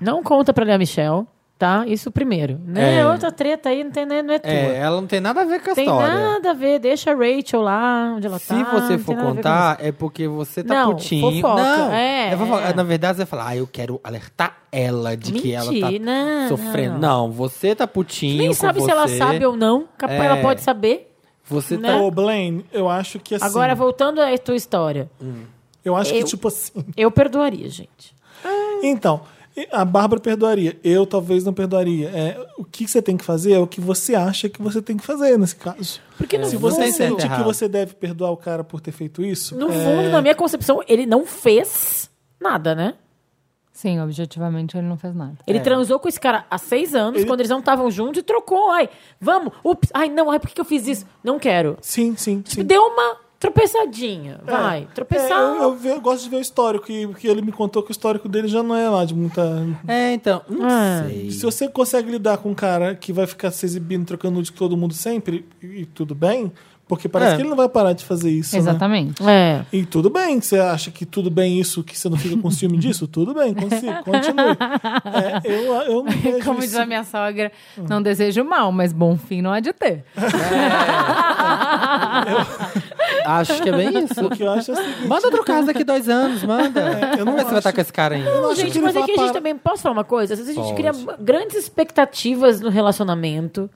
Não conta pra ler a Michelle, tá? Isso primeiro. Né? É. Outra treta aí não, tem, né? não é tua. É, ela não tem nada a ver com a tem história. nada a ver. Deixa a Rachel lá onde ela Se tá. você não for tem nada a ver com contar, é porque você tá Não, putinho. fofoca. Não, É, é fofoca. é. Na verdade, você vai falar, ah, eu quero alertar ela de que ela tá Mentira, não, sofrendo. não, Não, você tá putinho. Nem com sabe se você. ela sabe ou não. Capaz É. ela pode saber. Você né? tá. Ô, Blaine, eu acho que assim. Agora, voltando à tua história. eu acho eu- que, tipo assim. É. Eu perdoaria, gente. Então, A Bárbara perdoaria. Eu talvez não perdoaria. É, o que você tem que fazer é o que você acha que você tem que fazer nesse caso. Porque É, no Se fundo, você tem certo sente errado. que você deve perdoar o cara por ter feito isso, no é, fundo, na minha concepção, ele não fez nada, né? Sim, objetivamente ele não fez nada. É. Ele transou com esse cara há seis anos, quando eles não estavam juntos, e trocou. Ai, vamos, ups, ai, não, ai, por que que eu fiz isso? Não quero. sim, sim, Tipo, sim. deu uma tropeçadinha. Vai, É, tropeçar. eu, eu ve- eu gosto de ver o histórico, que, que ele me contou que o histórico dele já não é lá de muita. É, então, não Ah. sei. Se você consegue lidar com um cara que vai ficar se exibindo, trocando nude com todo mundo sempre, e, e tudo bem, porque parece É. que ele não vai parar de fazer isso. né? Exatamente. É. E tudo bem, você acha que tudo bem isso, que você não fica com ciúme disso? Tudo bem, consigo, continue. É, eu, eu não vejo Como isso. diz a minha sogra, não desejo mal, mas bom fim não há de ter. É. *laughs* Acho que é bem isso. O que eu acho é o seguinte, Manda outro caso daqui dois anos, manda. eu eu não não ver se acho vai estar com esse cara ainda. eu Não, acho gente, que ele mas vai aqui a gente parar. também. Posso falar uma coisa? Às vezes a gente Pode. cria grandes expectativas no relacionamento,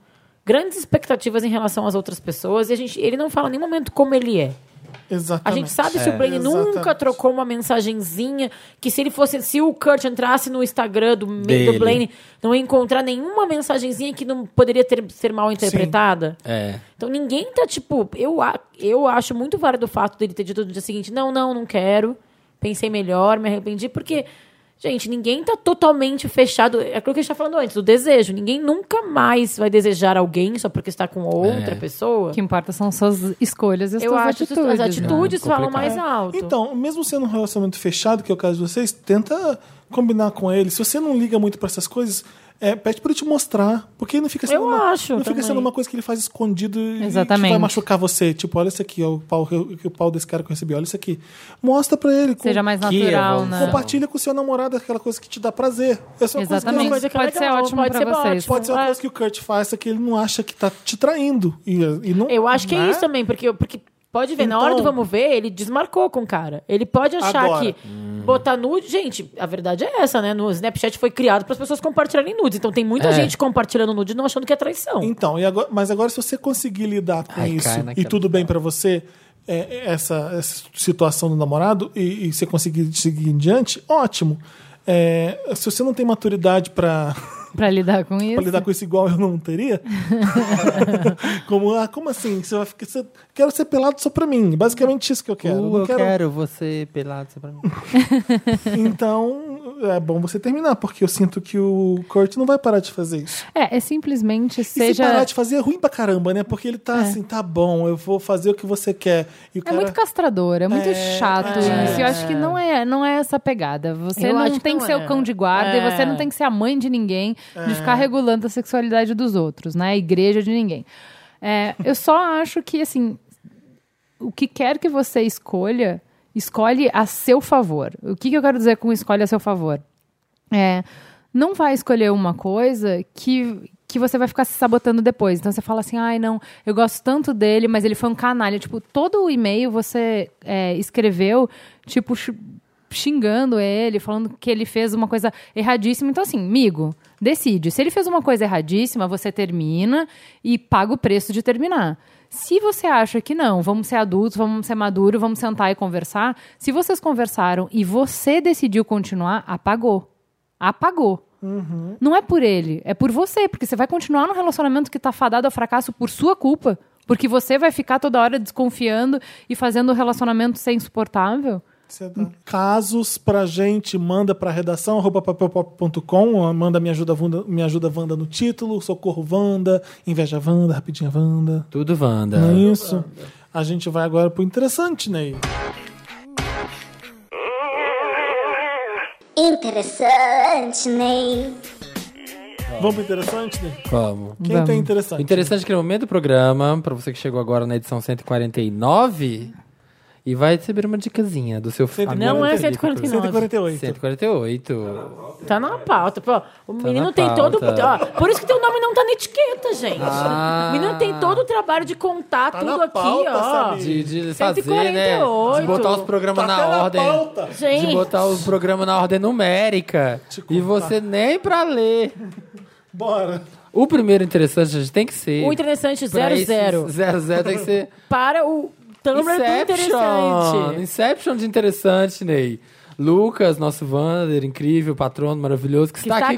grandes expectativas em relação às outras pessoas, e a gente, ele não fala em nenhum momento como ele é. A Exatamente. gente sabe É. se o Blaine nunca Exatamente. trocou uma mensagenzinha que se ele fosse, se o Kurt entrasse no Instagram do, meio do Dele. Blaine, não ia encontrar nenhuma mensagenzinha que não poderia ter, ser mal interpretada. *laughs* É. Então ninguém tá tipo, eu, a- eu acho muito válido o fato dele ter dito no dia seguinte, não, não, não quero, pensei melhor, me arrependi, porque gente, ninguém tá totalmente fechado, é aquilo que a gente tá falando antes, do desejo, ninguém nunca mais vai desejar alguém só porque está com outra É. pessoa. O que importa são suas escolhas e as eu suas acho que atitudes. as né? atitudes É, falam complicado. mais alto. Então, mesmo sendo um relacionamento fechado, que é o caso de vocês, tenta combinar com ele. Se você não liga muito pra essas coisas, é, pede pra ele te mostrar. Porque não fica sendo, Eu uma, acho não fica também. sendo uma coisa que ele faz escondido e que Exatamente. vai machucar você. Tipo, olha isso aqui, ó, o pau, que eu- que o pau desse cara que eu recebi, olha isso aqui. Mostra pra ele. com- Seja mais Que natural, evolução. né? Compartilha com o seu namorado aquela coisa que te dá prazer. Essa é uma coisa que Exatamente. ela- coisa que é pode ser legal, ótimo pode pra ser vocês. ótimo. Pode ser uma É. coisa que o Kurt faça que ele não acha que tá te traindo. E, e não, Eu acho que né? é isso também, porque, porque pode ver, na Então- hora do vamos ver, ele desmarcou com o cara. Ele pode achar Agora. Hum. que botar nude. Gente, a verdade é essa, né? No Snapchat foi criado para as pessoas compartilharem nudes. Então tem muita É. gente compartilhando nude não achando que é traição. Então, e agora- mas agora se você conseguir lidar com Ai, isso cai e naquela- tudo bem pra você, é, essa, essa situação do namorado, e, e você conseguir seguir em diante, ótimo. É, se você não tem maturidade pra *laughs* Pra lidar com pra isso. lidar com isso igual eu não teria, *laughs* como, ah, como assim? Você vai ficar, você- quero ser pelado só pra mim. Basicamente isso que eu quero. Uh, Não eu quero... você pelado só pra mim. Então, é bom você terminar, porque eu sinto que o Kurt não vai parar de fazer isso. É, é simplesmente E se seja. parar de fazer é ruim pra caramba, né? Porque ele tá assim, tá bom, eu vou fazer o que você quer. E o É cara... muito castrador, é muito É, chato é. isso. Eu acho que não é, não é essa pegada. Você Eu acho não que tem não que ser é. o cão de guarda É. e você não tem que ser a mãe de ninguém, de ficar regulando a sexualidade dos outros, né? A igreja de ninguém. É, eu só acho que, assim, o que quer que você escolha, escolhe a seu favor. O que, que eu quero dizer com escolhe a seu favor? É, não vai escolher uma coisa que, que você vai ficar se sabotando depois. Então você fala assim, ai não, eu gosto tanto dele, mas ele foi um canalha. Tipo, todo o e-mail você é, escreveu, tipo, xi- xingando ele, falando que ele fez uma coisa erradíssima. Então assim, amigo, decide. Se ele fez uma coisa erradíssima, você termina e paga o preço de terminar. Se você acha que não, vamos ser adultos, vamos ser maduros, vamos sentar e conversar. Se vocês conversaram e você decidiu continuar, apagou apagou. Não é por ele, é por você, porque você vai continuar num relacionamento que tá fadado ao fracasso por sua culpa, porque você vai ficar toda hora desconfiando e fazendo o relacionamento ser insuportável. Você dá. Casos pra gente, manda pra redação, arroba papelpop.com, manda me ajuda, Wanda, me ajuda Wanda no título, socorro Wanda, inveja Wanda, rapidinha Wanda. Tudo Wanda. Não é isso? A gente vai agora pro interessante, Ney. Interessante, Ney. Vamos pro interessante, Ney? Como? Quem tem interessante? Interessante é que no momento do programa, pra você que chegou agora na edição 149, e vai receber uma dicasinha do seu Cento e amigo não é Felipe 149. 148. Cruz. 148. Tá na pauta. Pô, o menino Tá na tem todo. pauta. Ó, por isso que teu nome não tá na etiqueta, gente. Ah. O menino tem todo o trabalho de contar Tá tudo na aqui, pauta, ó. Samir. De, de fazer, né? 148. De botar os programas Tá na até na ordem. pauta. Gente. De botar os programas na ordem numérica. E você nem pra ler. Bora. O primeiro interessante gente, tem que ser. O interessante Pra zero esse zero zero zero tem que ser Para *laughs* o Tumblr do Inception. interessante. Inception de interessante, Ney. Lucas, nosso Vander, incrível, patrono maravilhoso, que, tá está aqui,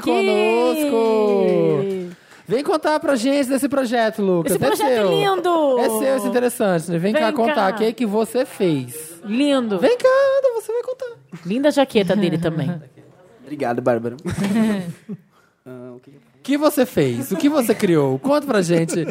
conosco. Vem contar pra gente desse projeto, Lucas. Esse é projeto seu. lindo! É seu, esse é interessante. Né? Vem, Vem cá contar cá. o que, é que você fez. Lindo. Vem cá, Ana, você vai contar. Linda a jaqueta dele também. Obrigado, Bárbara. Ah, o que que eu- O que você fez? O que você criou? Conta pra gente.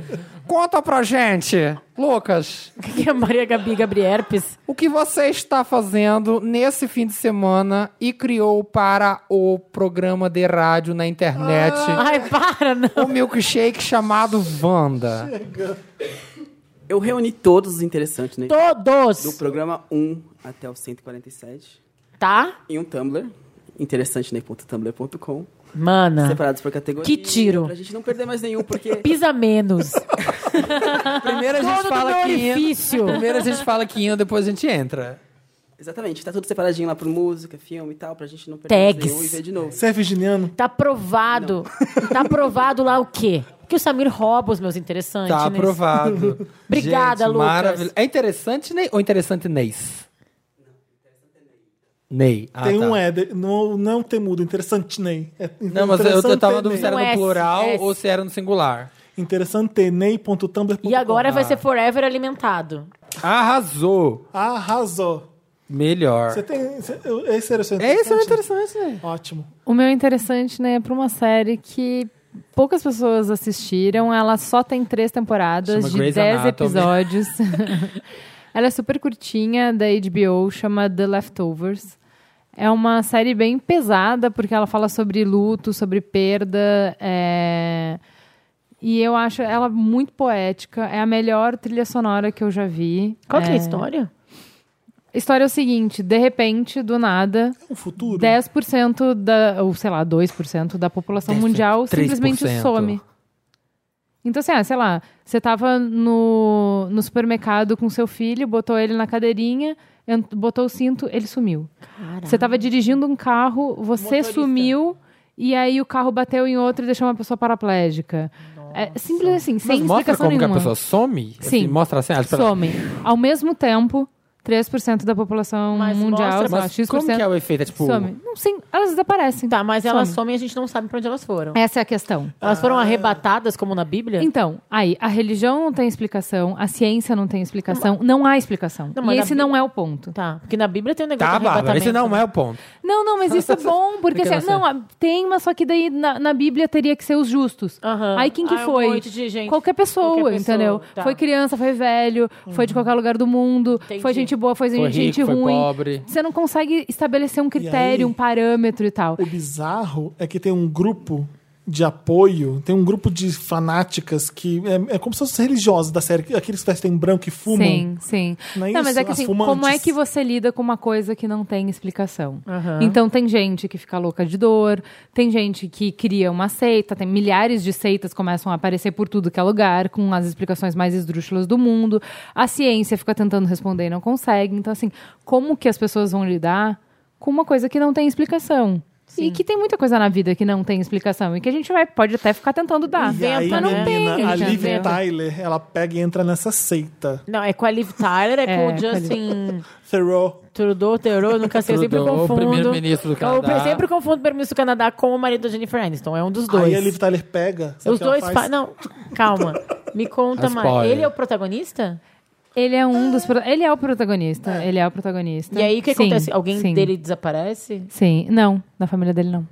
Conta pra gente, Lucas. O que é Maria Gabi Gabrierpes? O que você está fazendo nesse fim de semana e criou para o programa de rádio na internet Ai, para, o não. milkshake chamado Wanda? Eu reuni todos os interessantes, né? Do Todos. programa 1 até o 147. Tá? Em um Tumblr. Interessante, né? ponto Tumblr.com. Mana, Separados por categoria. Ah. Que tiro. Pra gente não perder mais *laughs* nenhum, porque... pisa menos. Primeiro a Todo gente do meu fala que orifício. Primeiro a gente fala que depois a gente entra. Exatamente, tá tudo separadinho lá por música, filme e tal, pra gente não perder Tags. mais nenhum e ver de novo. Você é virginiano? Tá provado. Tá provado lá o quê? Que o Samir rouba os meus interessantes. Tá né? aprovado. *laughs* Obrigada, Gente, Lucas. maravilha- É interessante Ney ou interessante Neis? Ney. Ah, tem tá. um Éder. Não, não tem mudo. Interessante, Ney. É Não, mas eu, eu tava dúvida se era Um no S, plural S. ou se era no singular. Interessanteney.tumblr.com. E agora vai ser Forever Alimentado. Arrasou. Arrasou. Melhor. Você tem... você- Esse era o seu É isso, é interessante? interessante, né? Ótimo. O meu interessante, né, é pra uma série que poucas pessoas assistiram. Ela só tem três temporadas Chama de Grey's 10 Anatomy. episódios. *laughs* ela é super curtinha, da HBO, chama The Leftovers. É uma série bem pesada, porque ela fala sobre luto, sobre perda. é, E eu acho ela muito poética. É a melhor trilha sonora que eu já vi. Qual que é a história? A história é o seguinte: de repente, do nada, É um futuro. 10% da, ou sei lá, 2% da população 10%, mundial simplesmente 3%. some. Então, assim, ah, sei lá, você tava no, no supermercado com seu filho, botou ele na cadeirinha, ent- botou o cinto, ele sumiu. Você tava dirigindo um carro, você sumiu, e aí o carro bateu em outro e deixou uma pessoa paraplégica. É simples assim, sem Mas mostra explicação como que a nenhuma. pessoa some? Sim. mostra assim, ah, espera- some. Ao mesmo tempo, 3% da população Mas mostra- mundial, sei lá, Mas X%, como que é o efeito? É tipo... some. Não, sim, elas desaparecem. Tá, mas elas Some. somem e a gente não sabe pra onde elas foram. Essa é a questão. Elas foram arrebatadas, como na Bíblia? Então, aí, a religião não tem explicação, a ciência não tem explicação, não há explicação. Não, mas e na esse Bí- não é o ponto. Tá, porque na Bíblia tem um negócio Tá, de arrebatamento. Bárbara, esse não é o ponto. Não, *laughs* não, mas isso é bom, porque Fica assim, na não, ah, tem, mas só que daí na, na Bíblia teria que ser os justos. Aham. Aí quem que Ah, um foi? monte de gente. Qualquer pessoa, Qualquer pessoa, entendeu? tá. Uhum. Foi criança, foi velho, foi de qualquer lugar do mundo, Entendi. foi gente boa, foi, Foi gente rico, foi ruim. pobre. Você não consegue estabelecer um critério, um parâmetro e tal. O bizarro é que tem um grupo de apoio, tem um grupo de fanáticas que é, é como se fossem religiosos da série, que- aqueles que vestem branco e fumam. Sim, sim. Não é mas isso? é que As assim, fumantes. como é que você lida com uma coisa que não tem explicação? Então tem gente que fica louca de dor, tem gente que cria uma seita, tem milhares de seitas começam a aparecer por tudo que é lugar, com as explicações mais esdrúxulas do mundo. A ciência fica tentando responder e não consegue. Então assim, como que as pessoas vão lidar com uma coisa que não tem explicação? E que tem muita coisa na vida que não tem explicação e que a gente vai, pode até ficar tentando dar. E aí, mas não menina, tem. a tá entendeu? Liv Tyler, ela pega e entra nessa seita. Não, é com a Liv Tyler, é, com o É, com a Liv- Justin Thoreau. Trudeau, Trudeau, nunca sei, eu sempre Trudeau, confundo. primeiro-ministro do Eu Canadá. sempre confundo o primeiro-ministro do Canadá com o marido da Jennifer Aniston, é um dos dois. Aí a Liv Tyler pega. sabe Os o que ela dois... faz? Fa... Não, calma. Me conta mais. Spoiler. Ele é o protagonista? Ele é um dos. pro- Ele é o protagonista. Ele é o protagonista. Ah. E aí, o que Sim, acontece? Alguém sim, dele desaparece? Sim. Não, na família dele não.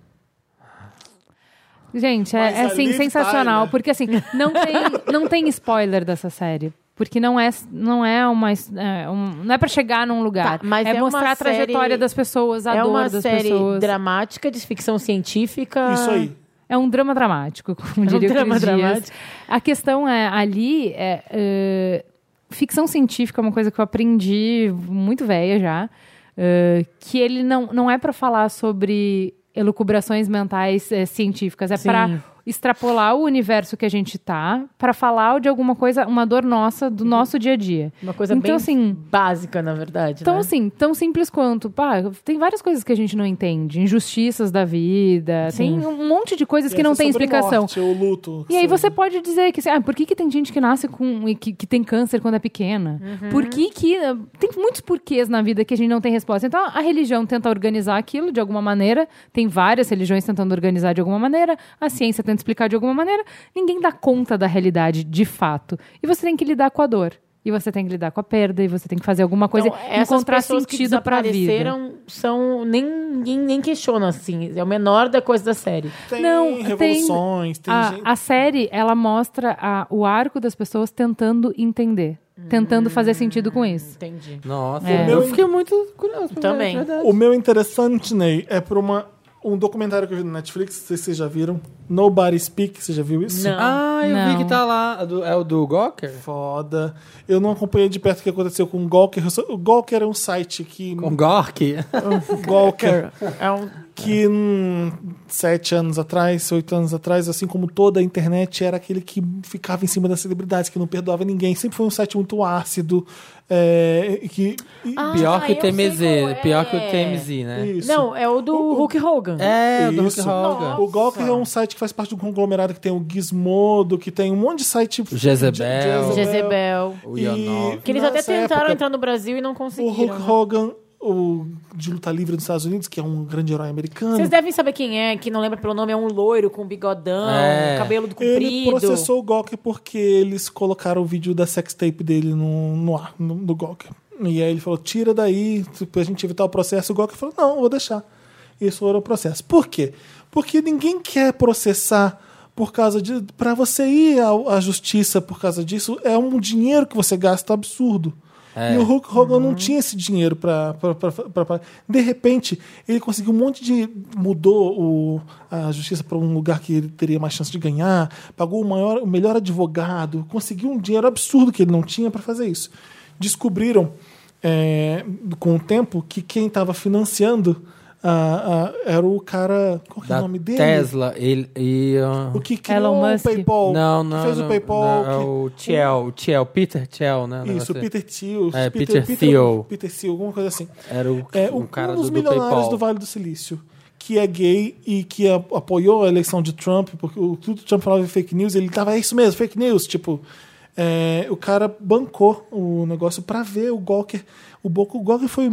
Gente, é, Mas é, a tá assim, Liv sensacional. Tyler- Porque assim, não tem, não tem spoiler dessa série. Porque não é, não é uma. É um- não é pra chegar num lugar. Tá, mas é uma mostrar a série- trajetória das pessoas, a é dor uma das série pessoas. dramática, de ficção científica. Isso aí. É um drama dramático, *laughs* como É diria o um drama Cris Dias. dramático. A questão é, ali, é, é, ficção científica é uma coisa que eu aprendi muito velha já, é, que ele não, não é para falar sobre elucubrações mentais é, científicas, é para extrapolar o universo que a gente tá pra falar de alguma coisa, uma dor nossa do nosso dia a dia. Uma coisa então, bem assim, básica, na verdade. Então, né? assim, tão simples quanto, pá, tem várias coisas que a gente não entende, injustiças da vida, tem um monte de coisas que não tem explicação. o luto. E aí você pode dizer que, assim, ah, por que, que tem gente que nasce com e que, que tem câncer quando é pequena? Uhum. Por que que eh, tem muitos porquês na vida que a gente não tem resposta? Então a religião tenta organizar aquilo de alguma maneira, tem várias religiões tentando organizar de alguma maneira, a ciência tenta explicar de alguma maneira, ninguém dá conta da realidade de fato. E você tem que lidar com a dor. E você tem que lidar com a perda, e você tem que fazer alguma coisa, Então, essas é, encontrar pessoas que sentido pra vida. desapareceram são nem, ninguém nem questiona assim, é o menor da coisa da série. Tem Não, tem- Ah, revoluções, tem, a, gente... a série, ela mostra a- o arco das pessoas tentando entender. Hum. Tentando fazer sentido com isso. Entendi. Nossa, É. eu fiquei muito curioso. pra Também. ver, de verdade. O meu interessante, Ney, é por uma, um documentário que eu vi no Netflix, não sei se vocês já viram. Nobody Speak, você já viu isso? Não. Ah, eu Não. vi que tá lá. a do- É o do Gawker? Foda. Eu não acompanhei de perto o que aconteceu com o Gawker. Eu só- O Gawker é um site que. Com Gork? Gawker. É um que hum, sete anos atrás, oito anos atrás, assim como toda a internet, era aquele que ficava em cima das celebridades, que não perdoava ninguém. Sempre foi um site muito ácido. é, e que, e- Pior que eu o TMZ. sei qual é. Pior que o TMZ, né? isso. Ah, Não, é o do Hulk Hogan. É, o do Hulk Isso. Hogan. O Gawker é um site que faz parte do conglomerado que tem o Gizmodo, que tem um monte de site. Jezebel. Je- Jezebel. O Yanov. Que eles nessa até tentaram época, entrar no Brasil e não é, O Hulk conseguiram. né? Hogan, o de luta livre dos Estados Unidos, que é um grande herói americano. Vocês devem saber quem é, que não lembra pelo nome, é um loiro com bigodão, um É. cabelo do comprido. Ele processou o Gawker porque eles colocaram o vídeo da sextape dele no, no ar, no, no Gawker. E aí ele falou, tira daí, pra gente evitar o processo. O Gawker falou, não, eu vou deixar. Isso era o processo. Por quê? Porque ninguém quer processar por causa de... Pra você ir ao- à justiça por causa disso, é um dinheiro que você gasta absurdo. É. E o Hulk Hogan não tinha esse dinheiro pra, pra, pra, pra- pra- De repente, ele conseguiu um monte de. mudou o- a justiça para um lugar que ele teria mais chance de ganhar, pagou o, maior, o melhor advogado, conseguiu um dinheiro absurdo que ele não tinha para fazer isso. Descobriram é, com o tempo que quem estava financiando ah, ah, era o cara. Qual que é Da o nome dele? Tesla. Ele, e, uh, O que criou Elon o Musk. PayPal. Não, não. que fez não, o PayPal. não, é que- o Thiel. O Thiel. Peter Thiel, né? o Isso, negócio o dele. Peter Thiel. É, Peter Peter Thiel. Peter Thiel, alguma coisa assim. Era o, É, o cara um do, dos do milionários PayPal. do, Vale do Silício, que é gay e que a- apoiou a eleição de Trump, porque o tudo que Trump falava em fake news, ele tava, é isso mesmo, fake news, tipo. é, o cara bancou o negócio pra ver o Gawker. O Boco Gawker foi,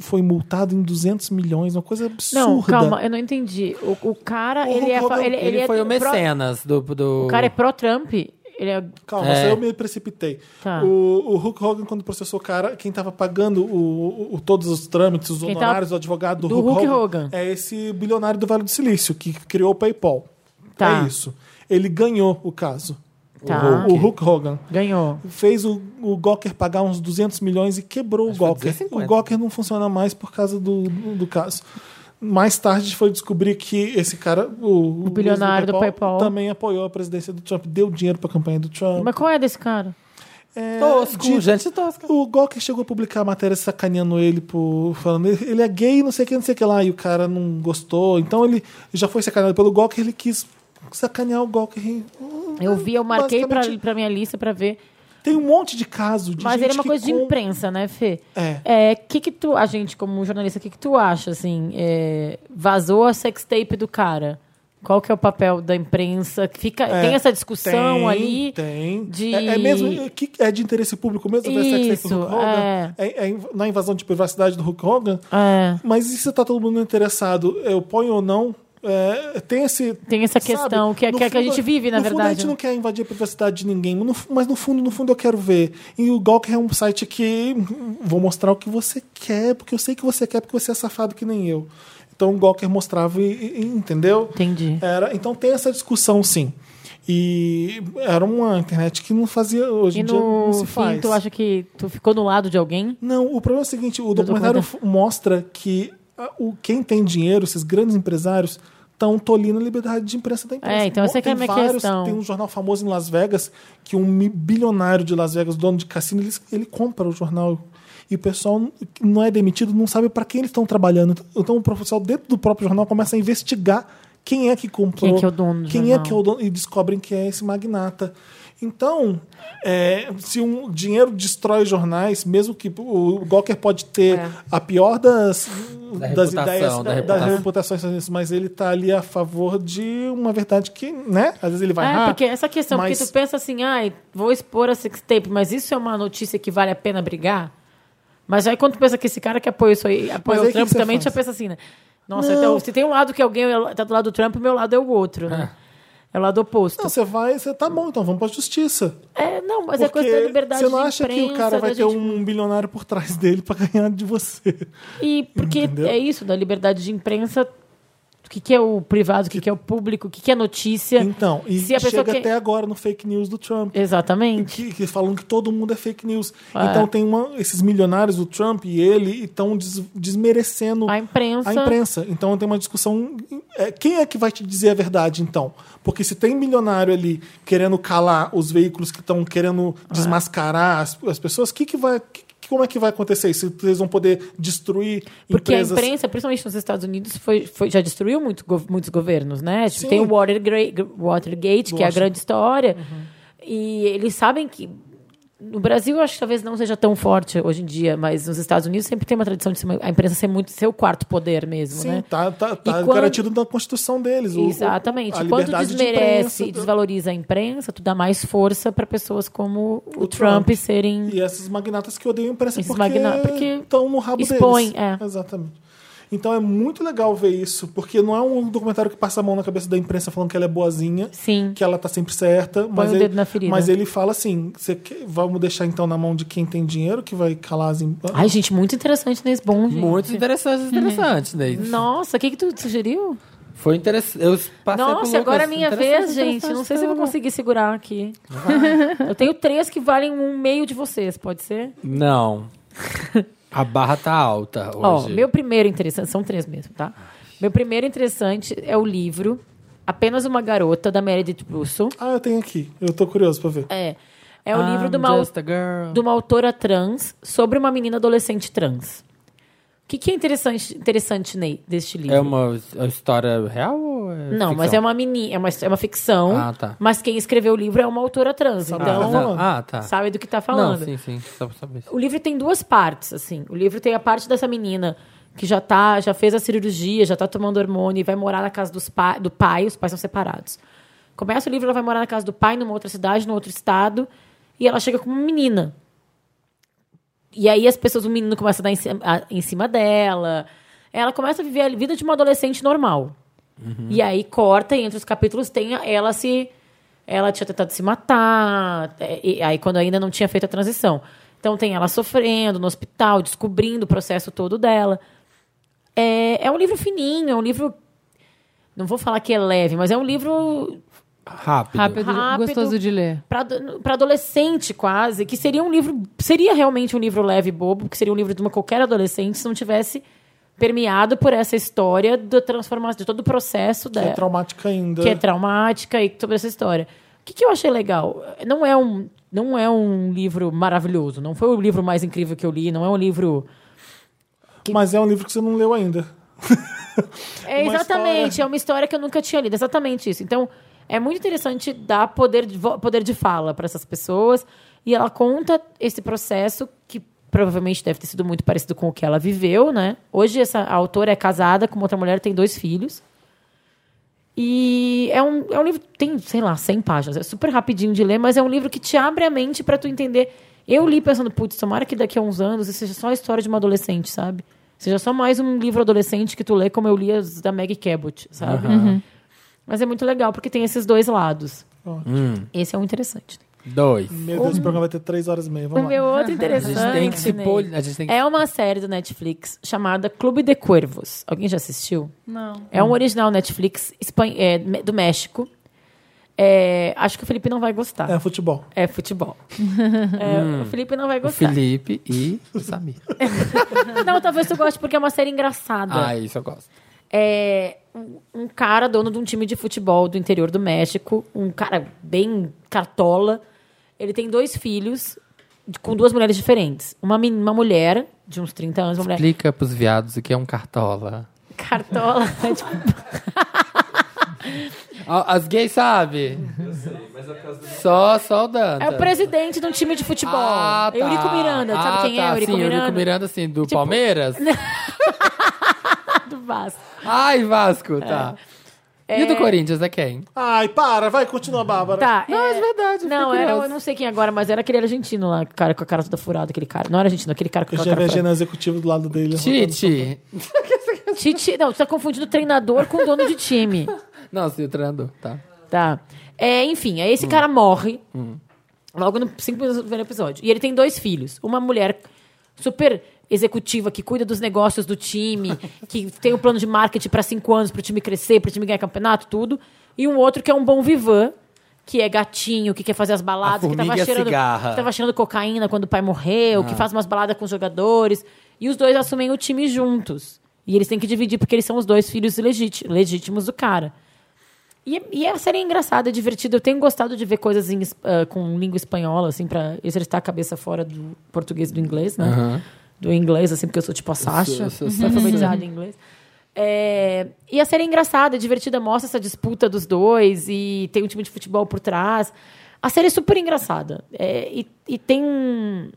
foi multado em 200 milhões, uma coisa absurda. Não, calma, eu não entendi. O, o cara, O ele é... Hulk fa- Hogan, Ele, Ele ele é foi o pró- mecenas do... do... O cara é pró-Trump? Ele é... Calma, É. só eu me precipitei. Tá. O, o Hulk Hogan, quando processou o cara, quem tava pagando o, o- o- todos os trâmites, os Quem tava- honorários, o advogado do, do Hulk, Hulk Hogan, Hogan. é esse bilionário do Vale do Silício, que criou o PayPal. Tá. É isso. Ele ganhou o caso. Tá. O, o Hulk Hogan. Ganhou. Fez o, o Gawker pagar uns 200 milhões e quebrou o que foi Gawker. 250. O Gawker não funciona mais por causa do, do, do caso. Mais tarde foi descobrir que esse cara, o, o bilionário do PayPal. também apoiou a presidência do Trump, deu dinheiro para a campanha do Trump. Mas qual é desse cara? É, Tosco, de- gente tosca. O Gawker chegou a publicar a matéria sacaneando ele por falando ele ele é gay, não sei o que, não sei o que lá, e o cara não gostou. Então ele já foi sacaneado pelo Gawker, ele quis sacanear o Gawker. hum, Eu vi, eu marquei pra, Basicamente, pra minha lista pra ver. Tem um monte de caso de Mas gente ele é uma que coisa de com- imprensa, né, Fê? É. É, que que tu, a gente como jornalista, o que que tu acha, assim, é, vazou a sextape do cara? Qual que é o papel da imprensa? Fica, É, tem essa discussão tem, ali? Tem. de- É, é mesmo. é que- É de interesse público mesmo ver sexo Isso, do Hulk Hogan? é. É- é inv- na invasão de privacidade do Hulk Hogan? É, Mas e se tá todo mundo interessado? Eu ponho ou não? É, tem esse. Tem essa sabe? questão que é- No que é que a gente vive, na no Fundo, a verdade, gente né? não quer invadir a privacidade de ninguém, mas no, fu- mas no fundo, no fundo eu quero ver. E o Gawker é um site que hum, vou mostrar o que você quer, porque eu sei que você quer, porque você é safado que nem eu. Então o Gawker mostrava, e- e- e- entendeu? entendi. Era, então tem essa discussão, sim. E era uma internet que não fazia hoje E em dia não no se fim, faz. tu acha que tu ficou no lado de alguém? Não, o problema é o seguinte, o documentário f- mostra que ah, o, quem tem dinheiro, esses grandes empresários, estão tolindo a liberdade de imprensa da imprensa. É, então essa Bom, que é a tem minha questão. Tem um jornal famoso em Las Vegas, que um mi- bilionário de Las Vegas, dono de cassino, ele, ele compra o jornal e o pessoal n- que não é demitido, não sabe para quem eles estão trabalhando. Então o profissional dentro do próprio jornal começa a investigar Quem é que comprou? Quem é que é o dono do Quem é jornal? que é o dono? E descobrem que é esse magnata. Então, é, se um dinheiro destrói jornais, mesmo que o Gawker pode ter É. a pior das, das reputação, ideias, da da- reputação. das reputações, mas ele tá ali a favor de uma verdade que, né? Às vezes ele vai É, errar. porque essa questão, mas... porque tu pensa assim, ai, vou expor a sextape, mas isso é uma notícia que vale a pena brigar? Mas aí quando tu pensa que esse cara que apoia isso aí, apoia aí o que Trump que você também, faz? tu já pensa assim, né? Nossa, Não. então, se tem um lado que alguém tá do lado do Trump, o meu lado é o outro, né? É o lado oposto. Não, você vai, você tá bom, então vamos pra justiça. é, não, mas é Porque coisa da liberdade você não de acha imprensa, que o cara vai da ter gente- um bilionário por trás dele pra ganhar de você. E porque um- Entendeu? é isso, da liberdade de imprensa, o que, que é o privado, o que, que é o público, o que, que é notícia. Então, e Se a pessoa chega que- É. até agora no fake news do Trump. Exatamente. Que, que falam que todo mundo é fake news. Então tem uma, esses milionários, o Trump e ele, estão des- desmerecendo A imprensa. a imprensa. Então tem uma discussão. é, quem é que vai te dizer a verdade, então? Porque se tem milionário ali querendo calar os veículos que estão querendo Ah. desmascarar as, as pessoas, que que vai, que- que- como é que vai acontecer isso? Eles vão poder destruir Porque empresas. a imprensa, principalmente nos Estados Unidos, foi, foi- já destruiu muito gov- muitos governos, né? Tipo, Sim. tem o Watergate, Watergate que Washington. é a Uhum. grande história. E eles sabem que. No Brasil, eu acho que talvez não seja tão forte hoje em dia, mas nos Estados Unidos sempre tem uma tradição de ser uma- a imprensa ser muito seu quarto poder mesmo, Sim, né? tá, tá, tá quando- garantido na Constituição deles. o- o- Exatamente. a Quando liberdade de desmerece e imprensa. tá. desvaloriza a imprensa, tu dá mais força para pessoas como o, O Trump, Trump. serem. E esses magnatas que odeiam a imprensa Esses porque magna- porque estão no rabo expõem, deles. é. Exatamente. Então é muito legal ver isso, porque não é um documentário que passa a mão na cabeça da imprensa falando que ela é boazinha, Sim. que ela tá sempre certa, mas, o ele, dedo na ferida. mas ele fala assim: "Você quer- vamos deixar então na mão de quem tem dinheiro que vai calar as im- Ai, gente, muito interessante nesse bom, gente. Muito Uhum. interessante, interessante, Ney. Nossa, o que, que tu sugeriu? Foi interessante. Eu passei por Nossa, uma agora coisa é minha interessante, vez, gente. Não sei se eu vou interessante. conseguir segurar aqui. Eu tenho três que valem um meio de vocês, pode ser? Não. A barra tá alta Ó, hoje. meu primeiro interessante, são três mesmo, tá? Meu primeiro interessante é o livro Apenas uma Garota, da Meredith Russo. Ah, eu tenho aqui. Eu tô curioso pra ver. É. É o I'm livro de uma, just a girl. de uma autora trans sobre uma menina adolescente trans. O que, que é interessante, interessante, Ney, deste livro? É uma é uma história real ou é Não, ficção? mas é uma mini, é uma, é uma ficção. Ah, tá. Mas quem escreveu o livro é uma autora trans, Ah, então não. ah, tá. sabe do que tá falando. Não, sim, sim. Só pra saber. O livro tem duas partes, assim. O livro tem a parte dessa menina que já tá, já fez a cirurgia, já tá tomando hormônio e vai morar na casa dos pa do pai, os pais são separados. Começa o livro, ela vai morar na casa do pai, numa outra cidade, num outro estado, e ela chega como menina. E aí as pessoas, o menino começa a dar em cima, a- em cima dela. Ela começa a viver a vida de uma adolescente normal. E aí corta, e entre os capítulos tem a- ela se. Ela tinha tentado se matar, é, e e aí quando ainda não tinha feito a transição. Então tem ela sofrendo no hospital, descobrindo o processo todo dela. É, é um livro fininho, é um livro. Não vou falar que é leve, mas é um livro Rápido. Rápido, Rápido. gostoso de ler. para adolescente quase, que seria um livro, seria realmente um livro leve e bobo, que seria um livro de uma qualquer adolescente se não tivesse permeado por essa história da transformação, de todo o processo Que dela, é traumática ainda. que é traumática e sobre essa história. O que, que eu achei legal? Não é um não é um livro maravilhoso, não foi o livro mais incrível que eu li, não é um livro Mas é um livro que você não leu ainda. É, Uma exatamente, história- é uma história que eu nunca tinha lido, exatamente isso. Então, é muito interessante dar poder de, vo- poder de fala para essas pessoas. E ela conta esse processo que provavelmente deve ter sido muito parecido com o que ela viveu, né? Hoje essa a autora é casada com uma outra mulher, tem dois filhos. E é um, é um livro, tem, sei lá, 100 páginas. É super rapidinho de ler, mas é um livro que te abre a mente pra tu entender. Eu li pensando, putz, tomara que daqui a uns anos isso seja só a história de uma adolescente, sabe? Seja só mais um livro adolescente que tu lê como eu li as da Maggie Cabot, sabe? Mas é muito legal, porque tem esses dois lados. Esse é um interessante. Dois. Meu Deus, o programa vai ter três horas e meia. Vamos o lá. meu outro *laughs* A interessante. gente tem que se Ney, pol... A gente tem que... É uma série do Netflix chamada Clube de Cuervos. Alguém já assistiu? Não. É um original Netflix espan- é, me- do México. É, acho que o Felipe não vai gostar. É futebol. É, futebol. *laughs* É, O Felipe não vai Hum. O gostar. Felipe *laughs* e o Samir. Não, talvez tu goste porque é uma série engraçada. ah, isso eu gosto. É um- um cara dono de um time de futebol do interior do México, um cara bem cartola. Ele tem dois filhos de- com duas mulheres diferentes. Uma, men- uma mulher de uns 30 anos, uma mulher *laughs* Explica pros viados o que é um cartola. cartola. né, tipo- A- As gays sabe? Só, só o Danta. É o presidente de um time de futebol. tá. Ah, tá. Eurico Miranda. Sabe Ah, quem é tá, Eurico sim, Miranda? Tipo, Eurico Miranda, assim, do *laughs* Palmeiras? Do Vasco. Ai, Vasco, tá. E o do Corinthians é quem? Ai, para, vai, continua, Bárbara. Tá, Não, é verdade, Não, fiquei era, curiosa. eu não sei quem agora, mas era aquele argentino lá, cara, com a cara toda furada, aquele cara. Não era argentino, aquele cara com Eu a já cara vi a furada. agenda executiva do lado dele. Tite. Tite, não, você tá confundindo treinador com dono de *laughs* time. Não, se o treinador, tá. Tá. É, enfim, aí esse cara morre logo no cinco minutos do primeiro episódio. E ele tem dois filhos. Uma mulher super executiva que cuida dos negócios do *laughs* time, que tem o plano de marketing para cinco anos, para o time crescer, para o time ganhar campeonato, tudo. E um outro que é um bom vivan, que é gatinho, que quer fazer as baladas, que formiga e tava a cheirando, cigarra. Ah. que tava cheirando cocaína quando o pai morreu, que faz umas baladas com os jogadores. E os dois assumem o time juntos. E eles têm que dividir, porque eles são os dois filhos legíti- legítimos do cara. E, e a série é engraçada, é divertida. Eu tenho gostado de ver coisas em es- ah, com língua espanhola, assim, pra exercitar a cabeça fora do português e do inglês, né? Do inglês, assim, porque eu sou tipo a Sasha. sou- sou Sou, Sasha. alfabetizada em inglês. É, e a série é engraçada, é divertida, mostra essa disputa dos dois e tem um time de futebol por trás. A série é super engraçada. É, e, e tem um-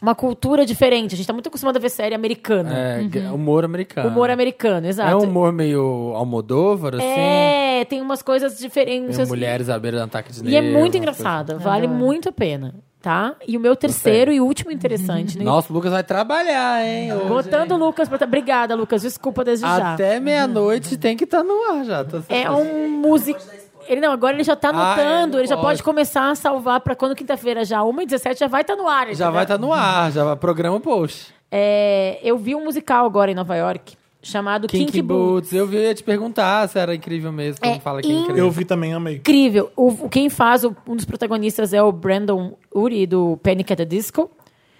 uma cultura diferente. A gente tá muito acostumado a ver série americana. É, g- humor americano. Uhum. Humor americano, exato. É um humor meio Almodóvar, assim. É, tem umas coisas diferentes. Meio mulheres à beira do ataque de E é nervo, muito umas engraçada, vale muito a pena, tá? E o meu terceiro e último interessante, né? coisas- Nossa, o Lucas vai trabalhar, hein? hoje, Botando o hein? Lucas pra. tá- Obrigada, Lucas, desculpa desde já. Até meia-noite tem que estar no ar já. Tá É um músico. Ele não, agora ele já tá Ah, anotando, é, ele já pode. pode começar a salvar pra quando quinta-feira já, 1h17, já vai estar no ar. Já vai tá- entendeu? estar no ar, já vai programa o post. É, eu vi um musical agora em Nova York chamado Kinky, Kinky, Boots. Boots. Eu vi, eu ia te perguntar se era incrível mesmo, como É fala que é in- incrível. Eu vi também, amei. Incrível. O, o- quem faz, o- um dos protagonistas é o Brandon Uri, do Panic at the Disco.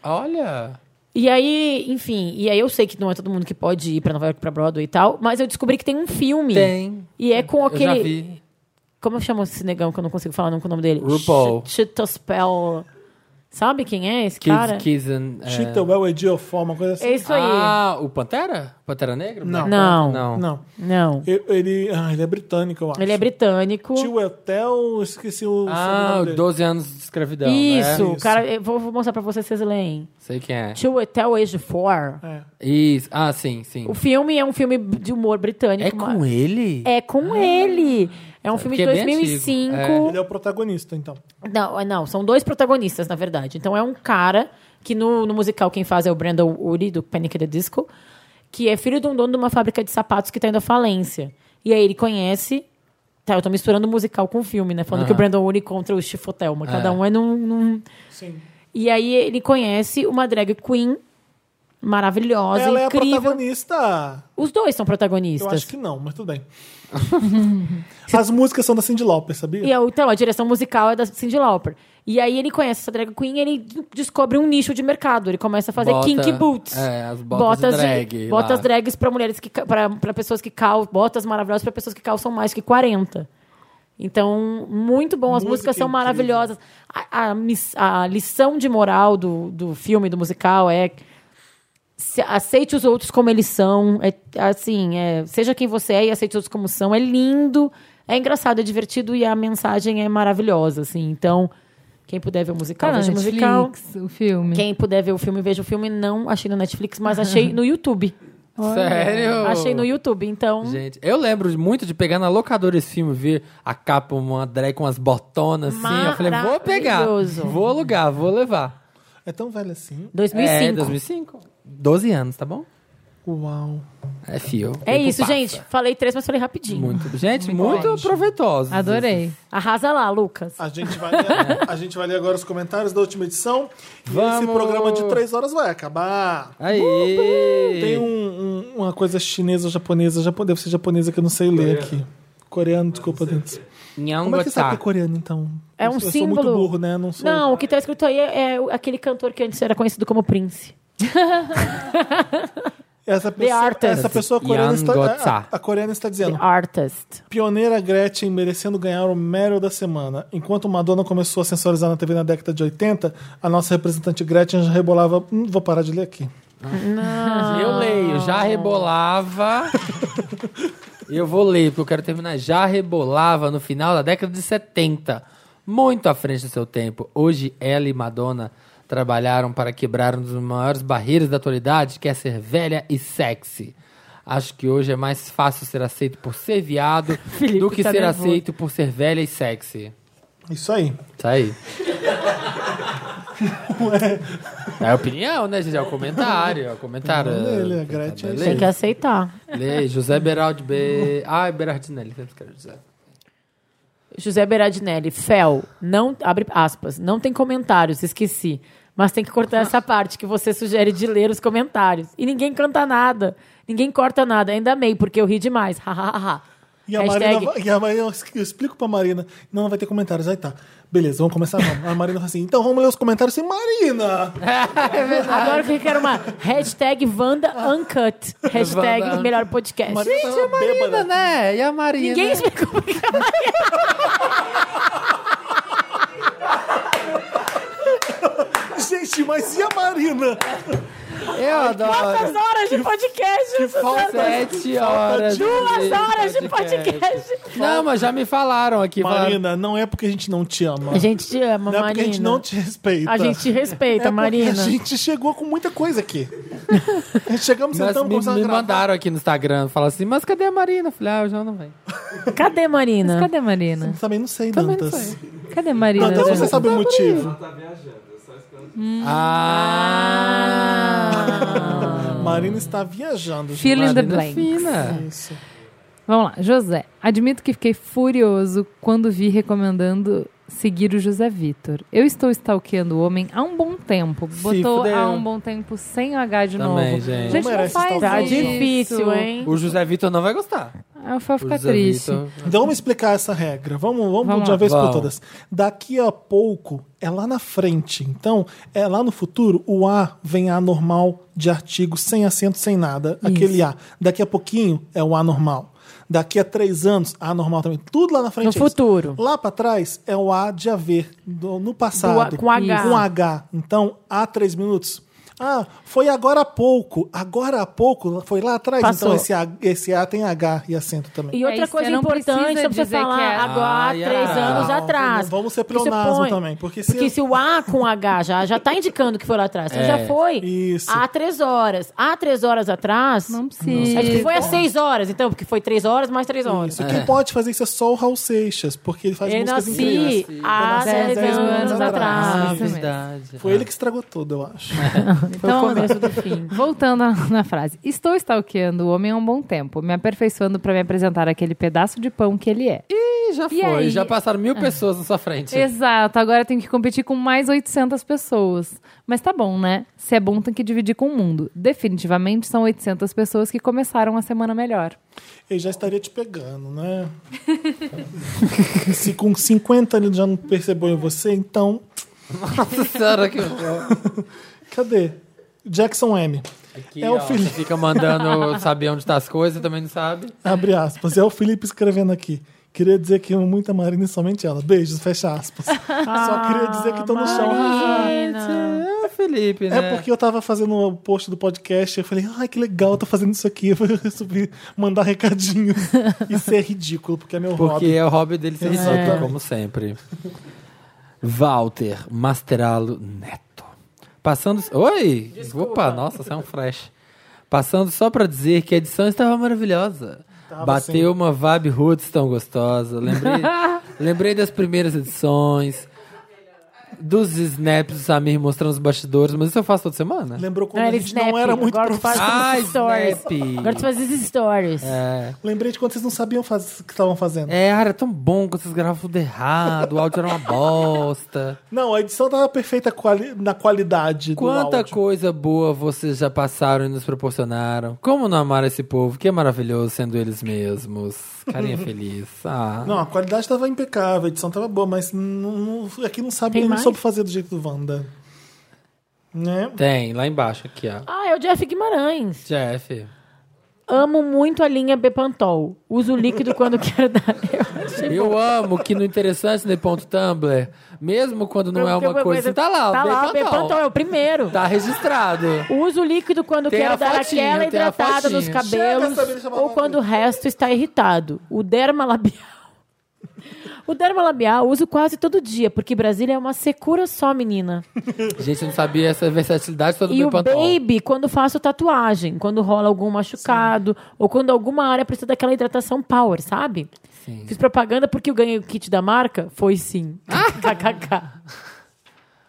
Olha, E aí, enfim, e aí eu sei que não é todo mundo que pode ir pra Nova York, pra Broadway e tal, mas eu descobri que tem um filme. tem. E é com aquele. Eu já vi. Como eu chamo esse negão que eu não consigo falar nunca o nome dele? RuPaul. Ch- Chitospel. Sabe quem é esse cara? Kids, Kids and... é. Cheetah, Well, Ediofor, uma coisa assim. É isso aí. Ah, o Pantera? Pantera Negra? Não. Não. Não. Não. Não. Eu- Ele, ah, ele é britânico, eu acho. Ele é britânico. Tio Etel, esqueci o Ah, sobrenome o dele. 12 anos de escravidão, Isso, né? Isso. cara, eu vou, vou mostrar pra vocês, vocês leem. Sei quem é. Two Etel Age 4. É. Isso. Ah, sim, sim. O filme é um filme de humor britânico. É com mas- ele? É com ele. É um filme de Porque é bem 2005. antigo, Ele é o protagonista, então. Não, é- não, são dois protagonistas, na verdade. Então é um cara que no, no musical quem faz é o Brandon Uri, do Panic! at the Disco, que é filho de um dono de uma fábrica de sapatos que tá indo à falência. E aí ele conhece. Tá, eu tô misturando o musical com o filme, né? Falando que o Brandon Uri contra o Chifotel, mas cada um é num, num- Sim. E aí ele conhece uma drag queen maravilhosa, Ela é a incrível. protagonista. Os dois são Eu protagonistas. acho que não, mas tudo *laughs* bem. As músicas são da Cyndi Lauper, sabia? E a- então, a direção musical é da Cyndi Lauper. E aí ele conhece essa drag queen e ele descobre um nicho de mercado. Ele começa a fazer Bota- kinky boots. é, as botas drag lá. botas drags pra mulheres que... ca- Pra, pra pessoas que calçam... Botas maravilhosas pra pessoas que calçam mais que 40. Então, muito bom. As Música músicas são incrível. maravilhosas. A, a mis- a lição de moral do, do filme, do musical é... se- aceite os outros como eles são. É, assim, é, seja quem você é e aceite os outros como são. É lindo, é engraçado, é divertido e a mensagem é maravilhosa, assim. Então, quem puder ver o musical, Tá na veja o musical. Netflix, o filme. Quem puder ver o filme, veja o filme. Não achei no *laughs* Netflix, mas achei no YouTube. Sério? Achei no YouTube, então... Oh. Gente, eu lembro de- muito de pegar na locadora esse filme, ver a capa, uma drag com umas botonas assim. Eu falei, vou pegar, Maravilhoso. vou alugar, vou levar. É tão velho assim. 2005. É, 2005. 12 anos, tá bom? Uau. É fio. É Tempo isso, passa. gente. Falei três, mas falei rapidinho. Muito, gente, muito, proveitoso. Adorei. Arrasa lá, Lucas. A gente, vai ler, a gente vai ler agora os comentários da última edição. E esse Vamos. programa de três horas vai acabar. Aí. Tem um- um- uma coisa chinesa ou japonesa, japo- deve ser japonesa que eu não sei ler aqui. Coreano, desculpa, Dentes. Como é que você sabe que é coreano, então? É Eu um sou- eu símbolo. sou muito burro, né? Não sou. Não, o que tá escrito aí é, é o- aquele cantor que antes era conhecido como Prince. Essa pessoa, artist. essa pessoa coreana Yang está, Gotsa. a, a coreana está The Então. dizendo: Artist. Pioneira Gretchen merecendo ganhar o Meryl da semana. Enquanto Madonna começou a sensorizar na TV na década de 80, a nossa representante Gretchen já rebolava. Hum, vou parar de ler aqui. Ah. Eu leio, já rebolava. E eu vou ler, porque eu quero terminar. Já rebolava no final da década de 70, muito à frente do seu tempo. Hoje, ela e Madonna trabalharam para quebrar um dos maiores barreiras da atualidade, que é ser velha e sexy. Acho que hoje é mais fácil ser aceito por ser viado *laughs* Felipe do que tá ser nervoso. aceito por ser velha e sexy. É Isso aí. Tá aí. É opinião, né, gente? É o comentário. É o comentário. Ele, Tá a Gretchen. é Tem que aceitar. Lê, José Beraldi B. Ah, Berardinelli, sempre quero José. José Berardinelli, Fel, não, abre aspas, não tem comentários, esqueci. Mas tem que cortar essa parte que você sugere de ler os comentários. E ninguém canta nada. Ninguém corta nada. Ainda amei, porque eu ri demais. Hahaha. E a Marina. vai- E a Marina eu explico pra Marina. Não, não vai ter comentários. Aí tá. Beleza, vamos começar vamos. A Marina fala assim: então vamos ler os comentários assim, Marina! *laughs* Agora eu quero uma hashtag Wanda Uncut. Hashtag Wanda melhor podcast. Marina tá tava bêbada. né? E a Marina? Ninguém explicou porque a Maria- Gente, mas e a Marina? Eu adoro. quantas tá horas de podcast. Suzana? é Sete horas. Duas horas de podcast. Não, mas já me falaram aqui. falaram- Marina, não é porque a gente não te ama. A gente te ama, não é porque Marina. a gente não te respeita. A gente te É respeita, porque Marina. A gente chegou com muita coisa aqui. Chegamos, Mas sentamos, me, começamos me a gravar. mandaram aqui no Instagram, falaram assim, mas cadê a Marina? Eu falei, ah, o João não vem. Cadê Marina? Mas cadê a Marina? Também não sei, Também não Dantas. sei. Cadê a Marina? um Dantas, você sabe o motivo. Ah! Marina está viajando. gente. Fill in the Marina é blanks. Fina. Isso. Vamos lá, José. Admito que fiquei furioso quando vi recomendando seguir o José Vitor. Eu estou stalkeando o homem há um bom tempo. Botou fudeu. há um bom tempo sem o H de Também, novo. gente. gente Não não merece faz stalkear, Tá isso. difícil, hein? O José Vitor não vai gostar. Ah, eu vou O ficar José triste. Vitor- Então vamos explicar essa regra. Vamos, vamos, Vamos de lá. uma vez Vamos. por todas. Daqui a pouco é lá na frente. Então, é lá no futuro, o A vem A normal de artigo, sem acento, sem nada. Aquele A. Daqui a pouquinho é o A normal. Daqui a três anos, A normal também. Tudo lá na frente. No é isso. futuro. Lá pra trás é o A de haver, do- no passado. Do A- com H. Com H. Então, A três minutos. Ah, foi agora há pouco. Agora há pouco, foi lá atrás. Passou. Então, esse A, esse A tem H e acento também. E outra É, isso, coisa você não importante, precisa você precisa dizer falar que é- agora, Ah, yeah. três anos Não, não atrás. vamos ser Porque você pleonasmo põe- também, porque se- porque se o A com H já, já tá indicando que foi lá atrás, então É, já foi isso. há três horas. Há três horas atrás... Não É tipo, precisa. foi às seis horas, então, porque foi três horas mais três horas. Isso, quem pode fazer isso é só o Raul Seixas, porque ele faz Eu músicas nasci incríveis. há nasci há dez dez anos anos Ah, Ah, atrás. atrás. isso mesmo. verdade. Foi ele que estragou tudo, eu acho. Foi Então, o começo do fim. Voltando à- na frase. Estou stalkeando o homem há um bom tempo, me aperfeiçoando para me apresentar aquele pedaço de pão que ele é. Ih, já foi. E aí? Ah. Já passaram mil pessoas na sua frente. Exato, agora tem que competir com mais 800 pessoas. Mas tá bom, né? Se é bom, tem que dividir com o mundo. Definitivamente são 800 pessoas que começaram a semana melhor. Ele já estaria te pegando, né? se com 50 ele já não percebeu em você, então, Nossa senhora, *laughs* que horror. cadê? Jackson M. Aqui, É o ó, Felipe. você Fica mandando saber onde tá as coisas, também não sabe. Abre aspas. É o Felipe escrevendo aqui. Queria dizer que amo muito a Marina e somente ela. Beijos, fecha *laughs* aspas. Só queria dizer que tô no Ah, chão. É o Felipe, né? É porque eu tava fazendo o post do podcast, eu falei, ai, que legal, eu tô fazendo isso aqui. *laughs* Eu resolvi mandar recadinho. Isso é ridículo, porque é meu Porque hobby. é o hobby dele ser Exatamente. rico, como sempre. Walter Masteralo Neto. Passando. Oi! Opa, nossa, isso é um flash. Passando só pra dizer que a edição estava maravilhosa. Bateu uma vibe Roots tão gostosa. *laughs* Lembrei, lembrei das primeiras edições. Dos snaps do Samir mostrando os bastidores, mas isso eu faço toda semana? Lembrou quando Não, a era gente snap. não era muito Agora tu faz profissional. Ah, esses stories. snap. Agora tu faz esses stories. É. Lembrei de quando vocês não sabiam faz- o que estavam fazendo. É, ah, era tão bom quando vocês gravavam tudo errado, o áudio era uma bosta. Não, a edição tava perfeita quali- na qualidade do Quanta áudio. coisa boa vocês já passaram e nos proporcionaram. Como não amar esse povo que é maravilhoso sendo eles mesmos? *laughs* Carinha feliz. Ah. Não, a qualidade tava impecável, a edição tava boa, mas não, não- aqui não sabe, Tem não mais? soube fazer do jeito do Wanda. Né? Tem, lá embaixo, aqui, ó. Ah, é o Jeff Guimarães. Jeff. Amo muito a linha Bepantol. Uso o líquido quando *laughs* quero dar. Eu achei Eu amo que no interessante de ponto Tumblr, mesmo quando não é Porque uma coisa, tá lá, tá o lá, o Bepantol é o primeiro. Tá registrado. Uso o líquido quando Tem a quero dar fotinho, aquela tem a hidratada fotinho. nos Chega, cabelos Sabrina, chama ou a quando o resto está irritado. O derma labial. *laughs* O derma labial uso quase todo dia, porque Brasília é uma secura só, menina. Gente, eu não sabia essa versatilidade toda E do o Pantol. baby quando faço tatuagem, quando rola algum machucado, ou quando alguma área precisa daquela hidratação power, sabe? Fiz propaganda porque eu ganhei o kit da marca? Foi *laughs* sim. KKK.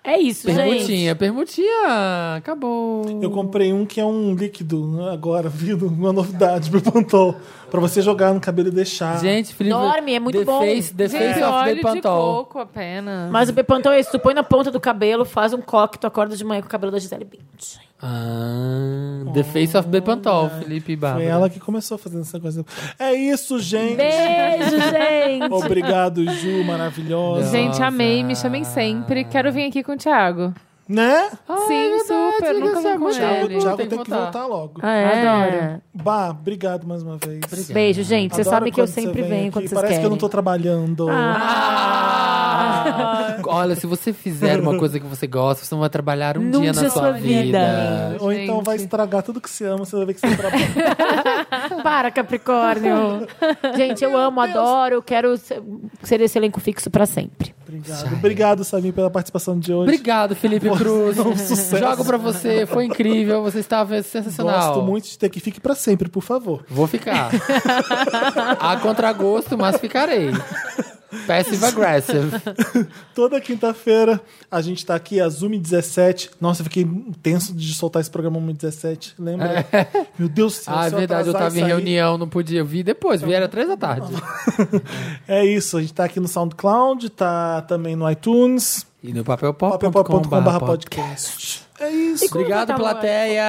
É isso, gente. Permutinha, permutinha, acabou. Eu comprei um que é um líquido agora, *laughs* vindo uma novidade pro Pantol. Pra você jogar no cabelo e deixar. Gente, Felipe, Dorme, é muito the bom. Face, the face Gente, of óleo the de Pantol. coco apenas. Mas o Bepantol é isso. Tu põe na ponta do cabelo, faz um coque, tu acorda de manhã com o cabelo da Gisele Bündchen. Ah, the face of the Pantol, Felipe Barba. Foi ela que começou fazendo essa coisa. É isso, gente. Beijo, *laughs* gente! Obrigado, Ju, maravilhosa. Gente, amei, me chamem sempre. Quero vir aqui com o Thiago. Né? Sim, super, nunca vim com O ele. Thiago tem tem, que que voltar. voltar logo. Ah, é? Adoro. Bah, obrigado mais uma vez. Obrigado. Beijo, gente. Vocês sabem que eu sempre venho quando aqui. vocês Parece querem. Ah, que eu não tô trabalhando. Olha, se você fizer *laughs* uma coisa que você gosta, você não vai trabalhar um Num dia na dia sua sua vida. vida. Ou então vai estragar tudo que você ama, você vai ver que você trabalha. Para, *laughs* Capricórnio. Gente, eu amo, adoro, eu quero ser ser esse elenco fixo pra sempre. Obrigado. Obrigado, Samir, pela participação de hoje. Obrigado, Felipe Cruz. um *laughs* sucesso. Jogo pra você, foi incrível, você estava sensacional. Gosto muito de ter que fique pra sempre, por favor. Vou *laughs* ficar. A contragosto, mas ficarei. Passive aggressive. Toda quinta-feira a gente tá aqui, às 1h17. Nossa, eu fiquei tenso de soltar esse programa 1h17, lembra? *laughs* Meu Deus do céu. É. Ah, é se verdade, eu atrasar tava em isso aí- reunião, não podia. Eu vi depois, vi, era três da tarde. É isso, a gente tá aqui no SoundCloud, tá também no iTunes. E no papel papelpop.com.br podcast. É isso. Obrigado, plateia!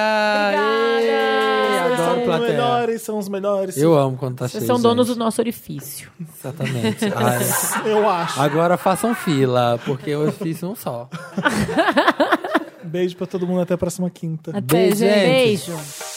Ê, Adoro São os plateia. melhores, são os melhores. Eu amo quando tá cheio. Vocês são donos gente. do nosso orifício. Exatamente. Ai. Eu acho. Agora façam fila, porque eu fiz um só. Beijo pra todo mundo, até a próxima quinta. Beijo, gente. Beijo.